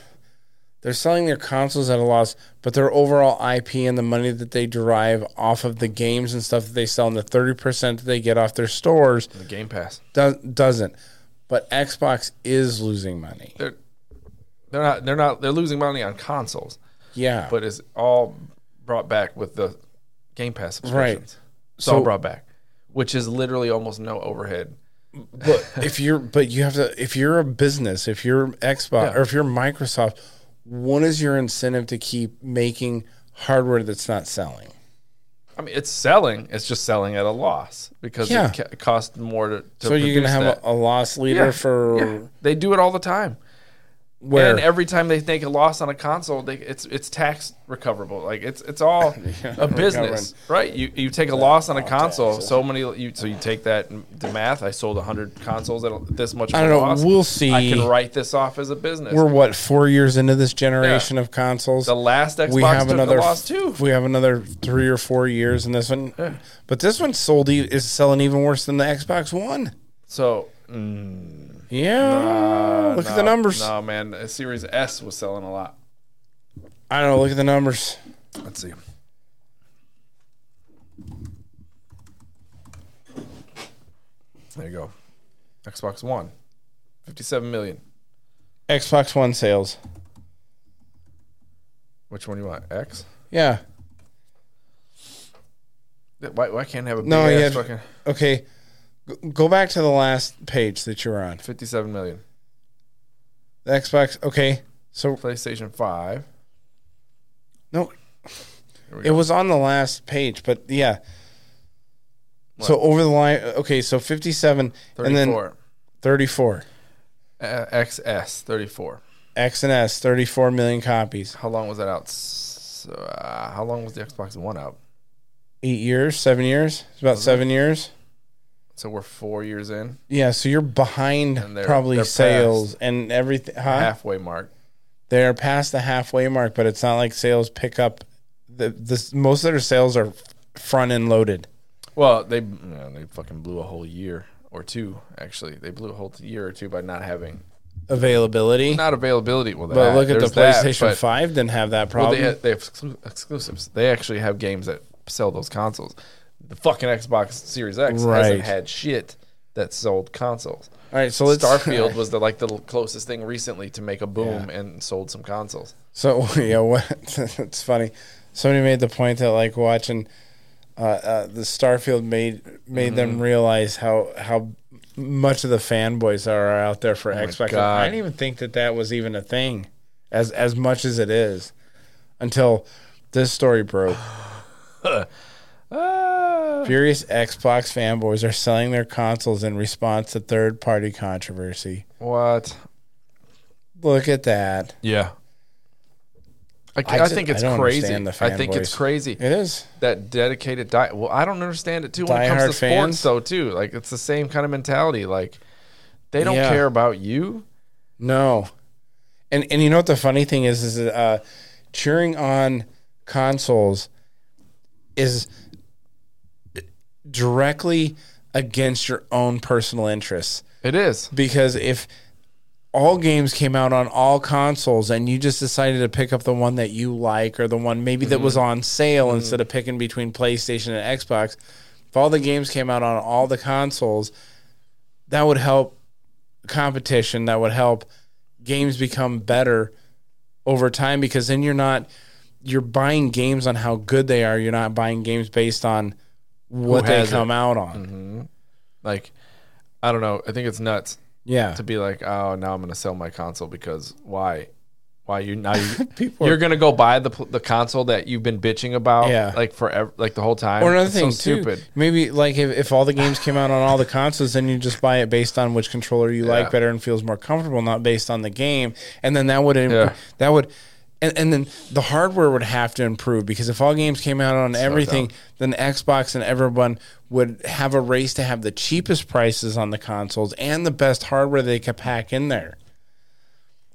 Speaker 1: They're selling their consoles at a loss, but their overall IP and the money that they derive off of the games and stuff that they sell and the 30% that they get off their stores
Speaker 3: The Game Pass.
Speaker 1: do- doesn't. But Xbox is losing money.
Speaker 3: They're they're not they're not they're losing money on consoles,
Speaker 1: Yeah.
Speaker 3: but it's all brought back with the Game Pass subscriptions. It's all
Speaker 1: So-
Speaker 3: brought back, which is literally almost no overhead.
Speaker 1: but if you're but you have to if you're a business if you're xbox
Speaker 3: Yeah.
Speaker 1: or if you're microsoft what is your incentive to keep making hardware that's not selling
Speaker 3: I mean, it's selling. It's just selling at a loss because
Speaker 1: Yeah.
Speaker 3: it, ca- it costs more to. to
Speaker 1: so you're gonna
Speaker 3: produce
Speaker 1: have
Speaker 3: that.
Speaker 1: a, a loss leader
Speaker 3: Yeah,
Speaker 1: for
Speaker 3: yeah. They do it all the time,
Speaker 1: where
Speaker 3: and every time they make a loss on a console, they, it's it's tax recoverable. Like it's it's all a business, right? You you take a loss on a console, so many you so you take that and the math. I sold hundred consoles at a- this much. Of
Speaker 1: I
Speaker 3: a
Speaker 1: don't know,
Speaker 3: loss.
Speaker 1: we'll
Speaker 3: I
Speaker 1: see.
Speaker 3: can write this off as a business.
Speaker 1: we're what four years into this generation of consoles
Speaker 3: the last Xbox
Speaker 1: we have
Speaker 3: took
Speaker 1: another
Speaker 3: a loss
Speaker 1: f-
Speaker 3: too.
Speaker 1: we have another three or four years in this one but this one sold e- is selling even worse than the xbox one
Speaker 3: So. mm,
Speaker 1: yeah
Speaker 3: uh,
Speaker 1: look at
Speaker 3: no,
Speaker 1: the numbers
Speaker 3: No man, the Series S was selling a lot.
Speaker 1: i don't know look at the numbers
Speaker 3: Let's see. There you go. Xbox One, 57 million.
Speaker 1: xbox one sales
Speaker 3: Which one do you want? X?
Speaker 1: yeah
Speaker 3: Yeah, Why, why can't I have a big
Speaker 1: No,
Speaker 3: ass
Speaker 1: yeah.
Speaker 3: fucking
Speaker 1: Okay, G- go back to the last page that you were on.
Speaker 3: 57 million?
Speaker 1: The Xbox. Okay, so
Speaker 3: PlayStation 5.
Speaker 1: no,
Speaker 3: Here we
Speaker 1: it
Speaker 3: go.
Speaker 1: was on the last page, but yeah. So over the line. Okay, so fifty-seven and then
Speaker 3: 34.
Speaker 1: thirty-four.
Speaker 3: Uh, XS, 34.
Speaker 1: X and S, thirty-four million copies.
Speaker 3: How long was that out? S- uh, how long was the Xbox One out?
Speaker 1: Eight years, seven years. It's about seven years.
Speaker 3: So we're four years in,
Speaker 1: Yeah, so you're behind
Speaker 3: And they're-
Speaker 1: probably
Speaker 3: they're past.
Speaker 1: sales and everything. Huh?
Speaker 3: halfway mark.
Speaker 1: They're past the halfway mark, but it's not like sales pick up. The, the most of their sales are front end loaded.
Speaker 3: Well, they yeah, they fucking blew a whole year or two. Actually, they blew a whole year or two by not having
Speaker 1: availability.
Speaker 3: not availability. Well,
Speaker 1: but
Speaker 3: that-
Speaker 1: look at the
Speaker 3: there's that,
Speaker 1: PlayStation
Speaker 3: but-
Speaker 1: 5 didn't have that
Speaker 3: Well,
Speaker 1: problem.
Speaker 3: they, have, they have exclu- exclusives. They actually have games that sell those consoles. The fucking Xbox Series X
Speaker 1: Right.
Speaker 3: hasn't had shit that sold consoles.
Speaker 1: All right, so let's
Speaker 3: Starfield was the like the l- closest thing recently to make a boom and sold some consoles.
Speaker 1: So yeah, what? It's funny. Somebody made the point that like watching uh, uh, the Starfield made made them realize how how much of the fanboys are out there for Xbox.
Speaker 3: God.
Speaker 1: I didn't even think that that was even a thing, as as much as it is, until this story broke. Furious Xbox fanboys are selling their consoles in response to third party controversy.
Speaker 3: What?
Speaker 1: Look at that.
Speaker 3: Yeah. I, ca-
Speaker 1: I
Speaker 3: I
Speaker 1: just-
Speaker 3: think
Speaker 1: I
Speaker 3: it's
Speaker 1: don't
Speaker 3: crazy.
Speaker 1: understand the
Speaker 3: I think it's
Speaker 1: fanboys.
Speaker 3: crazy.
Speaker 1: It is.
Speaker 3: that dedicated die. Well, I don't understand it too when it comes to
Speaker 1: Diehard fans?
Speaker 3: sports though too. Like it's the same kind of mentality. Like they don't
Speaker 1: Yeah.
Speaker 3: care about you.
Speaker 1: No. And and you know what the funny thing is is that, uh cheering on consoles is directly against your own personal interests
Speaker 3: It is.
Speaker 1: because if all games came out on all consoles and you just decided to pick up the one that you like or the one maybe that
Speaker 3: Mm-hmm.
Speaker 1: was on sale instead of picking between PlayStation and Xbox if all the games came out on all the consoles that would help competition that would help games become better over time because then you're not you're buying games on how good they are you're not buying games based on what they
Speaker 3: has it? Mm-hmm.
Speaker 1: come out on
Speaker 3: Like I don't know. I think it's nuts
Speaker 1: yeah
Speaker 3: to be like, oh, now I'm gonna sell my console because why? Why you now you
Speaker 1: people
Speaker 3: you're gonna go buy the pl- the console that you've been bitching about
Speaker 1: Yeah.
Speaker 3: like forever, like the whole time.
Speaker 1: Or another
Speaker 3: It's so
Speaker 1: thing too,
Speaker 3: stupid.
Speaker 1: maybe like if, if all the games came out on all the consoles, then you just buy it based on which controller you
Speaker 3: Yeah.
Speaker 1: like better and feels more comfortable, not based on the game. And then that would imp-
Speaker 3: Yeah.
Speaker 1: that would, and, and then the hardware would have to improve because if all games came out on everything, then Xbox and everyone would have a race to have the cheapest prices on the consoles and the best hardware they could pack in there.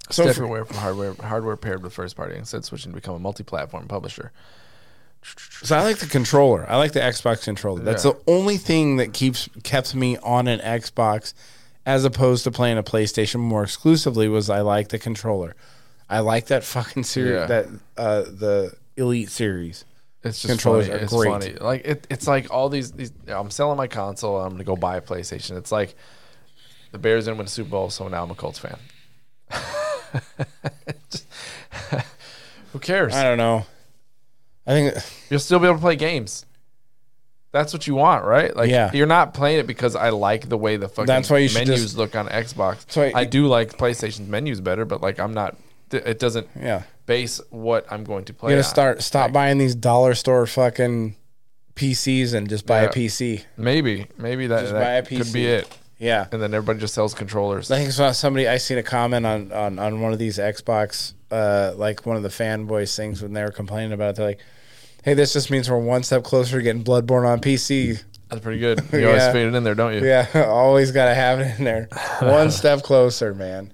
Speaker 3: It's
Speaker 1: So for-
Speaker 3: different way from hardware hardware paired with first party instead switching to become a multi platform publisher.
Speaker 1: So I like the controller. I like the Xbox controller. That's
Speaker 3: Yeah.
Speaker 1: the only thing that keeps kept me on an Xbox as opposed to playing a PlayStation more exclusively was I like the controller. I like that fucking series.
Speaker 3: Yeah.
Speaker 1: That uh, the Elite series.
Speaker 3: It's just
Speaker 1: Controllers
Speaker 3: funny.
Speaker 1: are
Speaker 3: it's
Speaker 1: great.
Speaker 3: funny. Like it, it's like all these, these. I'm selling my console. I'm gonna go buy a PlayStation. It's like the Bears didn't win the Super Bowl, so now I'm a Colts fan. Who cares?
Speaker 1: I don't know. I think
Speaker 3: You'll still be able to play games. That's what you want, right? Like
Speaker 1: Yeah.
Speaker 3: you're not playing it because I like the way the fucking
Speaker 1: That's why you should
Speaker 3: menus
Speaker 1: just-
Speaker 3: look on Xbox.
Speaker 1: So I-
Speaker 3: I do like PlayStation's menus better, but like I'm not. th- It doesn't
Speaker 1: yeah.
Speaker 3: base what I'm going to
Speaker 1: You
Speaker 3: play.
Speaker 1: gotta
Speaker 3: on.
Speaker 1: start stop buying these dollar store fucking PCs and just buy
Speaker 3: Yeah.
Speaker 1: a PC.
Speaker 3: Maybe, maybe that,
Speaker 1: Just
Speaker 3: that
Speaker 1: buy a
Speaker 3: could
Speaker 1: PC.
Speaker 3: be it.
Speaker 1: Yeah.
Speaker 3: And then everybody just sells controllers.
Speaker 1: I think it's not somebody I seen a comment on, on, on one of these Xbox, uh, like one of the fanboys things when they were complaining about it. They're like, "Hey, this just means we're one step closer to getting Bloodborne on PC."
Speaker 3: That's pretty good. You always
Speaker 1: Yeah.
Speaker 3: fit it in there, don't you?
Speaker 1: Yeah, always gotta have it in there. One step closer, man.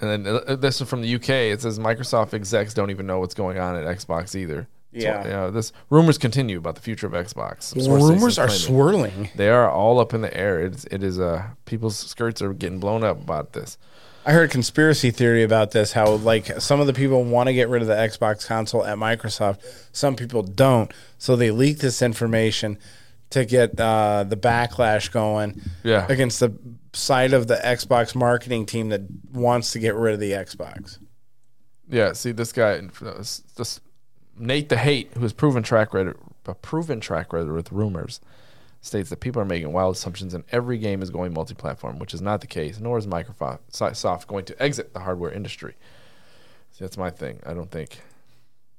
Speaker 3: And then uh, this is from the UK. It says Microsoft execs don't even know what's going on at Xbox either. That's
Speaker 1: Yeah.
Speaker 3: why- you know, this rumors continue about the future of Xbox. Sources
Speaker 1: Rumors are
Speaker 3: claiming-
Speaker 1: swirling.
Speaker 3: They are all up in the air. It's it is uh people's skirts are getting blown up about this.
Speaker 1: I heard conspiracy theory about this. How like some of the people want to get rid of the Xbox console at Microsoft, some people don't. So they leak this information to get uh, the backlash going.
Speaker 3: Yeah.
Speaker 1: against the side of the Xbox marketing team that wants to get rid of the Xbox.
Speaker 3: Yeah, see this guy, this Nate the Hate, who has proven track record, a proven track record with rumors, states that people are making wild assumptions and every game is going multi-platform, which is not the case. Nor is Microsoft going to exit the hardware industry. See, that's my thing. I don't think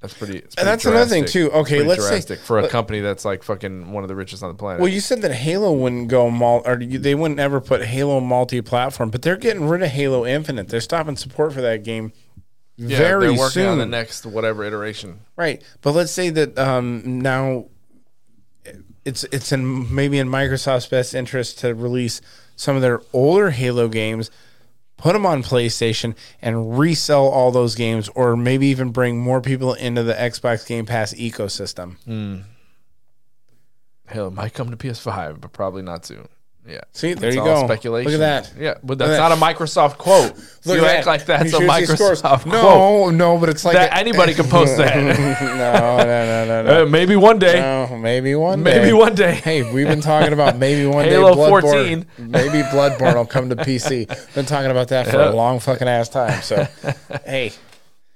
Speaker 3: that's pretty. it's
Speaker 1: And
Speaker 3: pretty
Speaker 1: that's another thing,
Speaker 3: drastic.
Speaker 1: too. Okay,
Speaker 3: Pretty
Speaker 1: let's say-
Speaker 3: drastic for a company that's like fucking one of the richest on the planet.
Speaker 1: Well, you said that Halo wouldn't go mul- or you, they wouldn't ever put Halo multi-platform, but they're getting rid of Halo Infinite. They're stopping support for that game
Speaker 3: yeah,
Speaker 1: very
Speaker 3: they're working
Speaker 1: soon.
Speaker 3: on the next whatever iteration.
Speaker 1: Right, but let's say that um, now it's it's in maybe in Microsoft's best interest to release some of their older Halo games, put them on PlayStation, and resell all those games, or maybe even bring more people into the Xbox Game Pass ecosystem.
Speaker 3: Halo might come to PS5, but probably not soon. Yeah.
Speaker 1: See, there
Speaker 3: It's
Speaker 1: you
Speaker 3: all
Speaker 1: go.
Speaker 3: Speculation.
Speaker 1: Look at that.
Speaker 3: Yeah, but
Speaker 1: Look
Speaker 3: that's
Speaker 1: at
Speaker 3: not a Microsoft quote.
Speaker 1: Look
Speaker 3: you
Speaker 1: at
Speaker 3: act like that's
Speaker 1: You
Speaker 3: a
Speaker 1: should see scores.
Speaker 3: Microsoft quote.
Speaker 1: No, no, but it's like
Speaker 3: That anybody can post that.
Speaker 1: no, no, no, no,
Speaker 3: Uh, maybe one day.
Speaker 1: no. no maybe one.
Speaker 3: maybe
Speaker 1: day.
Speaker 3: one day.
Speaker 1: Hey, we've been talking about maybe one
Speaker 3: Halo
Speaker 1: day Bloodborne,
Speaker 3: 14.
Speaker 1: maybe Bloodborne will come to PC. Been talking about that for a
Speaker 3: Yeah.
Speaker 1: long fucking ass time. So, hey,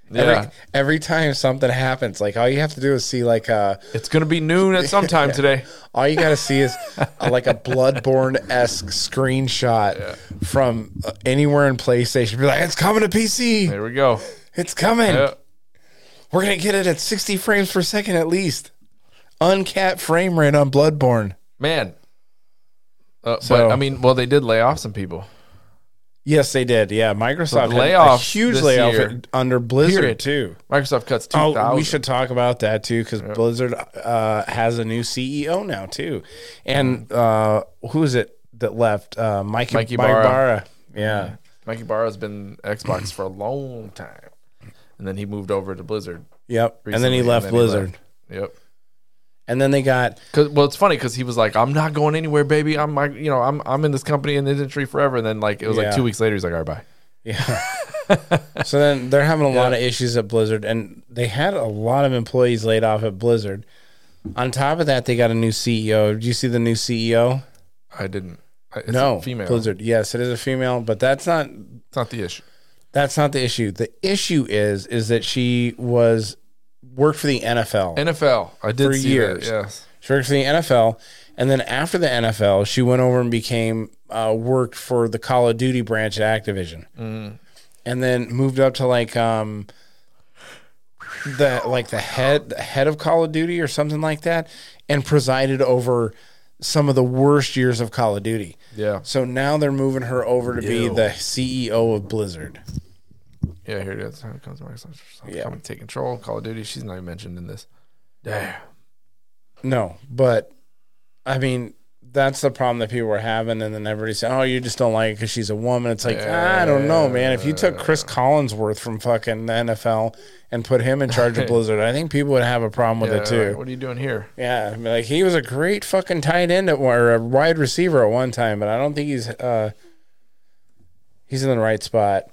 Speaker 1: every,
Speaker 3: Yeah.
Speaker 1: every time something happens, like all you have to do is see like uh
Speaker 3: It's gonna be noon at some time today.
Speaker 1: all you got to see is uh, like a Bloodborne esque screenshot from uh, anywhere in PlayStation. Be like, it's coming to PC.
Speaker 3: There we go. Uh,
Speaker 1: It's coming.
Speaker 3: Yeah.
Speaker 1: We're gonna get it at sixty frames per second at least. Uncapped frame rate on Bloodborne.
Speaker 3: Man. Uh,
Speaker 1: So-
Speaker 3: but I mean, well, they did lay off some people.
Speaker 1: Yes, they did. Yeah, Microsoft had a
Speaker 3: layoffs
Speaker 1: huge
Speaker 3: this
Speaker 1: layoff
Speaker 3: year.
Speaker 1: under Blizzard
Speaker 3: Period.
Speaker 1: too.
Speaker 3: Microsoft cuts two
Speaker 1: Oh,
Speaker 3: thousand.
Speaker 1: we should talk about that too because Blizzard uh, has a new CEO now too, and
Speaker 3: Mm.
Speaker 1: uh, who is it that left? Uh, Mike
Speaker 3: Mike
Speaker 1: Mike
Speaker 3: Ybarra.
Speaker 1: Barra. Yeah,
Speaker 3: Mikey Barra's been Xbox for a long time, and then he moved over to Blizzard.
Speaker 1: yep. and then
Speaker 3: recently,
Speaker 1: he left Blizzard,
Speaker 3: Yep.
Speaker 1: and then they got
Speaker 3: Cause, well, it's funny because he was like, "I'm not going anywhere, baby. I'm like, you know, I'm I'm in this company in the industry forever." And then like it was
Speaker 1: Yeah.
Speaker 3: like two weeks later, he's like, "All right, bye."
Speaker 1: Yeah. so then they're having a lot of issues at Blizzard, and they had a lot of employees laid off at Blizzard. On top of that, they got a new CEO. Did you see the new CEO?
Speaker 3: I didn't. I- It's
Speaker 1: no,
Speaker 3: female.
Speaker 1: Blizzard. Yes, it is a female, but that's not
Speaker 3: It's not the issue.
Speaker 1: that's not the issue. The issue is is that she was worked for the NFL.
Speaker 3: NFL. I did
Speaker 1: For
Speaker 3: see
Speaker 1: years.
Speaker 3: That. Yes.
Speaker 1: She worked for the NFL, and then after the NFL, she went over and became uh, worked for the Call of Duty branch at Activision,
Speaker 3: Mm-hmm.
Speaker 1: and then moved up to like um, the like the head the head of Call of Duty or something like that, and presided over some of the worst years of Call of Duty.
Speaker 3: Yeah.
Speaker 1: So now they're moving her over to be the CEO of Blizzard.
Speaker 3: Yeah. Here it is. Here comes Microsoft. Yeah. Come and take control. Call of Duty. She's not even mentioned in this. Damn.
Speaker 1: No, but I mean, that's the problem that people are having, and then everybody saying, "Oh, you just don't like it because she's a woman." It's like I don't know, man. If you took Chris Collinsworth from fucking the NFL and put him in charge of Blizzard, I think people would have a problem with
Speaker 3: Yeah,
Speaker 1: it too.
Speaker 3: What are you doing here?
Speaker 1: Yeah, I mean, like he was a great fucking tight end at or a wide receiver at one time, but I don't think he's uh he's in the right spot.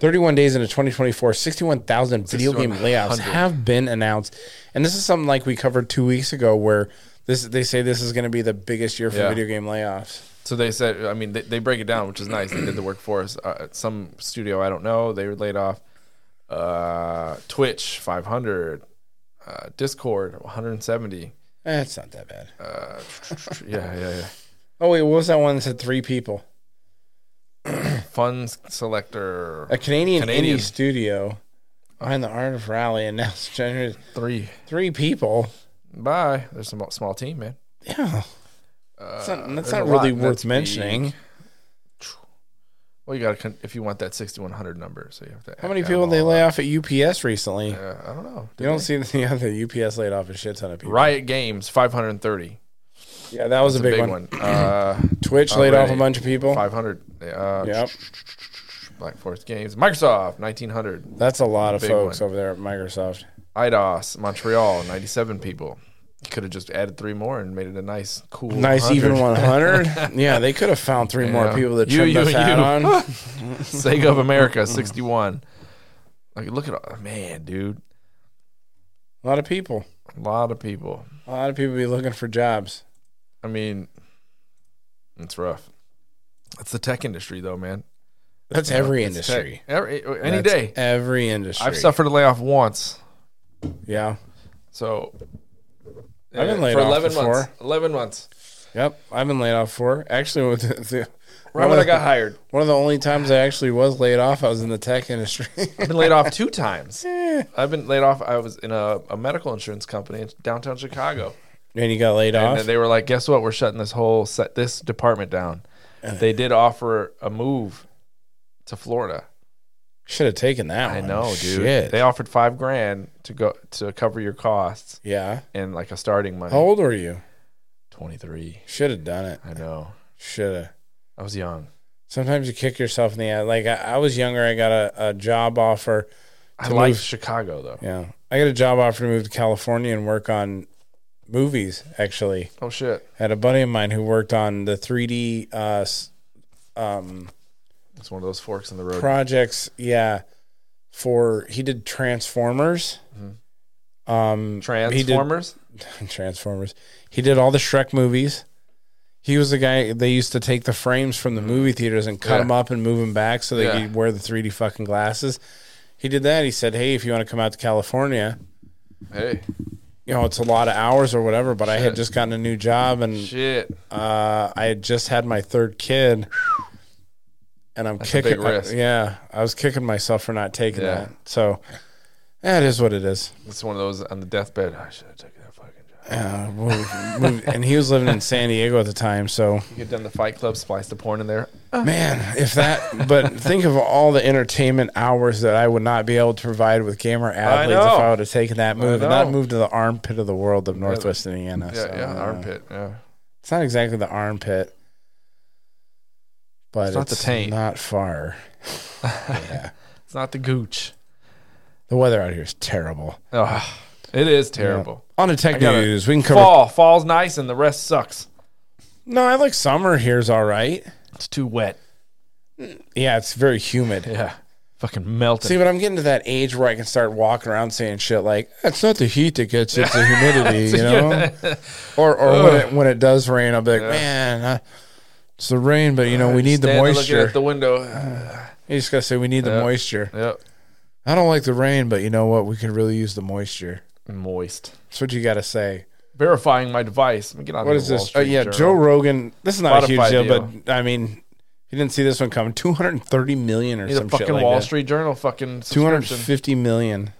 Speaker 1: 31 days into 2024, 61,000 video game layoffs have been announced. And this is something like we covered two weeks ago where this they say this is going to be the biggest year for
Speaker 3: Yeah.
Speaker 1: video game layoffs.
Speaker 3: So they said, I mean, they, they break it down, which is nice. They did the work for us. Uh, some studio, I don't know, they were laid off. Uh, Twitch, 500. Uh, Discord, 170.
Speaker 1: Eh, it's not that bad.
Speaker 3: Uh, yeah, yeah, yeah.
Speaker 1: Oh, wait, what was that one that said three people?
Speaker 3: Funds selector,
Speaker 1: A Canadian,
Speaker 3: Canadian.
Speaker 1: indie studio behind the Art of Rally announced January
Speaker 3: three.
Speaker 1: three people.
Speaker 3: Bye. There's a small team, man.
Speaker 1: Yeah. That's
Speaker 3: Uh,
Speaker 1: not, that's
Speaker 3: there's
Speaker 1: not
Speaker 3: a
Speaker 1: really
Speaker 3: lot.
Speaker 1: worth
Speaker 3: That's big.
Speaker 1: mentioning.
Speaker 3: Well, you got to, if you want that 6100 number. So you have to.
Speaker 1: How many
Speaker 3: add
Speaker 1: people
Speaker 3: them
Speaker 1: did they
Speaker 3: all
Speaker 1: lay
Speaker 3: up.
Speaker 1: off at UPS recently?
Speaker 3: Uh, I don't know. Did
Speaker 1: you don't
Speaker 3: they?
Speaker 1: see the, yeah, the UPS laid off a shit ton of people.
Speaker 3: Riot Games, 530.
Speaker 1: Yeah, that was a
Speaker 3: That's
Speaker 1: big, one.
Speaker 3: Uh,
Speaker 1: Twitch laid off a
Speaker 3: Already.
Speaker 1: bunch of people.
Speaker 3: 500. Uh,
Speaker 1: Yep.
Speaker 3: Black Forest Games, Microsoft, 1900.
Speaker 1: That's a lot of
Speaker 3: Big
Speaker 1: folks
Speaker 3: one.
Speaker 1: over there at Microsoft.
Speaker 3: IDOS, Montreal, 97 people. Could have just added three more and made it a nice, cool,
Speaker 1: Nice even 100. yeah, they could have found three more
Speaker 3: Yeah.
Speaker 1: people to
Speaker 3: You,
Speaker 1: trim
Speaker 3: you,
Speaker 1: the fat
Speaker 3: you.
Speaker 1: on.
Speaker 3: Sega of America, 61. Like, look at all, man, dude,
Speaker 1: A lot of people.
Speaker 3: a lot of people.
Speaker 1: A lot of people be looking for jobs.
Speaker 3: I mean, it's rough. It's the tech industry, though, man.
Speaker 1: That's
Speaker 3: You know,
Speaker 1: every
Speaker 3: it's tech.
Speaker 1: industry.
Speaker 3: every, any
Speaker 1: That's
Speaker 3: day.
Speaker 1: Every industry.
Speaker 3: I've suffered a layoff once,
Speaker 1: Yeah.
Speaker 3: so
Speaker 1: I've been
Speaker 3: Yeah,
Speaker 1: laid
Speaker 3: for
Speaker 1: off
Speaker 3: 11 months.
Speaker 1: before.
Speaker 3: 11 months.
Speaker 1: Yep. I've been laid off for. Actually, with the, the,
Speaker 3: Right
Speaker 1: one
Speaker 3: when I
Speaker 1: of the-
Speaker 3: got hired,
Speaker 1: One of the only times I actually was laid off, I was in the tech industry.
Speaker 3: I've been laid off two times. I've been laid off. I was in a, a medical insurance company in downtown Chicago,
Speaker 1: and you got laid
Speaker 3: and
Speaker 1: off.
Speaker 3: then they were like, "Guess what? We're shutting this whole set, this department down." They did offer a move to Florida.
Speaker 1: Should have taken that.
Speaker 3: I
Speaker 1: one.
Speaker 3: know, dude.
Speaker 1: Shit.
Speaker 3: They offered five grand to go to cover your costs
Speaker 1: yeah.
Speaker 3: and like a starting money.
Speaker 1: How old were you?
Speaker 3: Twenty three.
Speaker 1: Should have done it.
Speaker 3: I know.
Speaker 1: Should have.
Speaker 3: I was young.
Speaker 1: Sometimes you kick yourself in the eye. Like I, I was younger, I got a, a job offer.
Speaker 3: I
Speaker 1: To
Speaker 3: like
Speaker 1: move-
Speaker 3: Chicago though.
Speaker 1: Yeah, I got a job offer to move to California and work on movies. Actually,
Speaker 3: Oh shit.
Speaker 1: I had a buddy of mine who worked on the 3D uh, s- um,
Speaker 3: It's one of those forks in the road.
Speaker 1: projects. Yeah, for he did Transformers.
Speaker 3: Mm-hmm.
Speaker 1: Um, he did-
Speaker 3: Transformers.
Speaker 1: Transformers. He did all the Shrek movies. He was the guy they used to take the frames from the movie theaters and cut
Speaker 3: Mm-hmm. Yeah.
Speaker 1: them up and move them back so they
Speaker 3: Yeah.
Speaker 1: could wear the 3D fucking glasses. He did that. He said, "Hey, if you want to come out to California,
Speaker 3: Hey,
Speaker 1: you know it's a lot of hours or whatever." But I had just gotten a new job and
Speaker 3: shit.
Speaker 1: uh, I had just had my third kid, and I'm
Speaker 3: That's a
Speaker 1: kicking.
Speaker 3: big risk.
Speaker 1: yeah, I was kicking myself for not taking
Speaker 3: Yeah.
Speaker 1: that. So that is what it is.
Speaker 3: It's one of those on the deathbed. I should have taken that fucking job.
Speaker 1: Uh, move- move- and he was living in San Diego at the time, so.
Speaker 3: You could have done the Fight Club, spliced the porn in there.
Speaker 1: Man, if that, but think of all the entertainment hours that I would not be able to provide with gamer athletes if
Speaker 3: know.
Speaker 1: I would have taken that move and
Speaker 3: know.
Speaker 1: not moved to the armpit of the world of Northwest Indiana.
Speaker 3: Yeah,
Speaker 1: so,
Speaker 3: yeah,
Speaker 1: uh,
Speaker 3: armpit. Yeah.
Speaker 1: It's not exactly the armpit, but
Speaker 3: It's
Speaker 1: it's,
Speaker 3: not the taint.
Speaker 1: not far. yeah.
Speaker 3: It's not the gooch.
Speaker 1: The weather out here is terrible.
Speaker 3: Ugh, it is terrible.
Speaker 1: On to tech
Speaker 3: I gotta-
Speaker 1: news, we can cover.
Speaker 3: Fall, fall's nice, and the rest sucks.
Speaker 1: No, I like summer here's all right.
Speaker 3: It's too wet.
Speaker 1: Yeah, it's very humid.
Speaker 3: Yeah, fucking melting.
Speaker 1: See, but I'm getting to that age where I can start walking around saying shit like, "It's not the heat that gets you; it's the humidity," you know. Or, or when it when it does rain, I'll be like, "Man, uh, it's the rain, but you know we need the
Speaker 3: Standing Looking
Speaker 1: moisture."
Speaker 3: at the window.
Speaker 1: you just gotta say we need the
Speaker 3: Yeah.
Speaker 1: moisture.
Speaker 3: yep.
Speaker 1: I don't like the rain, but you know what? We could really use the moisture.
Speaker 3: Moist.
Speaker 1: That's what you gotta say.
Speaker 3: Verifying my device. Let me get on
Speaker 1: What
Speaker 3: the
Speaker 1: is
Speaker 3: Wall
Speaker 1: this? Oh
Speaker 3: Street
Speaker 1: yeah,
Speaker 3: Journal.
Speaker 1: Joe Rogan. This is not a huge
Speaker 3: Spotify
Speaker 1: deal,
Speaker 3: deal.
Speaker 1: but I mean, you didn't see this one coming. Two hundred thirty million or
Speaker 3: Need a
Speaker 1: some shit
Speaker 3: fucking
Speaker 1: like
Speaker 3: Wall
Speaker 1: that.
Speaker 3: Street Journal fucking
Speaker 1: Two hundred
Speaker 3: subscription.
Speaker 1: fifty million.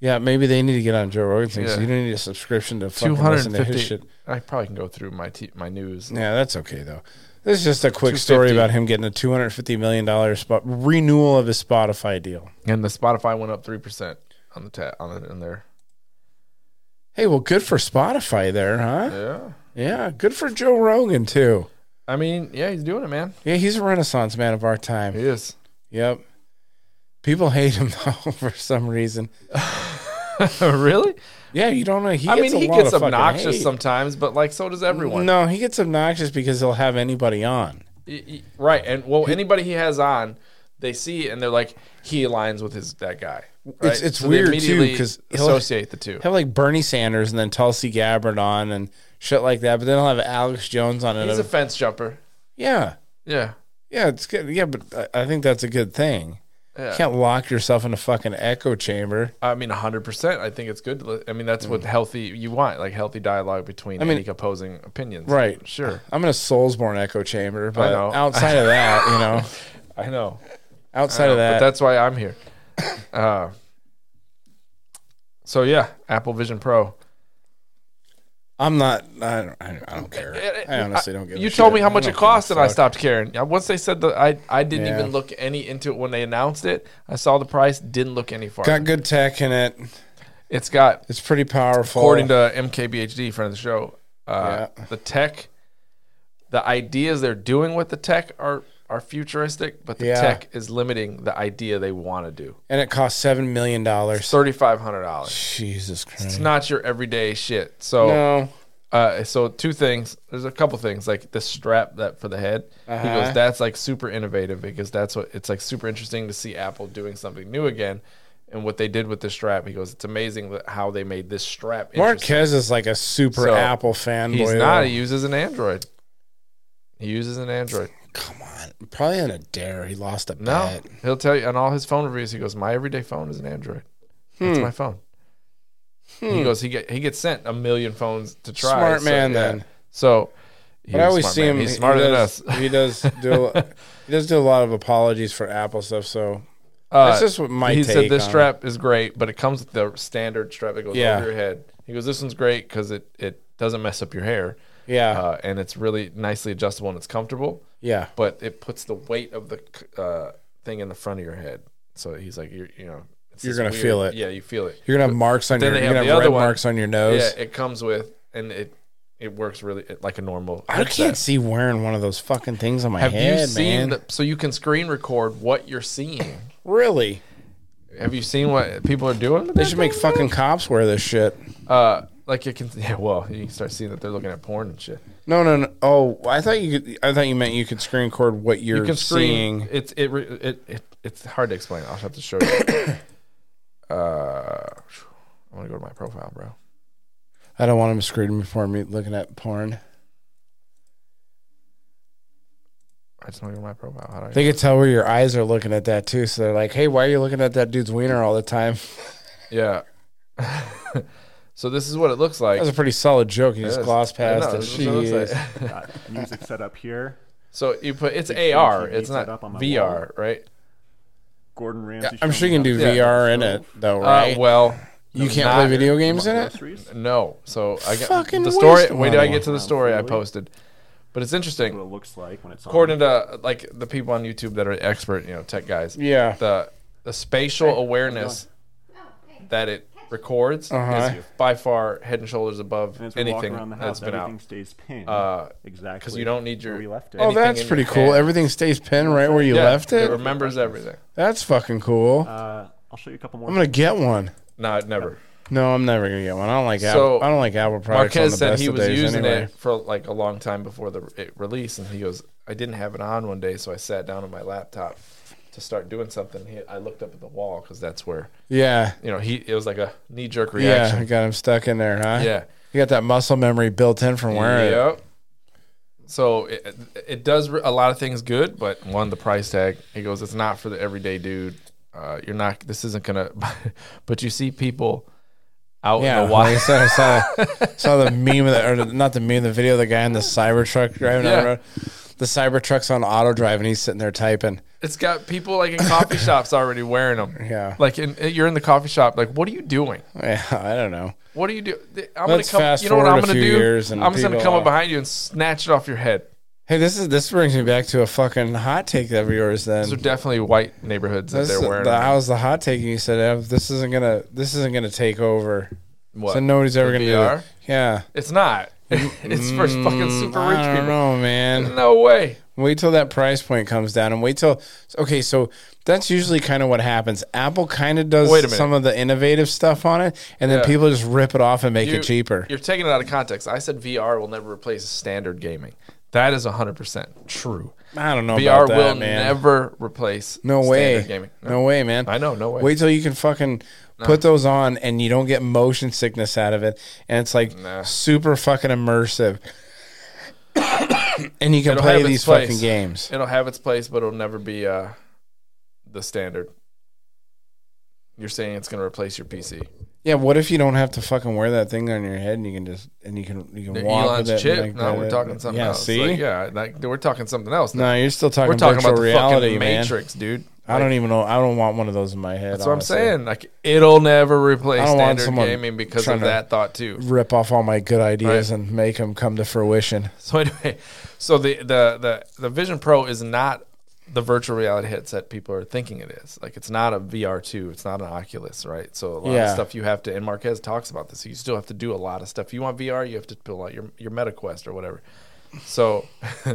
Speaker 1: Yeah, maybe they need to get on Joe Rogan thing.
Speaker 3: Yeah.
Speaker 1: So you don't need a subscription to fucking
Speaker 3: Two hundred
Speaker 1: listen to his
Speaker 3: fifty.
Speaker 1: shit.
Speaker 3: I probably can go through my t- my news.
Speaker 1: Yeah, that's okay though. This is just a quick story
Speaker 3: 250.
Speaker 1: about him getting a two hundred fifty million dollar spot renewal of his Spotify deal.
Speaker 3: And the Spotify went up three percent on the ta- on it in there.
Speaker 1: Hey, well, good for Spotify there, huh?
Speaker 3: Yeah.
Speaker 1: Yeah, good for Joe Rogan too.
Speaker 3: I mean, yeah, he's doing it, man.
Speaker 1: Yeah, he's a renaissance man of our time.
Speaker 3: He is.
Speaker 1: Yep. People hate him though for some reason.
Speaker 3: really?
Speaker 1: Yeah, you don't know. He
Speaker 3: I
Speaker 1: gets
Speaker 3: mean,
Speaker 1: a
Speaker 3: he
Speaker 1: lot
Speaker 3: gets
Speaker 1: of fucking
Speaker 3: obnoxious
Speaker 1: hate.
Speaker 3: sometimes, but like so does everyone.
Speaker 1: No, he gets obnoxious because he'll have anybody on.
Speaker 3: Y- y- Right. And well, anybody he has on, they see and they're like, he aligns with his that guy. right?
Speaker 1: It's- it's
Speaker 3: they
Speaker 1: weird, too,
Speaker 3: immediately
Speaker 1: 'cause he'll-
Speaker 3: associate the two.
Speaker 1: Have like Bernie Sanders and then Tulsi Gabbard on and shit like that, but then I'll have Alex Jones on it.
Speaker 3: He's a fence jumper.
Speaker 1: yeah,
Speaker 3: Yeah,
Speaker 1: yeah, it's good. Yeah, but I, I think that's a good thing.
Speaker 3: yeah.
Speaker 1: You can't lock yourself in a fucking echo chamber.
Speaker 3: I mean, hundred percent. I think it's good. To, li- I mean, that's what healthy you want, like healthy dialogue between
Speaker 1: Mm. I mean-
Speaker 3: any opposing opinions.
Speaker 1: Right.
Speaker 3: Sure.
Speaker 1: I'm in a Soulsborne echo chamber, but
Speaker 3: know.
Speaker 1: outside of that, you know,
Speaker 3: I know.
Speaker 1: outside of
Speaker 3: Uh,
Speaker 1: that,
Speaker 3: But that's why I'm here. Uh, so yeah, Apple Vision Pro.
Speaker 1: I'm not. I don't, I don't- I don't care. I honestly don't give.
Speaker 3: Eh, You
Speaker 1: a
Speaker 3: told
Speaker 1: shit.
Speaker 3: me how
Speaker 1: I
Speaker 3: much
Speaker 1: don't
Speaker 3: it
Speaker 1: give a
Speaker 3: cost, and I
Speaker 1: fuck.
Speaker 3: stopped caring. Yeah, Once they said that, I I didn't
Speaker 1: Yeah.
Speaker 3: even look any into it when they announced it. I saw the price, didn't look any farther.
Speaker 1: Got good tech in it.
Speaker 3: it's got
Speaker 1: It's pretty powerful.
Speaker 3: according to MKBHD, friend of the show, uh,
Speaker 1: Yeah.
Speaker 3: the tech, the ideas they're doing with the tech are are futuristic, but the
Speaker 1: Yeah.
Speaker 3: tech is limiting the idea they want to do.
Speaker 1: and it cost seven million dollars.
Speaker 3: Thirty five hundred dollars.
Speaker 1: Jesus Christ!
Speaker 3: It's not your everyday shit. So.
Speaker 1: no,
Speaker 3: Uh, so two things. There's a couple things like the strap that for the head. He
Speaker 1: Uh-huh.
Speaker 3: goes, that's like super innovative because that's what it's like super interesting to see Apple doing something new again, and what they did with the strap. He goes, it's amazing that how they made this strap. interesting."
Speaker 1: Marquez is like a super
Speaker 3: So,
Speaker 1: Apple fanboy.
Speaker 3: he's not.
Speaker 1: though.
Speaker 3: He uses an Android. He uses an Android.
Speaker 1: Come on, probably on a dare. He lost a
Speaker 3: No,
Speaker 1: bet.
Speaker 3: he'll tell you on all his phone reviews. He goes, my everyday phone is an Android. That's my phone. He goes, he get he gets sent a million phones to try.
Speaker 1: Smart
Speaker 3: so,
Speaker 1: man,
Speaker 3: yeah.
Speaker 1: then.
Speaker 3: So.
Speaker 1: But I always see him.
Speaker 3: He's
Speaker 1: he-
Speaker 3: smarter
Speaker 1: he
Speaker 3: than
Speaker 1: does,
Speaker 3: us.
Speaker 1: He does do. a- he does do a lot of apologies for Apple stuff. So
Speaker 3: Uh,
Speaker 1: That's just what my
Speaker 3: he
Speaker 1: take
Speaker 3: said. This
Speaker 1: on it.
Speaker 3: strap is great, but it comes with the standard strap that goes
Speaker 1: Yeah.
Speaker 3: over your head. He goes, this one's great because it it doesn't mess up your hair,
Speaker 1: yeah,
Speaker 3: uh, and it's really nicely adjustable and it's comfortable.
Speaker 1: yeah.
Speaker 3: But it puts the weight of the c- uh, thing in the front of your head, so he's like, you're you know, it's
Speaker 1: You're
Speaker 3: this
Speaker 1: gonna feel it.
Speaker 3: Yeah, you feel it.
Speaker 1: You're gonna have marks on
Speaker 3: Then
Speaker 1: your.
Speaker 3: they
Speaker 1: You're
Speaker 3: have
Speaker 1: gonna
Speaker 3: the
Speaker 1: have
Speaker 3: other
Speaker 1: red
Speaker 3: one.
Speaker 1: marks on your nose.
Speaker 3: Yeah, it comes with, and it it works really it, like a normal.
Speaker 1: I
Speaker 3: headset.
Speaker 1: can't see wearing one of those fucking things on my
Speaker 3: Have
Speaker 1: head,
Speaker 3: you seen?
Speaker 1: man.
Speaker 3: The, so you can screen record what you're seeing.
Speaker 1: really?
Speaker 3: Have you seen what people are doing? with
Speaker 1: They
Speaker 3: that
Speaker 1: should make
Speaker 3: thing?
Speaker 1: fucking cops wear this shit.
Speaker 3: Uh, like you can, yeah. Well, you can start seeing that they're looking at porn and shit.
Speaker 1: No, no, no. Oh, I thought you. Could, I thought you meant you could screen record what you're
Speaker 3: You can
Speaker 1: seeing.
Speaker 3: screen. It's it, re- it it it's hard to explain. I'll have to show you. uh, I want to go to my profile, bro.
Speaker 1: I don't want them screening before me looking at porn.
Speaker 3: I just want to go to my profile. How do I?
Speaker 1: They could tell where your eyes are looking at that too. So they're like, "Hey, why are you looking at that dude's wiener all the time?"
Speaker 3: yeah. so this is what it looks like.
Speaker 1: That was a pretty solid joke. You
Speaker 3: It
Speaker 1: just
Speaker 3: is.
Speaker 1: gloss
Speaker 3: I
Speaker 1: past
Speaker 3: know,
Speaker 1: it.
Speaker 3: this is what it looks
Speaker 1: Jeez.
Speaker 3: like.
Speaker 8: Got music set up here.
Speaker 3: so you put it's
Speaker 8: Big
Speaker 3: AR.
Speaker 8: fancy
Speaker 3: It's
Speaker 8: set
Speaker 3: not
Speaker 8: up on my
Speaker 3: VR,
Speaker 8: wall.
Speaker 3: right?
Speaker 8: Gordon Ramsay.
Speaker 1: I'm sure you can do
Speaker 3: Yeah.
Speaker 1: VR in it though,
Speaker 3: Uh,
Speaker 1: right?
Speaker 3: well,
Speaker 1: you can't
Speaker 3: not-
Speaker 1: play video games in it.
Speaker 3: no. So I got
Speaker 1: Fucking
Speaker 3: the story.
Speaker 1: waste
Speaker 3: Wait, did I
Speaker 1: money.
Speaker 3: get to the story I
Speaker 8: Really?
Speaker 3: posted? But it's
Speaker 8: What
Speaker 3: interesting.
Speaker 8: it looks like when it's
Speaker 3: according to like the people on YouTube that are expert, you know, tech guys,
Speaker 1: Yeah.
Speaker 3: the the spatial awareness that it records
Speaker 1: Uh-huh.
Speaker 3: is by far head and shoulders above
Speaker 8: And as we walk
Speaker 3: anything
Speaker 8: around the house,
Speaker 3: that's been out.
Speaker 8: everything stays pinned.
Speaker 3: Uh,
Speaker 8: exactly.
Speaker 3: Because you don't need your
Speaker 8: where we left it.
Speaker 1: Oh,
Speaker 3: anything
Speaker 1: that's
Speaker 3: in
Speaker 1: pretty
Speaker 3: your
Speaker 1: cool.
Speaker 3: hand.
Speaker 1: Everything stays pinned right where you
Speaker 3: Yeah,
Speaker 1: left it.
Speaker 3: It remembers everything.
Speaker 1: That's fucking cool.
Speaker 8: Uh, I'll show you a couple more.
Speaker 1: I'm gonna get one.
Speaker 3: No, it never.
Speaker 1: No, I'm never gonna get one. I don't like
Speaker 3: So,
Speaker 1: Apple. I don't like Apple products.
Speaker 3: Marquez
Speaker 1: on the
Speaker 3: said
Speaker 1: best
Speaker 3: he
Speaker 1: of
Speaker 3: was
Speaker 1: days
Speaker 3: using
Speaker 1: anyway.
Speaker 3: it for like a long time before the it release, and he goes, "I didn't have it on one day, so I sat down on my laptop to start doing something. He, I looked up at the wall because that's where
Speaker 1: Yeah,
Speaker 3: you know he. It was like a knee jerk
Speaker 1: yeah. I
Speaker 3: reaction.
Speaker 1: got him stuck in there, huh?
Speaker 3: yeah.
Speaker 1: You got that muscle memory built in from wearing it.
Speaker 3: Yep. So it, it does re- a lot of things good, but one the price tag. He goes, it's not for the everyday dude. Uh, you're not. This isn't gonna. but you see people out
Speaker 1: Yeah,
Speaker 3: in the
Speaker 1: like I
Speaker 3: wild.
Speaker 1: said, I saw, saw the meme of the, or not the meme, the video of the guy in the Cybertruck driving down
Speaker 3: Yeah.
Speaker 1: the road. The Cybertruck's on auto drive and he's sitting there typing.
Speaker 3: It's got people like in coffee shops already wearing them.
Speaker 1: Yeah.
Speaker 3: Like in, you're in the coffee shop. Like, what are you doing?
Speaker 1: Yeah, I don't know.
Speaker 3: What are you doing? I'm
Speaker 1: Let's
Speaker 3: gonna come.
Speaker 1: fast
Speaker 3: you know what
Speaker 1: forward
Speaker 3: I'm
Speaker 1: a
Speaker 3: gonna
Speaker 1: few
Speaker 3: do?
Speaker 1: years and
Speaker 3: I'm just gonna
Speaker 1: people
Speaker 3: come
Speaker 1: are-
Speaker 3: up behind you and snatch it off your head.
Speaker 1: Hey, this is this brings me back to a fucking hot take of yours. Then
Speaker 3: Those are definitely white neighborhoods that
Speaker 1: Mm. This-
Speaker 3: they're wearing.
Speaker 1: the,
Speaker 3: them.
Speaker 1: that was the hot take you said. Ev, This isn't gonna this isn't gonna take over.
Speaker 3: What?
Speaker 1: So nobody's ever
Speaker 3: The
Speaker 1: gonna do
Speaker 3: VR?
Speaker 1: it. Yeah.
Speaker 3: It's not. it's for fucking super
Speaker 1: Mm, I
Speaker 3: rich
Speaker 1: don't
Speaker 3: people.
Speaker 1: know, man.
Speaker 3: No way.
Speaker 1: Wait till that price point comes down and wait till okay, so that's usually kind of what happens. Apple kind of does
Speaker 3: Wait a minute.
Speaker 1: some of the innovative stuff on it and then
Speaker 3: Yeah.
Speaker 1: people just rip it off and make
Speaker 3: You-
Speaker 1: it cheaper.
Speaker 3: You're taking it out of context. I said VR will never replace standard gaming. That is 100% true.
Speaker 1: I don't know
Speaker 3: VR
Speaker 1: about that,
Speaker 3: will
Speaker 1: man.
Speaker 3: never replace
Speaker 1: no
Speaker 3: standard
Speaker 1: way.
Speaker 3: gaming.
Speaker 1: No. way, man.
Speaker 3: I know, no way.
Speaker 1: Wait till you can fucking put those on and you don't get motion sickness out of it, and it's like
Speaker 3: Nah.
Speaker 1: super fucking immersive. and you can
Speaker 3: It'll
Speaker 1: play
Speaker 3: have its
Speaker 1: these
Speaker 3: place.
Speaker 1: fucking games.
Speaker 3: It'll have its place, but it'll never be uh, the standard. You're saying it's going to replace your PC.
Speaker 1: Yeah, what if you don't have to fucking wear that thing on your head and you can just and you can you can
Speaker 3: The
Speaker 1: walk with it
Speaker 3: Elon's
Speaker 1: and,
Speaker 3: chip?
Speaker 1: like,
Speaker 3: no,
Speaker 1: that-
Speaker 3: we're talking something
Speaker 1: yeah,
Speaker 3: else.
Speaker 1: See,
Speaker 3: Like, yeah, like, we're talking something else. now.
Speaker 1: no, you're still talking.
Speaker 3: we're talking about the
Speaker 1: reality,
Speaker 3: fucking
Speaker 1: man.
Speaker 3: Matrix, dude.
Speaker 1: I don't even know. I don't want one of those in my head.
Speaker 3: That's what I'm
Speaker 1: honestly.
Speaker 3: saying. Like it'll never replace
Speaker 1: I don't want
Speaker 3: standard
Speaker 1: someone
Speaker 3: gaming because
Speaker 1: trying
Speaker 3: of
Speaker 1: to-
Speaker 3: that thought too.
Speaker 1: Rip off all my good ideas and make them come to fruition.
Speaker 3: So anyway, so the, the the the Vision Pro is not the virtual reality headset people are thinking it is. Like it's not a VR two, it's not an Oculus, right? So a lot
Speaker 1: Yeah.
Speaker 3: of stuff you have to. And Marquez talks about this. You still have to do a lot of stuff. You want VR, you have to build out your your Meta Quest or whatever. So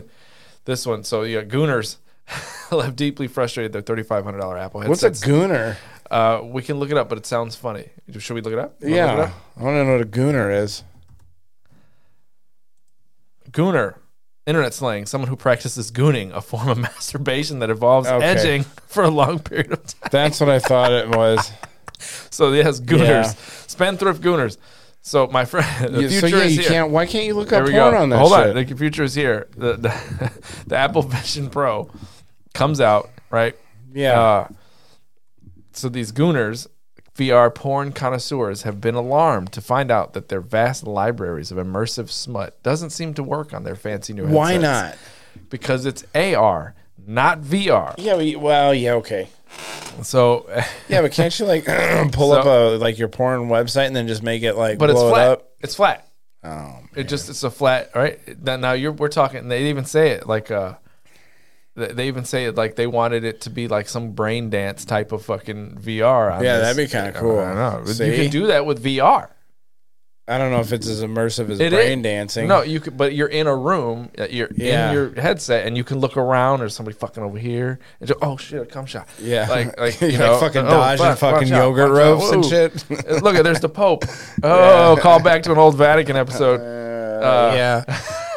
Speaker 3: this one, so yeah, Gooners left deeply frustrated their thirty five hundred dollar Apple
Speaker 1: What's
Speaker 3: headsets.
Speaker 1: a gooner?
Speaker 3: Uh, we can look it up, but it sounds funny. Should we look it up? You wanna look it
Speaker 1: Yeah,
Speaker 3: up?
Speaker 1: I want to know what a gooner is.
Speaker 3: Gooner, internet slang, someone who practices gooning, a form of masturbation that involves
Speaker 1: Okay.
Speaker 3: edging for a long period of time.
Speaker 1: That's what I thought it was.
Speaker 3: So yes, gooners,
Speaker 1: Yeah.
Speaker 3: spendthrift gooners. So my friend, the
Speaker 1: Yeah, so
Speaker 3: future
Speaker 1: yeah,
Speaker 3: is
Speaker 1: you
Speaker 3: here.
Speaker 1: can't. Why can't you look
Speaker 3: there
Speaker 1: up
Speaker 3: we
Speaker 1: porn
Speaker 3: go.
Speaker 1: on that?
Speaker 3: Hold
Speaker 1: shit?
Speaker 3: on, the future is here. The, the the Apple Vision Pro comes out right.
Speaker 1: Yeah.
Speaker 3: Uh, so these gooners, VR porn connoisseurs, have been alarmed to find out that their vast libraries of immersive smut doesn't seem to work on their fancy new.
Speaker 1: Why
Speaker 3: headsets.
Speaker 1: not?
Speaker 3: because it's AR, not VR.
Speaker 1: Yeah. we- Well. Yeah. Okay.
Speaker 3: So,
Speaker 1: Yeah, but can't you like pull
Speaker 3: So-
Speaker 1: up a like your porn website and then just make it like
Speaker 3: but it's
Speaker 1: blow it
Speaker 3: flat.
Speaker 1: up?
Speaker 3: It's flat.
Speaker 1: Oh,
Speaker 3: It just it's a flat. All right. Now, now you're we're talking. They even say it like uh, they, they even say it like they wanted it to be like some brain dance type of fucking VR. on
Speaker 1: yeah,
Speaker 3: this.
Speaker 1: that'd be kind of cool.
Speaker 3: I don't know.
Speaker 1: See?
Speaker 3: You can do that with VR.
Speaker 1: I don't know if it's as immersive as
Speaker 3: It
Speaker 1: brain
Speaker 3: is-
Speaker 1: dancing.
Speaker 3: No, you could, but you're in a room. uh, You're
Speaker 1: Yeah.
Speaker 3: in your headset, and you can look around. There's somebody fucking over here, and just, oh shit, a cum shot.
Speaker 1: Yeah.
Speaker 3: like like
Speaker 1: You're
Speaker 3: you
Speaker 1: like
Speaker 3: know,
Speaker 1: fucking
Speaker 3: oh,
Speaker 1: dodging fucking
Speaker 3: watch out,
Speaker 1: yogurt
Speaker 3: watch out,
Speaker 1: ropes and
Speaker 3: ooh.
Speaker 1: shit.
Speaker 3: look, there's the Pope. Oh, call back to an old Vatican episode.
Speaker 1: Uh,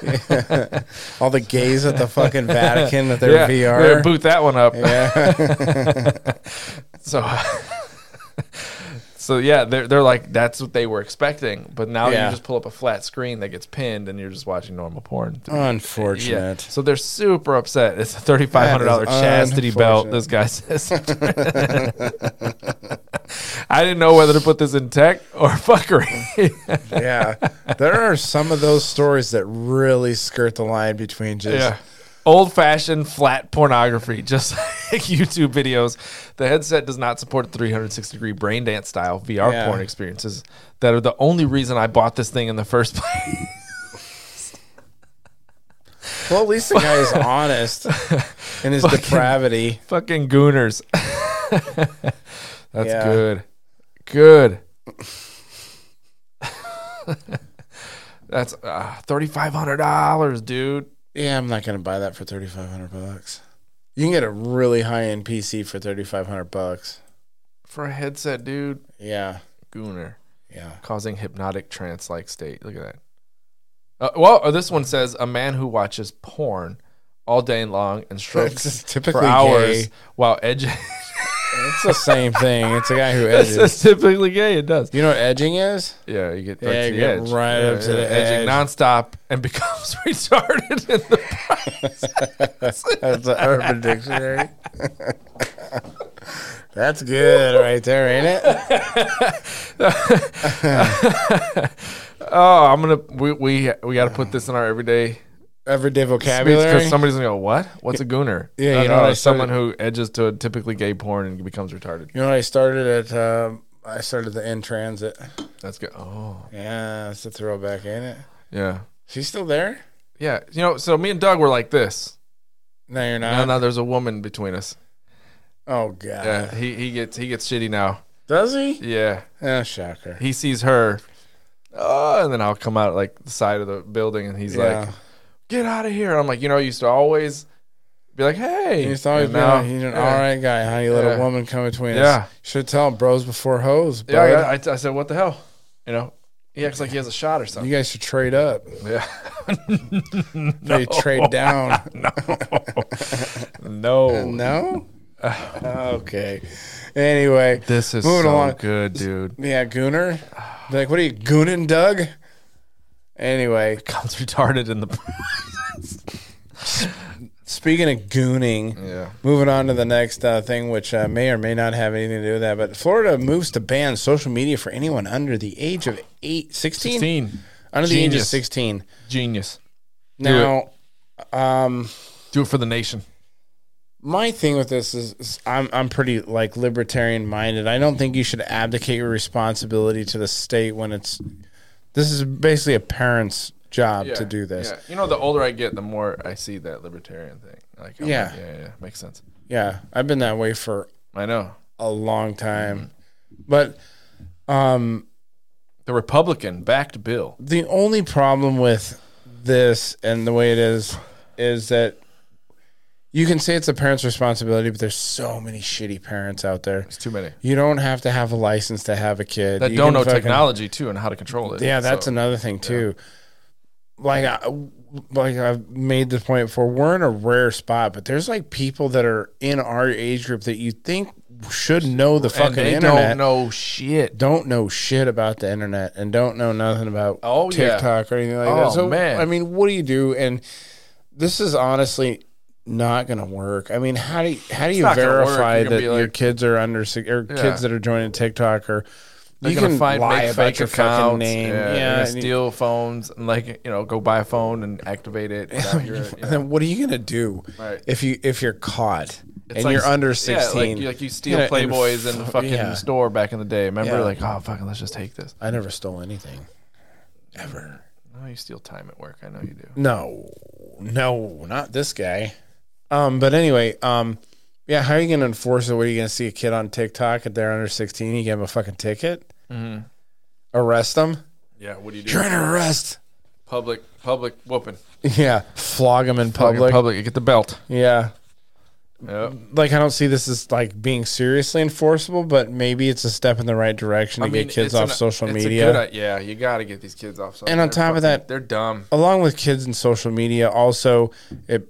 Speaker 1: yeah. All the gays at the fucking Vatican with their
Speaker 3: yeah,
Speaker 1: VR.
Speaker 3: yeah, boot that one up.
Speaker 1: yeah.
Speaker 3: So, so yeah, they're they're like that's what they were expecting, but now
Speaker 1: Yeah.
Speaker 3: you just pull up a flat screen that gets pinned, and you're just watching normal porn. Yeah.
Speaker 1: Unfortunate.
Speaker 3: So they're super upset. It's a thirty five hundred dollar
Speaker 1: That is
Speaker 3: chastity belt. This guy says. I didn't know whether to put this in tech or fuckery.
Speaker 1: Yeah. There are some of those stories that really skirt the line between just
Speaker 3: yeah. Old fashioned flat pornography, just like YouTube videos. The headset does not support 360 degree brain dance style VR
Speaker 1: Yeah.
Speaker 3: porn experiences that are the only reason I bought this thing in the first place.
Speaker 1: Well, at least the guy is honest in his depravity.
Speaker 3: Fucking gooners. That's
Speaker 1: Yeah.
Speaker 3: good. Good. That's uh, $3,500, dude.
Speaker 1: Yeah, I'm not gonna buy that for thirty five hundred bucks. You can get a really high end PC for thirty five hundred bucks.
Speaker 3: For a headset, dude.
Speaker 1: Yeah,
Speaker 3: Gooner.
Speaker 1: yeah.
Speaker 3: causing hypnotic trance like state. Look at that. Uh, well, uh, this one says a man who watches porn all day long and strokes
Speaker 1: That's typically
Speaker 3: for hours
Speaker 1: gay.
Speaker 3: while edging.
Speaker 1: It's the same thing. It's a guy who
Speaker 3: this
Speaker 1: edges.
Speaker 3: is typically gay. It does.
Speaker 1: You know what edging is?
Speaker 3: Yeah, you get,
Speaker 1: Yeah, you
Speaker 3: right to the
Speaker 1: get
Speaker 3: edge.
Speaker 1: right
Speaker 3: Yeah,
Speaker 1: up to
Speaker 3: yeah,
Speaker 1: the edge.
Speaker 3: edging nonstop and becomes retarded in the
Speaker 1: That's the Urban Dictionary. That's good right there, ain't it?
Speaker 3: oh, I'm gonna we we we got to put this in our everyday
Speaker 1: Everyday vocabulary.
Speaker 3: because somebody's gonna go what? What's a gooner?
Speaker 1: Yeah,
Speaker 3: Uh,
Speaker 1: you know,
Speaker 3: no,
Speaker 1: I
Speaker 3: it's someone who edges to a typically gay porn and becomes retarded.
Speaker 1: you know what I started at? Um, I started the in transit.
Speaker 3: That's good. Oh,
Speaker 1: Yeah, that's a throwback, ain't it?
Speaker 3: yeah,
Speaker 1: She's still there?
Speaker 3: yeah. You know, so me and Doug were like this.
Speaker 1: No, you're
Speaker 3: No,
Speaker 1: not.
Speaker 3: no, there's a woman between us.
Speaker 1: Oh god.
Speaker 3: Yeah, he, he gets he gets shitty now.
Speaker 1: Does he?
Speaker 3: Yeah,
Speaker 1: Oh, shocker.
Speaker 3: he sees her, oh, and then I'll come out like the side of the building, and he's
Speaker 1: yeah.
Speaker 3: like, "Get out of here!" I'm like, you know, I used to always be like, "Hey,"
Speaker 1: He's always
Speaker 3: And
Speaker 1: been
Speaker 3: now-
Speaker 1: a- he's an
Speaker 3: yeah.
Speaker 1: all right guy, huh? You let
Speaker 3: Yeah.
Speaker 1: a woman come between
Speaker 3: Yeah.
Speaker 1: us. Should tell him bros before hoes, bud.
Speaker 3: Yeah, I, I, I said, "What the hell?" You know, he acts like he has a shot or something.
Speaker 1: you guys should trade up.
Speaker 3: Yeah,
Speaker 1: They trade down.
Speaker 3: No.
Speaker 1: No. okay. Anyway,
Speaker 3: This is
Speaker 1: Moving
Speaker 3: so
Speaker 1: along.
Speaker 3: good, dude.
Speaker 1: yeah, Gooner. They're like, what are you gooning, Doug? Anyway,
Speaker 3: God's retarded in the.
Speaker 1: speaking of gooning,
Speaker 3: Yeah.
Speaker 1: moving on to the next uh, thing, which uh, may or may not have anything to do with that, but Florida moves to ban social media for anyone under the age of eight, 16?
Speaker 3: 16.
Speaker 1: Under the age of
Speaker 3: Genius.
Speaker 1: 16.
Speaker 3: Genius.
Speaker 1: Now, um,
Speaker 3: Do it for the nation.
Speaker 1: my thing with this is, is I'm I'm pretty like libertarian minded. I don't think you should abdicate your responsibility to the state when it's this is basically a parent's job to do this.
Speaker 3: Yeah. You know, the older I get, the more I see that libertarian thing. Like, I'm
Speaker 1: Yeah.
Speaker 3: like, yeah, yeah, makes sense.
Speaker 1: yeah, I've been that way for
Speaker 3: I know.
Speaker 1: a long time. But um
Speaker 3: The Republican backed bill.
Speaker 1: the only problem with this and the way it is is that you can say it's a parent's responsibility, but there's so many shitty parents out there.
Speaker 3: It's too many.
Speaker 1: You don't have to have a license to have a kid
Speaker 3: That
Speaker 1: You
Speaker 3: don't
Speaker 1: can
Speaker 3: know
Speaker 1: fucking-
Speaker 3: technology, too, and how to control it.
Speaker 1: Yeah, that's
Speaker 3: So,
Speaker 1: another thing too. Like, I, like I've made this point before. We're in a rare spot, but there's like people that are in our age group that you think should know the
Speaker 3: and
Speaker 1: fucking
Speaker 3: they
Speaker 1: internet
Speaker 3: don't know shit.
Speaker 1: don't know shit about the internet and don't know nothing about
Speaker 3: Oh, yeah.
Speaker 1: TikTok or anything like
Speaker 3: Oh,
Speaker 1: that. So
Speaker 3: man.
Speaker 1: I mean, what do you do? And this is honestly not going to work. I mean, how do you, how do you
Speaker 3: not gonna work.
Speaker 1: verify
Speaker 3: You're gonna
Speaker 1: that
Speaker 3: be
Speaker 1: your
Speaker 3: like-
Speaker 1: kids are under si- or
Speaker 3: Yeah.
Speaker 1: kids that are joining TikTok or
Speaker 3: They're
Speaker 1: you
Speaker 3: gonna
Speaker 1: can
Speaker 3: find
Speaker 1: lie
Speaker 3: make
Speaker 1: about
Speaker 3: fake
Speaker 1: your fucking
Speaker 3: accounts.
Speaker 1: name?
Speaker 3: Yeah,
Speaker 1: Yeah,
Speaker 3: they're gonna
Speaker 1: and you-
Speaker 3: steal phones and like you know go buy a phone and activate it. without your- yeah.
Speaker 1: and then what are you going to do
Speaker 3: Right.
Speaker 1: if you if you're caught and
Speaker 3: like-
Speaker 1: you're under
Speaker 3: yeah, like-
Speaker 1: sixteen?
Speaker 3: like, you steal
Speaker 1: Yeah, and
Speaker 3: Playboys in the
Speaker 1: fu-
Speaker 3: fucking
Speaker 1: yeah.
Speaker 3: store back in the day. Remember,
Speaker 1: Yeah.
Speaker 3: like oh fucking let's just take this.
Speaker 1: I never stole anything ever.
Speaker 3: No, you steal time at work. I know you do.
Speaker 1: No, no, not this guy. Um, but anyway, um, yeah, how are you gonna enforce it? What are you gonna see a kid on TikTok if they're under sixteen? You give them a fucking ticket, arrest them.
Speaker 3: Yeah, what do you do?
Speaker 1: Mm-hmm. You're under arrest.
Speaker 3: Public, public whooping.
Speaker 1: Yeah, flog them in
Speaker 3: Public,
Speaker 1: public.
Speaker 3: public. You get the belt.
Speaker 1: Yeah,
Speaker 3: Yep.
Speaker 1: like I don't see this as like being seriously enforceable, but maybe it's a step in the right direction to get kids
Speaker 3: it's
Speaker 1: off
Speaker 3: an-
Speaker 1: social
Speaker 3: it's a
Speaker 1: media.
Speaker 3: good- yeah, you got to get these kids off. Social.
Speaker 1: And on
Speaker 3: they're
Speaker 1: top of
Speaker 3: fucking-
Speaker 1: that-
Speaker 3: they're dumb.
Speaker 1: along with kids and social media, also it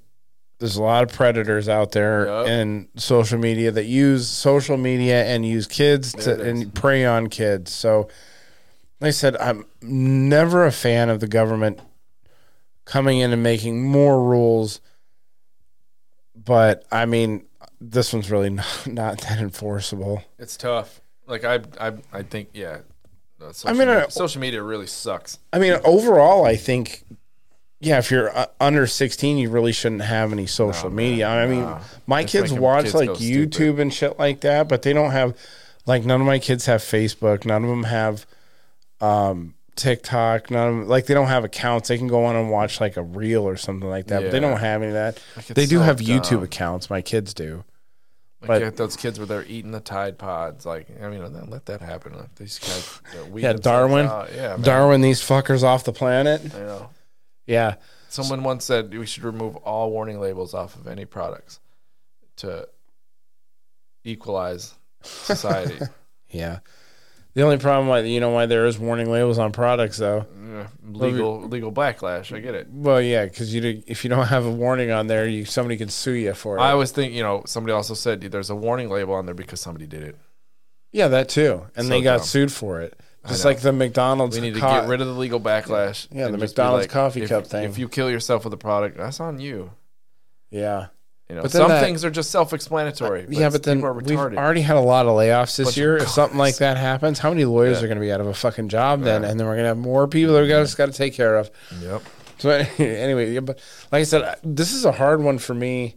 Speaker 1: there's a lot of predators out there
Speaker 3: Yup.
Speaker 1: in social media that use social media and use kids to,
Speaker 3: There it is.
Speaker 1: and prey on kids. So, like I said, I'm never a fan of the government coming in and making more rules. But I mean, this one's really not, not that enforceable.
Speaker 3: It's tough. Like I, I, I think yeah. uh, social
Speaker 1: mean,
Speaker 3: media,
Speaker 1: I-
Speaker 3: social media really sucks.
Speaker 1: I mean, overall, I think, yeah, if you're uh, under 16, you really shouldn't have any social media. I mean, my
Speaker 3: It's
Speaker 1: kids
Speaker 3: making
Speaker 1: watch
Speaker 3: kids
Speaker 1: like
Speaker 3: go
Speaker 1: YouTube
Speaker 3: stupid.
Speaker 1: and shit like that, but they don't have, like, none of my kids have Facebook. None of them have um, TikTok. None of 'em- like, they don't have accounts. They can go on and watch like a reel or something like that, but they
Speaker 3: Yeah.
Speaker 1: don't have any of that.
Speaker 3: Like, it's
Speaker 1: they do
Speaker 3: so
Speaker 1: have
Speaker 3: dumb.
Speaker 1: YouTube accounts. My kids do.
Speaker 3: Like
Speaker 1: but-
Speaker 3: you got those kids where they're eating the Tide Pods. Like I mean, and then let that happen. Like these guys. you know, weed
Speaker 1: Yeah,
Speaker 3: themselves
Speaker 1: Darwin.
Speaker 3: out. Yeah, man.
Speaker 1: Darwin, these fuckers off the planet.
Speaker 3: I know.
Speaker 1: Yeah.
Speaker 3: Someone once said we should remove all warning labels off of any products to equalize society.
Speaker 1: Yeah. The only problem, why you know, why there is warning labels on products, though.
Speaker 3: Yeah, legal legal backlash. I get it.
Speaker 1: Well, yeah, because you do, if you don't have a warning on there, you somebody can sue you for it.
Speaker 3: I always think you know. Somebody also said there's a warning label on there because somebody did it.
Speaker 1: yeah, that too, and they
Speaker 3: So
Speaker 1: got
Speaker 3: dumb.
Speaker 1: sued for it. Just
Speaker 3: know.
Speaker 1: like the McDonald's.
Speaker 3: We need to
Speaker 1: co-
Speaker 3: get rid of the legal backlash.
Speaker 1: Yeah,
Speaker 3: and
Speaker 1: the
Speaker 3: just be
Speaker 1: McDonald's coffee
Speaker 3: if-
Speaker 1: cup thing.
Speaker 3: If you kill yourself with a product, that's on you.
Speaker 1: Yeah,
Speaker 3: You know,
Speaker 1: But then
Speaker 3: some
Speaker 1: that- Uh,
Speaker 3: things are just self-explanatory.
Speaker 1: yeah, but then
Speaker 3: people are
Speaker 1: we've
Speaker 3: retarded.
Speaker 1: already had a lot of layoffs this
Speaker 3: Bunch of
Speaker 1: year. If something like
Speaker 3: cars.
Speaker 1: that happens, how many lawyers
Speaker 3: Yeah.
Speaker 1: are going to be out of a fucking job then?
Speaker 3: Yeah.
Speaker 1: And then we're going to have more people that we got got to take care of.
Speaker 3: Yep.
Speaker 1: So anyway, yeah, but like I said, I- this is a hard one for me,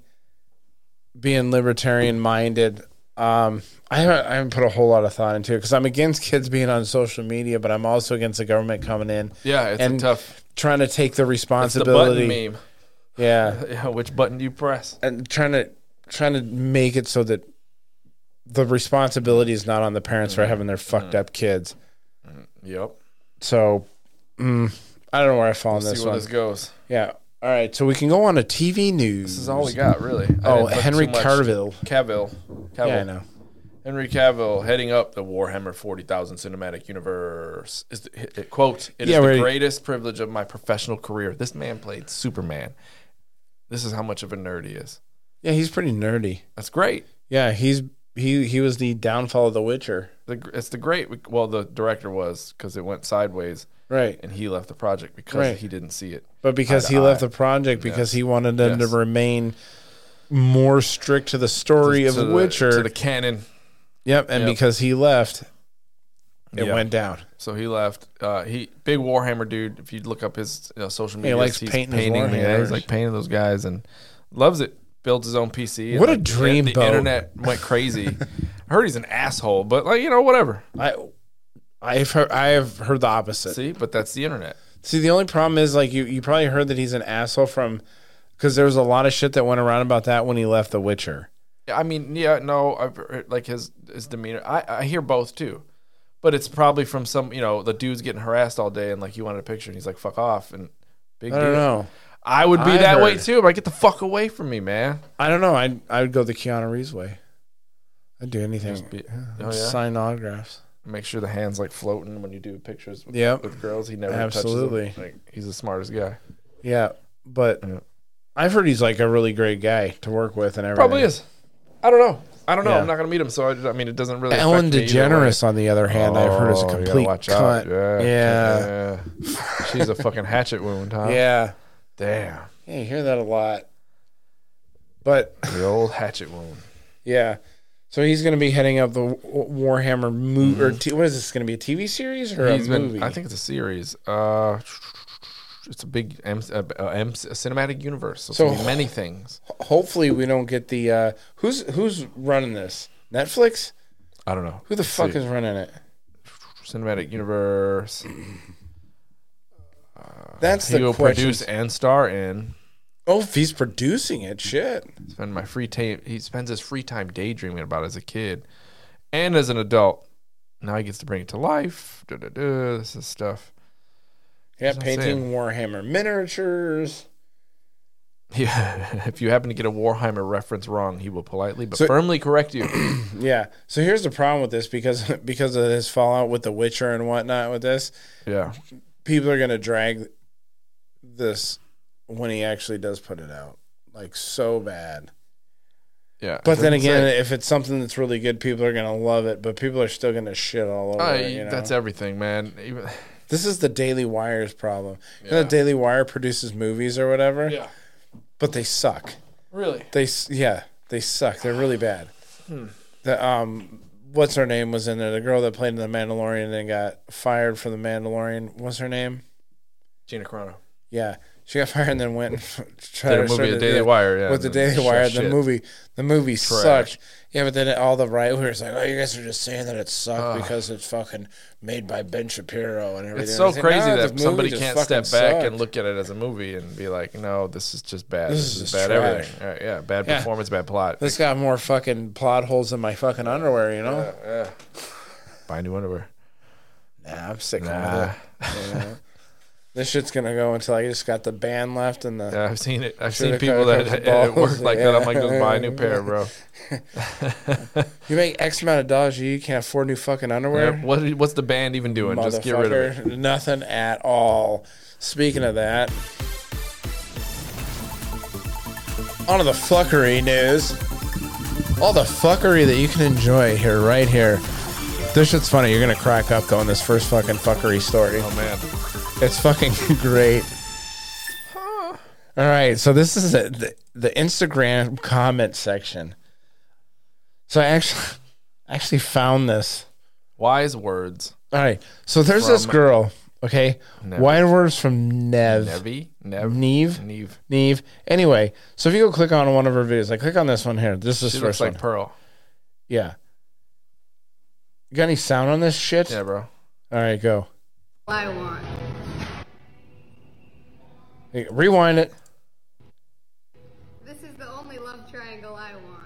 Speaker 1: being libertarian minded. Um, I haven't, I haven't put a whole lot of thought into it because I'm against kids being on social media, but I'm also against the government coming in,
Speaker 3: Yeah, it's
Speaker 1: And
Speaker 3: a tough.
Speaker 1: trying to take the
Speaker 3: It's the button
Speaker 1: responsibility.
Speaker 3: meme.
Speaker 1: yeah,
Speaker 3: Yeah, which button do you press?
Speaker 1: and trying to trying to make it so that the responsibility is not on the parents
Speaker 3: Mm.
Speaker 1: for having their fucked up kids.
Speaker 3: Yep.
Speaker 1: So mm, I don't know where I fall on
Speaker 3: Let's
Speaker 1: this
Speaker 3: see where
Speaker 1: one.
Speaker 3: this goes.
Speaker 1: yeah. All right, so we can go on to TV news.
Speaker 3: This is all we got, really. I
Speaker 1: Oh,
Speaker 3: didn't look
Speaker 1: Henry
Speaker 3: too much.
Speaker 1: Carville.
Speaker 3: Cavill. Cavill.
Speaker 1: Yeah, I know.
Speaker 3: Henry Cavill heading up the Warhammer 40,000 cinematic universe. Is the, it, it, quote, It is
Speaker 1: Yeah,
Speaker 3: the
Speaker 1: right.
Speaker 3: greatest privilege of my professional career. This man played Superman. This is how much of a nerd he is.
Speaker 1: Yeah, he's pretty nerdy.
Speaker 3: That's great.
Speaker 1: Yeah, he's he he was the downfall of The Witcher.
Speaker 3: The, gr- it's the great. Well, the director was because it went sideways
Speaker 1: Right.
Speaker 3: and he left the project because
Speaker 1: Right.
Speaker 3: he didn't see it.
Speaker 1: But because
Speaker 3: Eye to
Speaker 1: he left
Speaker 3: eye.
Speaker 1: the project because
Speaker 3: Yes.
Speaker 1: he wanted them
Speaker 3: Yes.
Speaker 1: to remain more strict to the story of
Speaker 3: To
Speaker 1: The Witcher.
Speaker 3: to the canon.
Speaker 1: yep, and
Speaker 3: Yep.
Speaker 1: because he left, it
Speaker 3: Yeah.
Speaker 1: went down.
Speaker 3: So he left. Uh, he big Warhammer dude. If you look up his uh, social
Speaker 1: He
Speaker 3: media,
Speaker 1: likes painting his
Speaker 3: the-
Speaker 1: Warhammers.
Speaker 3: he's like painting those guys and loves it. Builds his own PC. and,
Speaker 1: What a
Speaker 3: like, the-
Speaker 1: dream,
Speaker 3: The
Speaker 1: Bo.
Speaker 3: internet went crazy. I heard he's an asshole, but like you know, whatever.
Speaker 1: I I've heard I have heard the opposite. See,
Speaker 3: See, but that's the internet.
Speaker 1: the only problem is like you you probably heard that he's an asshole from because there was a lot of shit that went around about that when he left The Witcher.
Speaker 3: I mean, yeah, no, I've heard, like his his demeanor. I I hear both too, but it's probably from some you know the dude's getting harassed all day and like he wanted a picture and he's like fuck off and big.
Speaker 1: I don't
Speaker 3: deal.
Speaker 1: know.
Speaker 3: I would be
Speaker 1: I
Speaker 3: that way
Speaker 1: heard-
Speaker 3: too. But get the fuck away from me, man.
Speaker 1: I don't know. I I would go the Keanu Reeves way. I'd do anything.
Speaker 3: Just be-
Speaker 1: I'd
Speaker 3: oh, yeah?
Speaker 1: Sign autographs.
Speaker 3: make sure the hands like floating when you do pictures with,
Speaker 1: Yep.
Speaker 3: with girls. He never
Speaker 1: Absolutely.
Speaker 3: touches them. Like he's the smartest guy.
Speaker 1: Yeah, but
Speaker 3: Yeah.
Speaker 1: I've heard he's like a really great guy to work with and everything.
Speaker 3: Probably is. I don't know. I don't know.
Speaker 1: Yeah.
Speaker 3: I'm not gonna meet him, so I, I mean, it doesn't really.
Speaker 1: Ellen
Speaker 3: affect me either
Speaker 1: DeGeneres, on the other
Speaker 3: way.
Speaker 1: hand, I've heard is a
Speaker 3: Oh, you gotta
Speaker 1: complete
Speaker 3: watch out.
Speaker 1: cunt.
Speaker 3: Yeah,
Speaker 1: Yeah.
Speaker 3: yeah. She's a fucking hatchet wound, huh?
Speaker 1: yeah, yeah,
Speaker 3: Damn.
Speaker 1: You hear that a lot. But
Speaker 3: The old hatchet wound.
Speaker 1: yeah, so he's going to be heading up the Wa- Warhammer movie. Or t- what is this going to be? A TV series or
Speaker 3: Mm-hmm. He's
Speaker 1: a
Speaker 3: been.
Speaker 1: movie?
Speaker 3: I think it's a series. Uh, it's a big M, uh, M, a cinematic universe. So, it's
Speaker 1: So-
Speaker 3: gonna be many things.
Speaker 1: Hopefully, we don't get the uh, who's who's running this Netflix.
Speaker 3: I don't know.
Speaker 1: Who the fuck
Speaker 3: See.
Speaker 1: is running it?
Speaker 3: cinematic universe?
Speaker 1: That's
Speaker 3: Uh, He
Speaker 1: the
Speaker 3: will
Speaker 1: question.
Speaker 3: produce and star in.
Speaker 1: Oh, if he's producing it, shit.
Speaker 3: spend my free time he spends his free time daydreaming about it as a kid and as an adult now he gets to bring it to life da, da, da, this is stuff
Speaker 1: Yeah,
Speaker 3: That's what I'm
Speaker 1: painting Warhammer miniatures.
Speaker 3: yeah if you happen to get a warhammer reference wrong he will politely but
Speaker 1: So-
Speaker 3: firmly correct you
Speaker 1: Yeah. So here's the problem with this because because of his fallout with The Witcher and whatnot with this,
Speaker 3: yeah
Speaker 1: people are gonna drag this when he actually does put it out. Like so bad.
Speaker 3: yeah
Speaker 1: But then
Speaker 3: Wouldn't
Speaker 1: again,
Speaker 3: say-
Speaker 1: if it's something that's really good, people are gonna love it, but people are still gonna shit all over
Speaker 3: Uh,
Speaker 1: it. You know?
Speaker 3: that's everything man Even,
Speaker 1: This is the Daily Wire's problem. You know
Speaker 3: Yeah.
Speaker 1: the Daily Wire produces movies or whatever?
Speaker 3: Yeah.
Speaker 1: But they suck.
Speaker 3: really
Speaker 1: They s- yeah, they suck. They're really bad.
Speaker 3: Hmm.
Speaker 1: The um, what's her name was in there? The girl that played in the Mandalorian and then got fired from the Mandalorian. What's her name?
Speaker 3: gina carano
Speaker 1: Yeah, she got fired and then went and tried
Speaker 3: did a
Speaker 1: to
Speaker 3: movie
Speaker 1: start
Speaker 3: at
Speaker 1: a-
Speaker 3: daily
Speaker 1: yeah,
Speaker 3: wire yeah
Speaker 1: with the
Speaker 3: and then
Speaker 1: Daily
Speaker 3: shit,
Speaker 1: Wire. The
Speaker 3: shit.
Speaker 1: movie, the movie
Speaker 3: Trash.
Speaker 1: sucked. Yeah, but then all the right wingers like, oh, you guys are just saying that it sucked because it's fucking made by Ben Shapiro and everything.
Speaker 3: it's so
Speaker 1: I said,
Speaker 3: crazy
Speaker 1: "No, the
Speaker 3: that
Speaker 1: movie
Speaker 3: somebody
Speaker 1: just
Speaker 3: can't
Speaker 1: fucking
Speaker 3: step back
Speaker 1: sucked."
Speaker 3: and look at it as a movie and be like, "No, this is just bad.
Speaker 1: This
Speaker 3: This,
Speaker 1: is
Speaker 3: is,
Speaker 1: just
Speaker 3: bad
Speaker 1: trash.
Speaker 3: everything." All right, yeah, bad
Speaker 1: Yeah.
Speaker 3: performance, bad plot.
Speaker 1: This got more fucking plot holes than my fucking underwear. You know?
Speaker 3: Buy new underwear.
Speaker 1: Nah, I'm sick of it.
Speaker 3: Nah.
Speaker 1: This shit's gonna go until I just got the band left and the
Speaker 3: Yeah, I've seen it. I've
Speaker 1: Should've
Speaker 3: seen people
Speaker 1: covered
Speaker 3: that
Speaker 1: the
Speaker 3: it, it
Speaker 1: balls,
Speaker 3: work like that. I'm like, just buy a new
Speaker 1: yeah.
Speaker 3: pair, bro.
Speaker 1: you make X amount of dollars, you can't afford new fucking underwear.
Speaker 3: Yeah, What what's the band even doing? Just get rid of it.
Speaker 1: Motherfucker. Nothing at all. Speaking of that, on to the fuckery news. All the fuckery that you can enjoy here, right here. This shit's funny. You're gonna crack up though in this first fucking fuckery story.
Speaker 3: Oh man,
Speaker 1: It's fucking great. All right, so this is the, the, the Instagram comment section. So I actually actually found this.
Speaker 3: wise words.
Speaker 1: All right, so there's this
Speaker 3: From-
Speaker 1: girl. Okay,
Speaker 3: Nev.
Speaker 1: wide words from Nev.
Speaker 3: Nevi, Nev,
Speaker 1: Neve?
Speaker 3: Neve.
Speaker 1: Neve. Anyway, so if you go click on one of her videos, like click on this one here. This is
Speaker 3: She
Speaker 1: the
Speaker 3: looks
Speaker 1: first
Speaker 3: like
Speaker 1: one.
Speaker 3: Pearl.
Speaker 1: yeah. You got any sound on this shit?
Speaker 3: Yeah, bro.
Speaker 1: All right, go.
Speaker 6: I want.
Speaker 1: Hey, Rewind it.
Speaker 6: This is the only love triangle I want.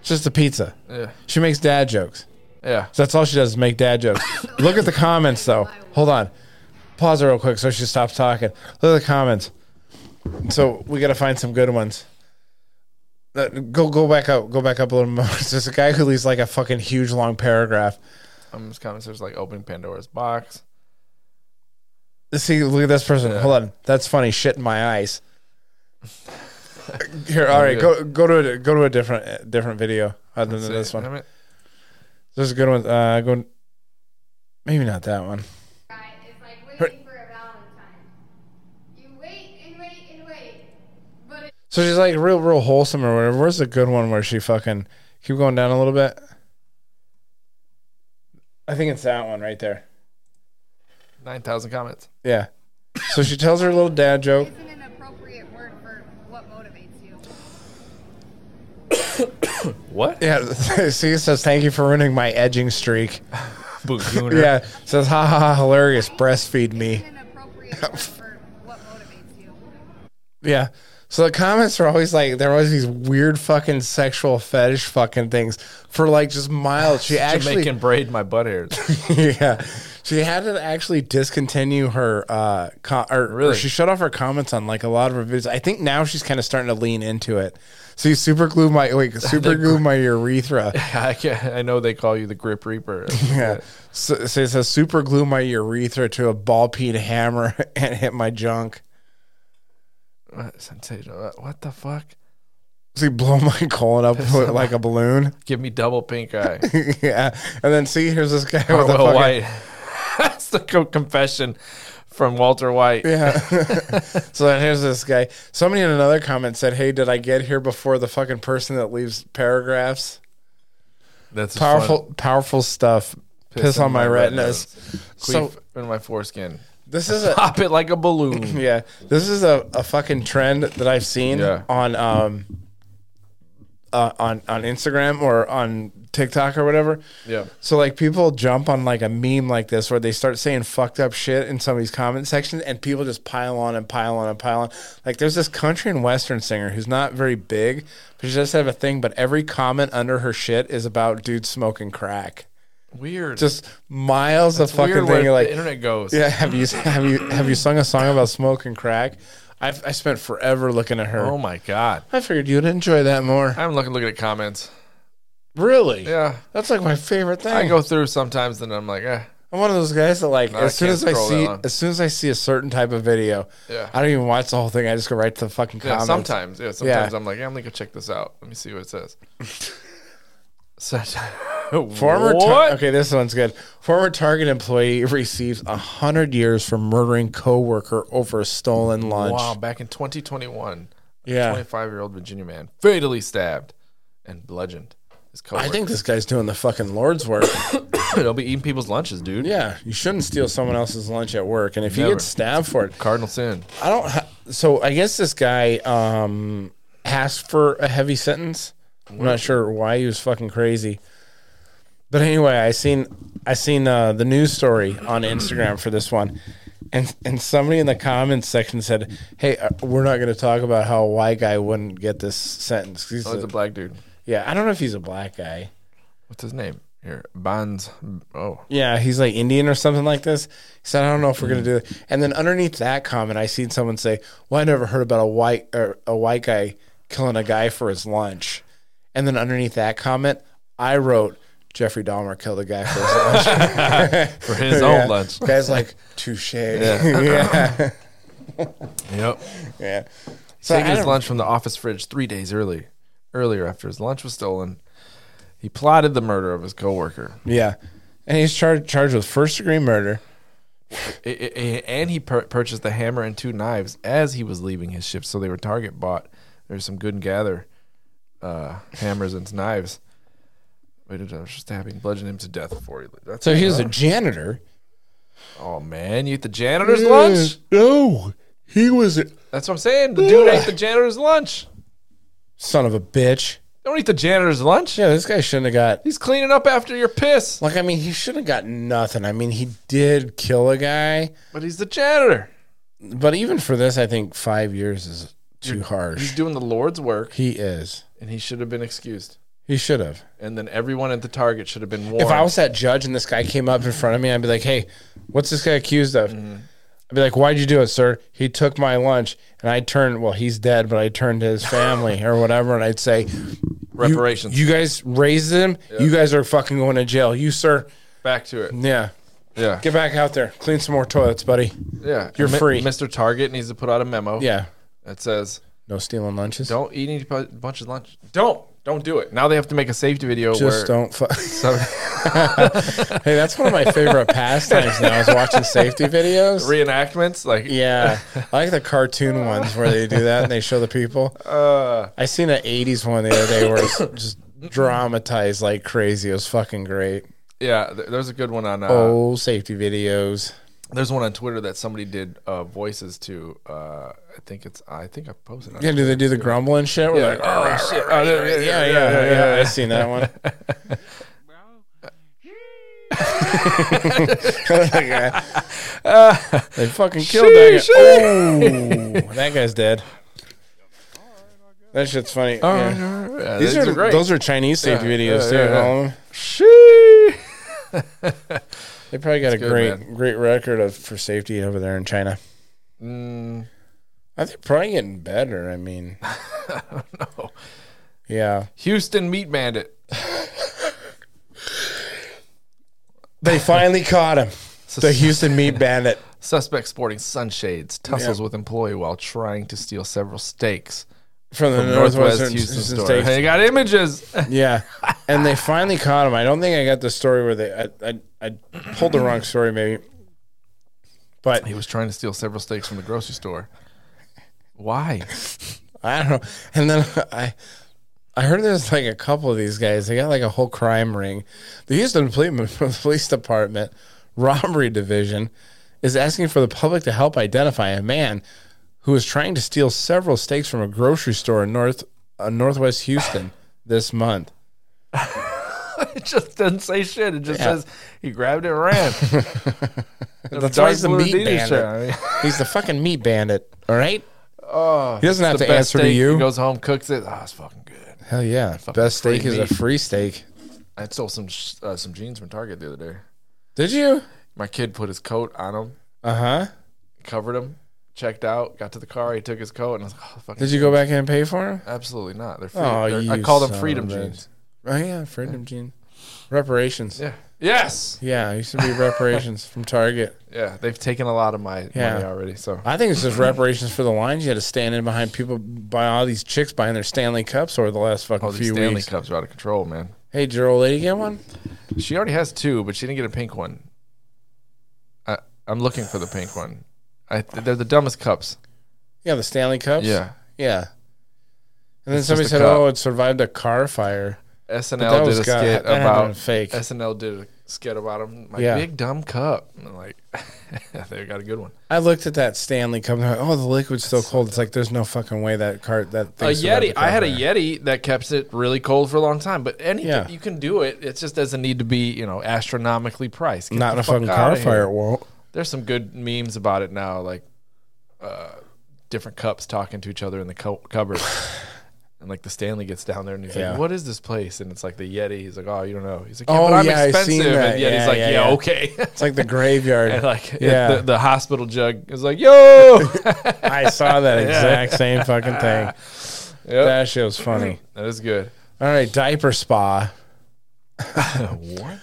Speaker 1: It's just a pizza.
Speaker 3: Yeah,
Speaker 1: She makes dad jokes.
Speaker 3: yeah.
Speaker 1: So that's all she does is make dad jokes. Look at the comments though. Hold on. Pause it real quick so she stops talking. Look at the comments. So we gotta find some good ones. Uh, go go back up. Go back up a little more. There's a guy who leaves like a fucking huge long paragraph.
Speaker 3: I'm just comments there's like opening Pandora's box.
Speaker 1: See, look at this person. Hold on, that's funny. Shit in my eyes. Here, all right, go go to a, go to a different different video other than this one.
Speaker 3: Damn it.
Speaker 1: This is a good one. Uh, go. Maybe not that one.
Speaker 9: Right, it's like waiting for a Valentine. You wait and wait and wait, but it
Speaker 1: So she's like real, real wholesome or whatever. Where's the good one where she fucking keep going down a little bit? I think it's that one right there.
Speaker 3: Nine thousand comments.
Speaker 1: Yeah. So she tells her little dad joke.
Speaker 9: isn't an appropriate word for what motivates you.
Speaker 3: What?
Speaker 1: Yeah. See, it says thank you for ruining my edging streak.
Speaker 3: Booner.
Speaker 1: Yeah. Says ha ha ha, hilarious. Breastfeed me.
Speaker 9: Isn't an appropriate word for what motivates you.
Speaker 1: Yeah. So the comments are always like there was these weird fucking sexual fetish fucking things for like just miles. She actually
Speaker 3: Jamaican braid my butt hairs.
Speaker 1: yeah. She had to actually discontinue her uh com- or really?
Speaker 3: Really?
Speaker 1: she shut off her comments on like a lot of her videos. I think now she's kind of starting to lean into it. So you super glue my wait, super glue my urethra.
Speaker 3: I, can't, I know they call you the Grip Reaper.
Speaker 1: Yeah. So, so it says super glue my urethra to a ball peen hammer and hit my junk.
Speaker 3: What- Sensational. What- Uh, What the fuck?
Speaker 1: See, blow my colon up with, like a balloon.
Speaker 3: Give me double pink eye.
Speaker 1: yeah. And then see, here's this guy with a
Speaker 3: Oh, Well,
Speaker 1: fucking,
Speaker 3: White. That's the co- confession from Walter White.
Speaker 1: Yeah. so then here's this guy. Somebody in another comment said, Hey, did I get here before the fucking person that leaves paragraphs?
Speaker 3: That's
Speaker 1: Powerful powerful stuff. Piss, on, my, retinas.
Speaker 3: Queef
Speaker 1: So
Speaker 3: in my foreskin.
Speaker 1: this is a
Speaker 3: Pop it like a balloon.
Speaker 1: yeah. This is a, a fucking trend that I've seen
Speaker 3: Yeah.
Speaker 1: on um uh, on on Instagram or on TikTok or whatever.
Speaker 3: yeah.
Speaker 1: So like people jump on like a meme like this where they start saying fucked up shit in somebody's comment section and people just pile on and pile on and pile on. Like there's this country and western singer who's not very big, but she does have a thing, but every comment under her shit is about dudes smoking crack.
Speaker 3: Weird.
Speaker 1: Just miles of fucking
Speaker 3: weird
Speaker 1: thing.
Speaker 3: where
Speaker 1: You're like
Speaker 3: the internet goes.
Speaker 1: Yeah, have you have you have you sung a song about smoking crack? I've, I spent forever looking at her.
Speaker 3: Oh my god.
Speaker 1: I figured you'd enjoy that more.
Speaker 3: I'm looking looking at comments.
Speaker 1: Really?
Speaker 3: Yeah.
Speaker 1: That's like my favorite thing.
Speaker 3: I go through sometimes, then I'm like, eh.
Speaker 1: I'm one of those guys that like
Speaker 3: I
Speaker 1: as soon
Speaker 3: can't
Speaker 1: as I
Speaker 3: scroll
Speaker 1: see
Speaker 3: that long.
Speaker 1: as soon as I see a certain type of video,
Speaker 3: Yeah.
Speaker 1: I don't even watch the whole thing. I just go right to the fucking
Speaker 3: Yeah,
Speaker 1: comments.
Speaker 3: sometimes. Yeah, sometimes
Speaker 1: Yeah.
Speaker 3: I'm like, yeah, I'm gonna go check this out. Let me see what it says. Such former
Speaker 1: Former tar-
Speaker 3: what?
Speaker 1: okay, this one's good. Former Target employee receives a hundred years for murdering coworker over stolen lunch.
Speaker 3: Wow, back in 2021,
Speaker 1: Yeah,
Speaker 3: 25 year old Virginia man fatally stabbed and bludgeoned his coworker.
Speaker 1: I think this guy's doing the fucking Lord's work.
Speaker 3: they'll be eating people's lunches, dude.
Speaker 1: yeah, you shouldn't steal someone else's lunch at work, and if you
Speaker 3: Never.
Speaker 1: get stabbed for it,
Speaker 3: Cardinal sin.
Speaker 1: I don't. Ha- so I guess this guy um, asked for a heavy sentence. I'm not sure why he was fucking crazy. But anyway, I seen I seen uh, the news story on Instagram for this one, and and somebody in the comments section said, "Hey, uh, we're not going to talk about how a white guy wouldn't get this sentence." 'Cause he's
Speaker 3: Oh, it's
Speaker 1: a-
Speaker 3: a black dude.
Speaker 1: yeah, I don't know if he's a black guy.
Speaker 3: What's his name? Here, Bonds. Oh,
Speaker 1: Yeah, he's like Indian or something like this. He said, I don't know if we're gonna do it. And then underneath that comment, I seen someone say, "Well, I never heard about a white or a white guy killing a guy for his lunch." And then underneath that comment, I wrote, "Jeffrey Dahmer killed a guy for his lunch."
Speaker 3: for his
Speaker 1: Yeah.
Speaker 3: own lunch.
Speaker 1: Guys like touche. Yeah,
Speaker 3: Yeah.
Speaker 1: yeah.
Speaker 3: Yep.
Speaker 1: So I
Speaker 3: Taking his
Speaker 1: don't-
Speaker 3: lunch from the office fridge three days early. Earlier, after his lunch was stolen, he plotted the murder of his coworker,
Speaker 1: Yeah, and he's charged charged with first degree murder.
Speaker 3: I- I- I- and he pur- purchased the hammer and two knives as he was leaving his shift. So they were target bought. There's some good and gather uh, hammers and knives. Wait, a stabbing, bludgeoned him to death before he. That's
Speaker 1: So he was a janitor.
Speaker 3: oh man, you ate the janitor's lunch.
Speaker 1: No, he was
Speaker 3: That's what I'm saying. The dude ate the janitor's lunch.
Speaker 1: son of a bitch.
Speaker 3: Don't eat the janitor's lunch.
Speaker 1: Yeah, this guy shouldn't have got
Speaker 3: He's cleaning up after your piss.
Speaker 1: Like, I mean, he shouldn't have gotten nothing. I mean, he did kill a guy,
Speaker 3: But he's the janitor.
Speaker 1: but even for this, I think five years is too harsh.
Speaker 3: He's doing the Lord's work,
Speaker 1: he is.
Speaker 3: and he should have been excused.
Speaker 1: He should have.
Speaker 3: And then everyone at the target should have been warned. Mm-hmm.
Speaker 1: If I was that judge and this guy came up in front of me, I'd be like, hey, what's this guy accused of? I'd be like, "Why'd you do it, sir?" He took my lunch, and I turned. Well, he's dead, but I turned to his family or whatever, and I'd say, "You-
Speaker 3: Reparations.
Speaker 1: You, guys raised them. You guys are fucking going to jail. You, sir.
Speaker 3: Back to it.
Speaker 1: Yeah,
Speaker 3: Yeah.
Speaker 1: get back out there. Clean some more toilets, buddy.
Speaker 3: yeah.
Speaker 1: you're
Speaker 3: Mi-
Speaker 1: free.
Speaker 3: Mr. Target needs to put out a memo
Speaker 1: Yeah,
Speaker 3: that says,
Speaker 1: no stealing lunches.
Speaker 3: don't eat any bu- bunch of lunch. Don't. Don't do it. Now they have to make a safety video
Speaker 1: Just
Speaker 3: where
Speaker 1: don't. Fu-
Speaker 3: some-
Speaker 1: hey, that's one of my favorite pastimes now. Is watching safety videos.
Speaker 3: reenactments. Like,
Speaker 1: Yeah, I like the cartoon ones where they do that and they show the people.
Speaker 3: uh,
Speaker 1: I seen an '80s one the other day where it's just dramatized like crazy. It was fucking great.
Speaker 3: yeah. th- There's a good one on. Uh,
Speaker 1: oh, safety videos.
Speaker 3: There's one on Twitter that somebody did uh, voices to. Uh, I think it's. I think I posted. it.
Speaker 1: Yeah, do they do the grumbling shit? We're
Speaker 3: Yeah.
Speaker 1: like, oh shit.
Speaker 3: Oh, yeah,
Speaker 1: yeah, yeah, yeah, yeah, I seen that one. Okay. they fucking killed that guy. Oh, that guy's dead. That shit's funny. yeah.
Speaker 3: Oh, Yeah,
Speaker 1: These are,
Speaker 3: great.
Speaker 1: those are Chinese safety
Speaker 3: Yeah,
Speaker 1: videos too.
Speaker 3: yeah, yeah,
Speaker 1: all of 'em.
Speaker 3: Shee.
Speaker 1: They probably got a
Speaker 3: good,
Speaker 1: great
Speaker 3: man.
Speaker 1: great record of for safety over there in China.
Speaker 3: Mm,
Speaker 1: I think probably getting better. I mean,
Speaker 3: no.
Speaker 1: yeah,
Speaker 3: Houston Meat Bandit.
Speaker 1: they finally caught him.
Speaker 3: Sus-
Speaker 1: The Houston Meat Bandit.
Speaker 3: Suspect sporting sunshades, tussles with employee while trying to steal several steaks
Speaker 1: From the
Speaker 3: from
Speaker 1: Northwest,
Speaker 3: Northwest Houston,
Speaker 1: Houston
Speaker 3: store.
Speaker 1: Steaks.
Speaker 3: Hey, you got images.
Speaker 1: Yeah, and they finally caught him. I don't think I got the story where they. I I, I pulled the wrong story maybe. But
Speaker 3: he was trying to steal several steaks from the grocery store. Why?
Speaker 1: I don't know. And then I I heard there's like a couple of these guys. They got like a whole crime ring. The Houston Poli- Police Department Robbery Division is asking for the public to help identify a man who was trying to steal several steaks from a grocery store in North uh, Northwest Houston this month.
Speaker 3: it just doesn't say shit. It just
Speaker 1: Yeah.
Speaker 3: says he grabbed it and ran.
Speaker 1: That's why he's the meat bandit.
Speaker 3: bandit.
Speaker 1: He's the fucking meat bandit. All right.
Speaker 3: Oh,
Speaker 1: He doesn't have
Speaker 3: the
Speaker 1: to
Speaker 3: best
Speaker 1: answer to
Speaker 3: steak.
Speaker 1: you.
Speaker 3: He goes home, cooks it. Ah, it's fucking good.
Speaker 1: Hell yeah.
Speaker 3: Fucking
Speaker 1: Best steak
Speaker 3: free
Speaker 1: is a
Speaker 3: meat.
Speaker 1: free steak.
Speaker 3: I stole some sh- uh, some jeans from Target the other day.
Speaker 1: Did you?
Speaker 3: My kid put his coat on him,
Speaker 1: Uh huh.
Speaker 3: covered him, checked out, got to the car. He took his coat and I was like, oh, fucking
Speaker 1: Did you go back in and pay for him?
Speaker 3: Absolutely not. They're free.
Speaker 1: Oh,
Speaker 3: they're- I
Speaker 1: you
Speaker 3: call them
Speaker 1: son
Speaker 3: freedom
Speaker 1: of a-
Speaker 3: jeans.
Speaker 1: Oh yeah, freedom gene. Reparations.
Speaker 3: Yeah. Yes.
Speaker 1: Yeah, it used to be reparations from Target.
Speaker 3: Yeah. They've taken a lot of my
Speaker 1: Yeah. Uh,
Speaker 3: money already. So
Speaker 1: I think it's just reparations for the lines you had to stand in behind people by all these chicks buying their Stanley Cups over Oh, the last fucking
Speaker 3: all these
Speaker 1: few
Speaker 3: Stanley
Speaker 1: weeks.
Speaker 3: cups are out of control, man.
Speaker 1: Hey, did your old lady get one?
Speaker 3: She already has two, but she didn't get a pink one. I, I'm looking for the pink one. I, they're the dumbest cups.
Speaker 1: Yeah, the Stanley Cups.
Speaker 3: Yeah.
Speaker 1: yeah. And then
Speaker 3: It's
Speaker 1: somebody
Speaker 3: just a
Speaker 1: said,
Speaker 3: cup.
Speaker 1: "Oh, it survived a car fire." But
Speaker 3: SNL did a
Speaker 1: got-
Speaker 3: skit
Speaker 1: that had to have been
Speaker 3: about
Speaker 1: fake.
Speaker 3: SNL did a skit about him. My
Speaker 1: Yeah.
Speaker 3: big dumb cup. And like they got a good one.
Speaker 1: I looked at that Stanley Cup. And I'm like, oh, the liquid's still cold. It's like there's no fucking way that car that
Speaker 3: A
Speaker 1: thing survived
Speaker 3: Yeti.
Speaker 1: the car
Speaker 3: I had a
Speaker 1: fire.
Speaker 3: Yeti that kept it really cold for a long time. But anything
Speaker 1: Yeah.
Speaker 3: you can do it. It just doesn't need to be you know astronomically priced. Get
Speaker 1: Not
Speaker 3: the
Speaker 1: in a
Speaker 3: fuck
Speaker 1: fucking
Speaker 3: outta
Speaker 1: car
Speaker 3: here.
Speaker 1: fire. It won't.
Speaker 3: There's some good memes about it now, like uh, different cups talking to each other in the cu- cupboard. And like the Stanley gets down there and he's
Speaker 1: Yeah.
Speaker 3: like, "What is this place?" And it's like the Yeti. He's like, "Oh, you don't know." He's like, "Yeah,
Speaker 1: Oh,
Speaker 3: but I'm
Speaker 1: yeah, I've seen
Speaker 3: expensive."
Speaker 1: that.
Speaker 3: And Yeti's
Speaker 1: Yeah,
Speaker 3: like,
Speaker 1: yeah,
Speaker 3: "Yeah,
Speaker 1: yeah.
Speaker 3: okay."
Speaker 1: It's like the graveyard.
Speaker 3: And like
Speaker 1: Yeah.
Speaker 3: the, the hospital jug is like, yo,
Speaker 1: I saw that exact same fucking thing.
Speaker 3: Yep.
Speaker 1: That shit was funny.
Speaker 3: that is good.
Speaker 1: All right, diaper spa.
Speaker 3: what?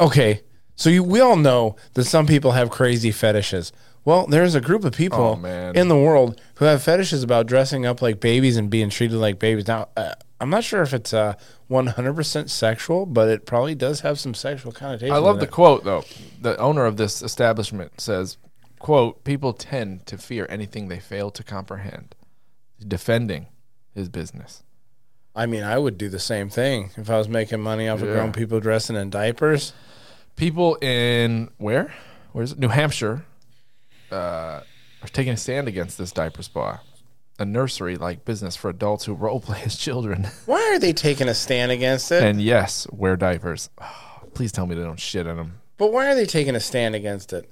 Speaker 1: Okay, so you we all know that some people have crazy fetishes. Well, there's a group of
Speaker 3: Oh,
Speaker 1: people
Speaker 3: man.
Speaker 1: in the world who have fetishes about dressing up like babies and being treated like babies. Now, uh, I'm not sure if it's uh, 100% sexual, but it probably does have some sexual connotation.
Speaker 3: I love
Speaker 1: in
Speaker 3: the
Speaker 1: it.
Speaker 3: quote though. The owner of this establishment says, "quote People tend to fear anything they fail to comprehend." Defending his business.
Speaker 1: I mean, I would do the same thing if I was making money off
Speaker 3: Yeah.
Speaker 1: of grown people dressing in diapers.
Speaker 3: People in where? Where's it? New Hampshire? Uh, are taking a stand against this diaper spa, a nursery-like business for adults who role play as children.
Speaker 1: Why are they taking a stand against it?
Speaker 3: and yes, wear diapers. please tell me they don't shit in them.
Speaker 1: But why are they taking a stand against it?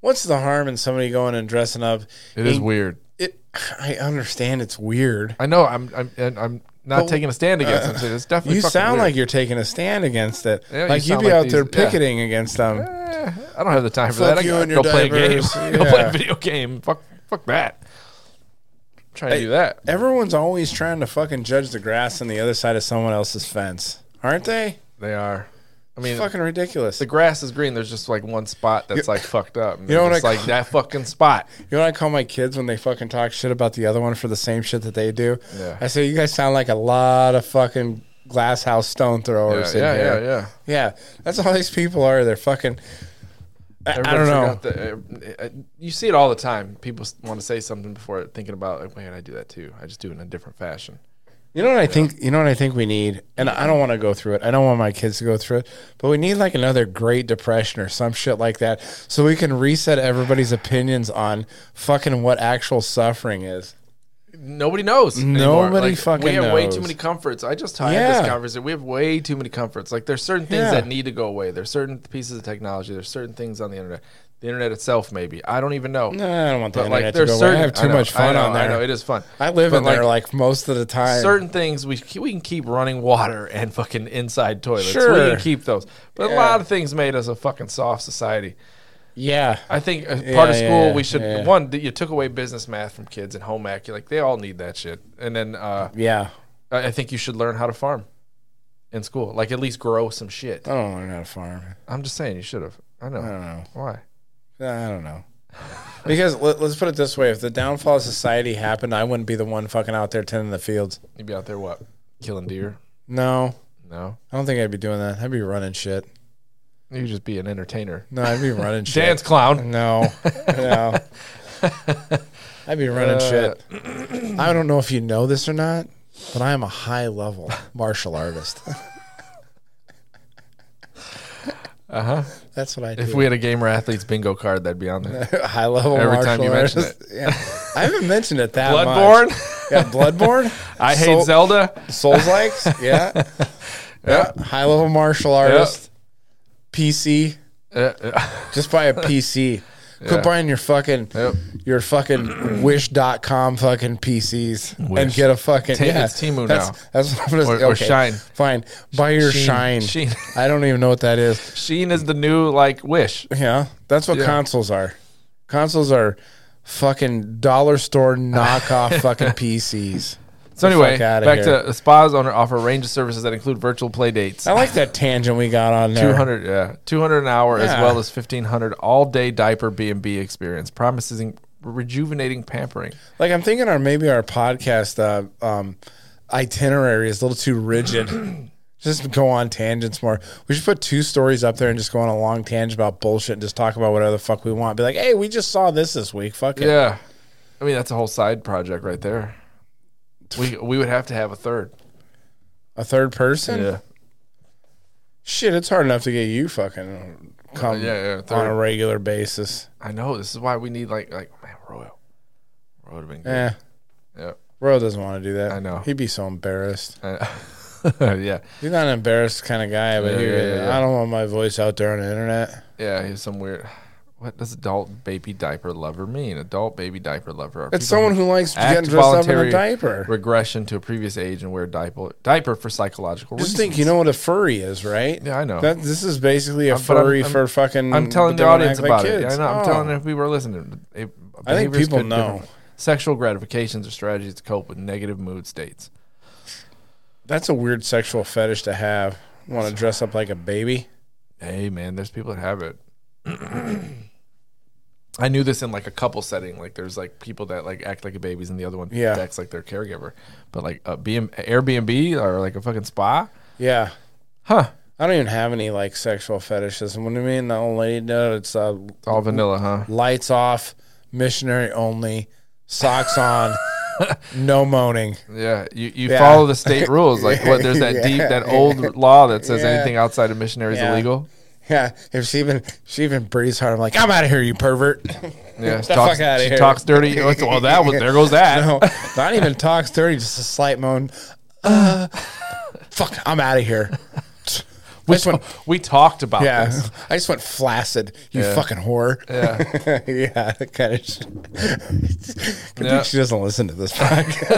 Speaker 1: What's the harm in somebody going and dressing up?
Speaker 3: It is
Speaker 1: in-
Speaker 3: weird.
Speaker 1: It, I understand it's weird.
Speaker 3: I know. I'm. I'm. And I'm not
Speaker 1: But-
Speaker 3: taking a stand against them. So it's definitely
Speaker 1: You
Speaker 3: fucking
Speaker 1: sound
Speaker 3: weird.
Speaker 1: like you're taking a stand against it.
Speaker 3: Yeah, you
Speaker 1: like you'd
Speaker 3: sound
Speaker 1: be
Speaker 3: like
Speaker 1: out there
Speaker 3: these- yeah.
Speaker 1: picketing against them.
Speaker 3: Eh, I don't have the time for
Speaker 1: Fuck
Speaker 3: that. I
Speaker 1: you
Speaker 3: gotta
Speaker 1: and your
Speaker 3: go play a game.
Speaker 1: diapers.
Speaker 3: go play
Speaker 1: Yeah.
Speaker 3: a video game. Fuck, fuck that. Trying to
Speaker 1: Hey.
Speaker 3: do that.
Speaker 1: Everyone's always trying to fucking judge the grass on the other side of someone else's fence, aren't they?
Speaker 3: They are. I mean,
Speaker 1: It's fucking ridiculous.
Speaker 3: the grass is green. There's just like one spot that's like fucked up. And
Speaker 1: You know
Speaker 3: they're
Speaker 1: what
Speaker 3: just
Speaker 1: I
Speaker 3: like
Speaker 1: call-
Speaker 3: that fucking spot.
Speaker 1: You know what I call my kids when they fucking talk shit about the other one for the same shit that they do?
Speaker 3: Yeah.
Speaker 1: I say, you guys sound like a lot of fucking glass house stone
Speaker 3: Yeah,
Speaker 1: throwers in
Speaker 3: yeah,
Speaker 1: here.
Speaker 3: yeah, yeah.
Speaker 1: Yeah, that's all these people are. They're fucking. I, I don't
Speaker 3: Everybody's
Speaker 1: know.
Speaker 3: got the- uh, uh, you see it all the time. People s- want to say something before thinking about like, wait, I do that too. I just do it in a different fashion.
Speaker 1: You know what I think? You know what I think we need? And I don't want to go through it. I don't want my kids to go through it. But we need like another Great Depression or some shit like that, so we can reset everybody's opinions on fucking what actual suffering is.
Speaker 3: Nobody knows. anymore.
Speaker 1: Nobody
Speaker 3: Like,
Speaker 1: fucking
Speaker 3: We have way
Speaker 1: knows.
Speaker 3: too many comforts. I just tired this
Speaker 1: Yeah.
Speaker 3: conversation. We have way too many comforts. Like there's certain things
Speaker 1: Yeah.
Speaker 3: that need to go away. There's certain pieces of technology. There's certain things on the internet. The internet itself, maybe. I don't even know.
Speaker 1: No, I don't want the
Speaker 3: But like
Speaker 1: internet to
Speaker 3: there's
Speaker 1: go away.
Speaker 3: certain.
Speaker 1: I have too
Speaker 3: know,
Speaker 1: much
Speaker 3: I
Speaker 1: fun
Speaker 3: know,
Speaker 1: on there.
Speaker 3: I know it is fun.
Speaker 1: I live
Speaker 3: But,
Speaker 1: in there like most of the time.
Speaker 3: certain things we ke- we can keep running water and fucking inside toilets. We
Speaker 1: Sure.
Speaker 3: can keep those. But a lot of things made us a fucking soft society.
Speaker 1: yeah.
Speaker 3: I think as
Speaker 1: Yeah,
Speaker 3: part of
Speaker 1: yeah,
Speaker 3: school
Speaker 1: yeah,
Speaker 3: we should
Speaker 1: yeah.
Speaker 3: one that you took away business math from kids and home ec. You're like they all need that shit. And then uh,
Speaker 1: yeah.
Speaker 3: I I think you should learn how to farm in school. Like at least grow some shit.
Speaker 1: I don't learn how to farm.
Speaker 3: I'm just saying you should have. I know.
Speaker 1: I don't know.
Speaker 3: Why?
Speaker 1: I don't know. Because let, let's put it this way: if the downfall of society happened, I wouldn't be the one fucking out there tending the fields.
Speaker 3: You'd be out there what? Killing deer?
Speaker 1: No,
Speaker 3: No.
Speaker 1: I don't think I'd be doing that. I'd be running shit.
Speaker 3: You'd just be an entertainer.
Speaker 1: No, I'd be running shit.
Speaker 3: Dance clown.
Speaker 1: No, no. I'd be running
Speaker 3: Uh.
Speaker 1: shit. I don't know if you know this or not, but I am a high level martial artist. uh huh. That's what I do.
Speaker 3: Uh-huh. If we had a gamer athletes bingo card, that'd be on there.
Speaker 1: high level
Speaker 3: Every
Speaker 1: martial
Speaker 3: time you
Speaker 1: artist.
Speaker 3: mention
Speaker 1: Yeah. I haven't mentioned it that much.
Speaker 3: Bloodborne.
Speaker 1: Yeah, Bloodborne.
Speaker 3: I hate
Speaker 1: Soul-
Speaker 3: Zelda.
Speaker 1: Souls likes. Yeah. yeah. High level martial artist. PC.
Speaker 3: Uh, uh,
Speaker 1: Just buy a PC.
Speaker 3: Yeah.
Speaker 1: Quit buying your fucking
Speaker 3: Yep.
Speaker 1: your fucking wish.com fucking PCs and
Speaker 3: Wish.
Speaker 1: get a fucking
Speaker 3: T-
Speaker 1: yeah,
Speaker 3: it's Temu
Speaker 1: that's,
Speaker 3: now.
Speaker 1: That's what I'm gonna
Speaker 3: Or-
Speaker 1: say.
Speaker 3: or
Speaker 1: Okay,
Speaker 3: Shine.
Speaker 1: Fine. Buy your
Speaker 3: Sheen.
Speaker 1: shine.
Speaker 3: Sheen.
Speaker 1: I don't even know what that is.
Speaker 3: Sheen is the new like wish.
Speaker 1: Yeah. That's what
Speaker 3: Yeah.
Speaker 1: consoles are. Consoles are fucking dollar store knockoff fucking PCs.
Speaker 3: So anyway,
Speaker 1: fuck outta
Speaker 3: back
Speaker 1: here.
Speaker 3: to spas owner offer a range of services that include virtual play dates.
Speaker 1: I like that tangent we got on there.
Speaker 3: Two hundred, yeah, two hundred an hour, as
Speaker 1: Yeah.
Speaker 3: well as fifteen hundred all day diaper B and B experience, promising rejuvenating pampering.
Speaker 1: Like I'm thinking, our maybe our podcast uh, um, itinerary is a little too rigid. just go on tangents more. We should put two stories up there and just go on a long tangent about bullshit and just talk about whatever the fuck we want. Be like, hey, we just saw this this week. Fuck it.
Speaker 3: Yeah, I mean that's a whole side project right there. We we would have to have a third.
Speaker 1: A third person. Shit, it's hard enough to get you fucking come
Speaker 3: Yeah, yeah,
Speaker 1: on
Speaker 3: third.
Speaker 1: a regular basis.
Speaker 3: I know. This is why we need like like man, Royal. Royal would have been good.
Speaker 1: Yeah.
Speaker 3: Yeah.
Speaker 1: Royal doesn't want to do that.
Speaker 3: I know.
Speaker 1: He'd be so embarrassed.
Speaker 3: Yeah. yeah,
Speaker 1: He's not an embarrassed kind of guy, but
Speaker 3: Yeah,
Speaker 1: he-
Speaker 3: yeah, yeah, yeah.
Speaker 1: I don't want my voice out there on the internet.
Speaker 3: yeah. He's some weird. What does adult baby diaper lover mean? Adult baby diaper lover. Are
Speaker 1: It's
Speaker 3: people
Speaker 1: someone who likes
Speaker 3: act
Speaker 1: getting dressed up in
Speaker 3: voluntary
Speaker 1: a diaper.
Speaker 3: regression to a previous age and wear diaper diaper for psychological
Speaker 1: Just
Speaker 3: reasons.
Speaker 1: think, you know what a furry is, right?
Speaker 3: Yeah, I know.
Speaker 1: That this is basically a
Speaker 3: I'm- but I'm-
Speaker 1: furry
Speaker 3: I'm-
Speaker 1: for fucking.
Speaker 3: I'm telling
Speaker 1: but
Speaker 3: the
Speaker 1: they wanna
Speaker 3: audience
Speaker 1: act like
Speaker 3: about it.
Speaker 1: kids.
Speaker 3: I know. I'm
Speaker 1: Oh.
Speaker 3: telling if we were listening.
Speaker 1: I
Speaker 3: It,
Speaker 1: think
Speaker 3: behaviors
Speaker 1: people
Speaker 3: could
Speaker 1: know.
Speaker 3: differ. Sexual gratifications are strategies to cope with negative mood states.
Speaker 1: That's a weird sexual fetish to have. Want to dress up like a baby?
Speaker 3: Hey, man, there's people that have it. I knew this in like a couple setting. Like there's like people that like act like a babies and the other one
Speaker 1: Yeah.
Speaker 3: acts like their caregiver. But like a BM, Airbnb or like a fucking spa.
Speaker 1: Yeah.
Speaker 3: Huh.
Speaker 1: I don't even have any like sexual fetishes. What do you mean? The old lady, no, it's uh,
Speaker 3: All vanilla, huh?
Speaker 1: lights off, missionary only, socks on, no moaning.
Speaker 3: Yeah, you, you
Speaker 1: Yeah.
Speaker 3: follow the state rules. Like what? There's that deep, that old law that says
Speaker 1: Yeah.
Speaker 3: anything outside of missionary is
Speaker 1: Yeah.
Speaker 3: illegal.
Speaker 1: Yeah, if she even she even breathes hard, I'm like, I'm out of here, you pervert.
Speaker 3: Yeah,
Speaker 1: the
Speaker 3: talks,
Speaker 1: fuck outta
Speaker 3: she
Speaker 1: here.
Speaker 3: talks dirty. You know, it's, well, that was there goes that.
Speaker 1: No, not even talks dirty, just a slight moan. Uh, fuck, I'm out of here. I
Speaker 3: we,
Speaker 1: just went,
Speaker 3: we talked about
Speaker 1: yeah,
Speaker 3: this.
Speaker 1: I just went flaccid. You
Speaker 3: Yeah.
Speaker 1: fucking whore.
Speaker 3: Yeah,
Speaker 1: yeah, that kind of. Shit. Good
Speaker 3: Yeah. Uh,
Speaker 1: thing she doesn't listen to this podcast.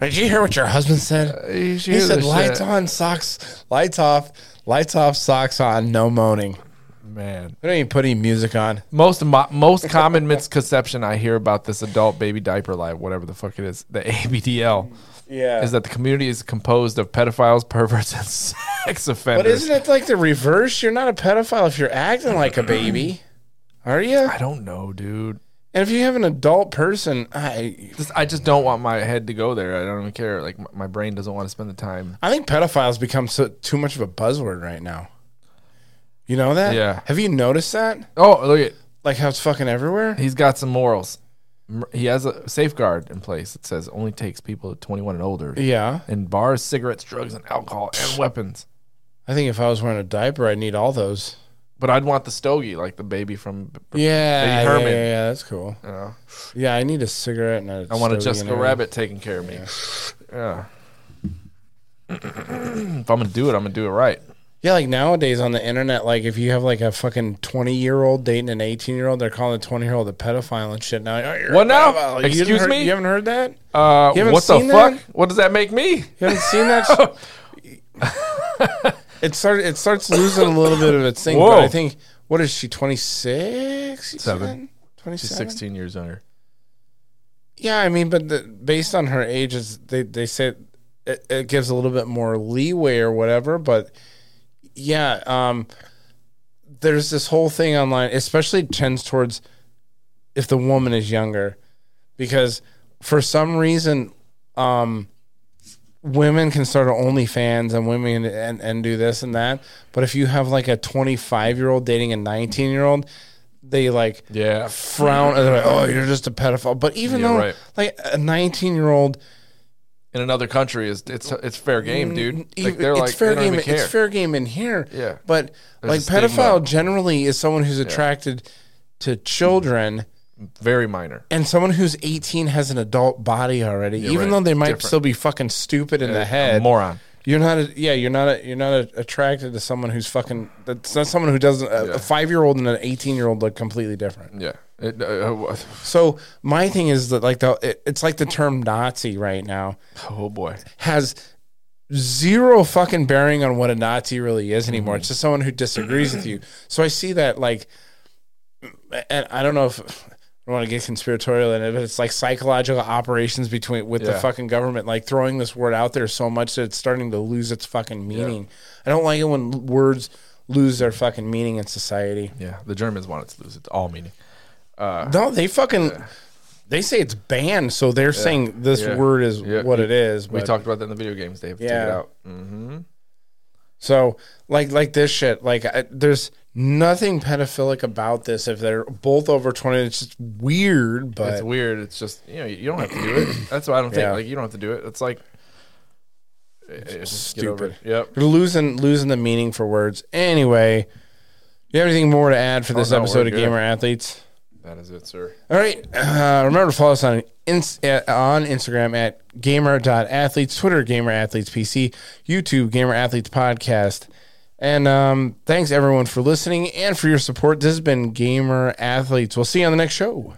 Speaker 1: Did you hear what your husband said?
Speaker 3: You should
Speaker 1: He
Speaker 3: hear
Speaker 1: said
Speaker 3: this
Speaker 1: lights
Speaker 3: shit.
Speaker 1: on, socks, lights off, lights off, socks on, no moaning.
Speaker 3: Man.
Speaker 1: We don't even put any music on.
Speaker 3: Most mo- most common misconception I hear about this adult baby diaper life, whatever the fuck it is, the ABDL,
Speaker 1: Yeah.
Speaker 3: is that the community is composed of pedophiles, perverts, and sex offenders.
Speaker 1: but isn't it like the reverse? You're not a pedophile if you're acting like a baby, are you?
Speaker 3: I don't know, dude.
Speaker 1: And if you have an adult person, I
Speaker 3: Just, I just don't want my head to go there. I don't even care. Like my, my brain doesn't want to spend the time.
Speaker 1: I think pedophiles become so, too much of a buzzword right now. You know that?
Speaker 3: Yeah.
Speaker 1: Have you noticed that?
Speaker 3: Oh, look at
Speaker 1: Like how it's fucking everywhere.
Speaker 3: he's got some morals. M- He has a safeguard in place that says only takes people 21 and older.
Speaker 1: Yeah.
Speaker 3: And bars, cigarettes, drugs, and alcohol and weapons.
Speaker 1: I think if I was wearing a diaper, I'd need all those.
Speaker 3: But I'd want the stogie, like the baby from.
Speaker 1: Yeah, yeah,
Speaker 3: Herman.
Speaker 1: yeah, yeah, that's cool.
Speaker 3: You know,
Speaker 1: Yeah, I need a cigarette and a
Speaker 3: I want a
Speaker 1: stogie
Speaker 3: Jessica
Speaker 1: and everything.
Speaker 3: Rabbit taking care of me. Yeah. if I'm gonna do it, I'm gonna do it right.
Speaker 1: Yeah, like nowadays on the internet, like if you have like a fucking twenty year old dating an eighteen year old, they're calling the twenty year old a pedophile and shit. Now, oh, you're a
Speaker 3: What now?
Speaker 1: pedophile. You didn't
Speaker 3: Excuse
Speaker 1: heard-
Speaker 3: me?
Speaker 1: You haven't heard that?
Speaker 3: Uh,
Speaker 1: You haven't
Speaker 3: what the
Speaker 1: seen
Speaker 3: fuck?
Speaker 1: that?
Speaker 3: What does that make me?
Speaker 1: You haven't seen that? sh- it started. It starts losing a little bit of its thing. But
Speaker 3: Whoa.
Speaker 1: I think what is she? Twenty six?
Speaker 3: Seven.
Speaker 1: Twenty
Speaker 3: She's
Speaker 1: six.
Speaker 3: 16 years younger.
Speaker 1: Yeah, I mean, but the, based on her age, is they they say it, it gives a little bit more leeway or whatever. But yeah, um, there's this whole thing online, especially tends towards if the woman is younger, because for some reason, um, women can start an OnlyFans and women and and do this and that. But if you have like a 25 year old dating a 19 year old, they like
Speaker 3: Yeah.
Speaker 1: frown and they're like, "Oh, you're just a pedophile." But even
Speaker 3: Yeah,
Speaker 1: though
Speaker 3: right.
Speaker 1: like a 19 year old,
Speaker 3: In another country, is it's it's fair game, dude. Like they're
Speaker 1: Mm, e, it's
Speaker 3: like
Speaker 1: fair
Speaker 3: they don't
Speaker 1: game.
Speaker 3: even care.
Speaker 1: It's fair game in here.
Speaker 3: Yeah.
Speaker 1: but
Speaker 3: There's
Speaker 1: like
Speaker 3: a stigma.
Speaker 1: pedophile generally is someone who's attracted to children
Speaker 3: Very minor.
Speaker 1: and someone who's 18 has an adult body already, even
Speaker 3: right.
Speaker 1: though they might
Speaker 3: Different.
Speaker 1: still be fucking stupid in the
Speaker 3: A
Speaker 1: head.
Speaker 3: Uh, moron.
Speaker 1: You're not, a, yeah. You're not, a, you're not a, attracted to someone who's fucking. That's not someone who doesn't. A,
Speaker 3: Yeah.
Speaker 1: a five year old and an eighteen year old look completely different.
Speaker 3: Yeah. It, uh,
Speaker 1: So my thing is that like the it, it's like the term Nazi right now
Speaker 3: oh boy.
Speaker 1: has zero fucking bearing on what a Nazi really is anymore. It's just someone who disagrees with you. So I see that like, and I don't know if I don't want to get conspiratorial in it, but it's like psychological operations between with the
Speaker 3: Yeah.
Speaker 1: fucking government, like throwing this word out there so much that it's starting to lose its fucking meaning. I don't like it when l- words lose their fucking meaning in society.
Speaker 3: Yeah. The Germans wanted to lose it all meaning. Uh,
Speaker 1: No, they fucking they say it's banned, so they're saying this
Speaker 3: Yeah.
Speaker 1: word is
Speaker 3: Yeah.
Speaker 1: what it is.
Speaker 3: We
Speaker 1: but-
Speaker 3: talked about that in the video games. They have to take it
Speaker 1: Yeah.
Speaker 3: out. Mm-hmm.
Speaker 1: so like like this shit. Like I, there's nothing pedophilic about this. If they're both over twenty, it's just weird. But
Speaker 3: it's weird. It's just you know you don't have to do it. That's why I don't think
Speaker 1: Yeah.
Speaker 3: like you don't have to do it. It's like it's just get over it.
Speaker 1: stupid.
Speaker 3: Yep.
Speaker 1: You're losing losing the meaning for words. Anyway, you have anything more to add for this
Speaker 3: Oh, no, we're
Speaker 1: episode of
Speaker 3: good.
Speaker 1: Gamer Athletes?
Speaker 3: That is it, sir.
Speaker 1: All right. Uh, remember to follow us on ins- uh, on Instagram at gamer.athletes, Twitter gamer.athletespc, YouTube gamer.athletes podcast. And um, thanks everyone for listening and for your support. This has been Gamer Athletes. We'll see you on the next show.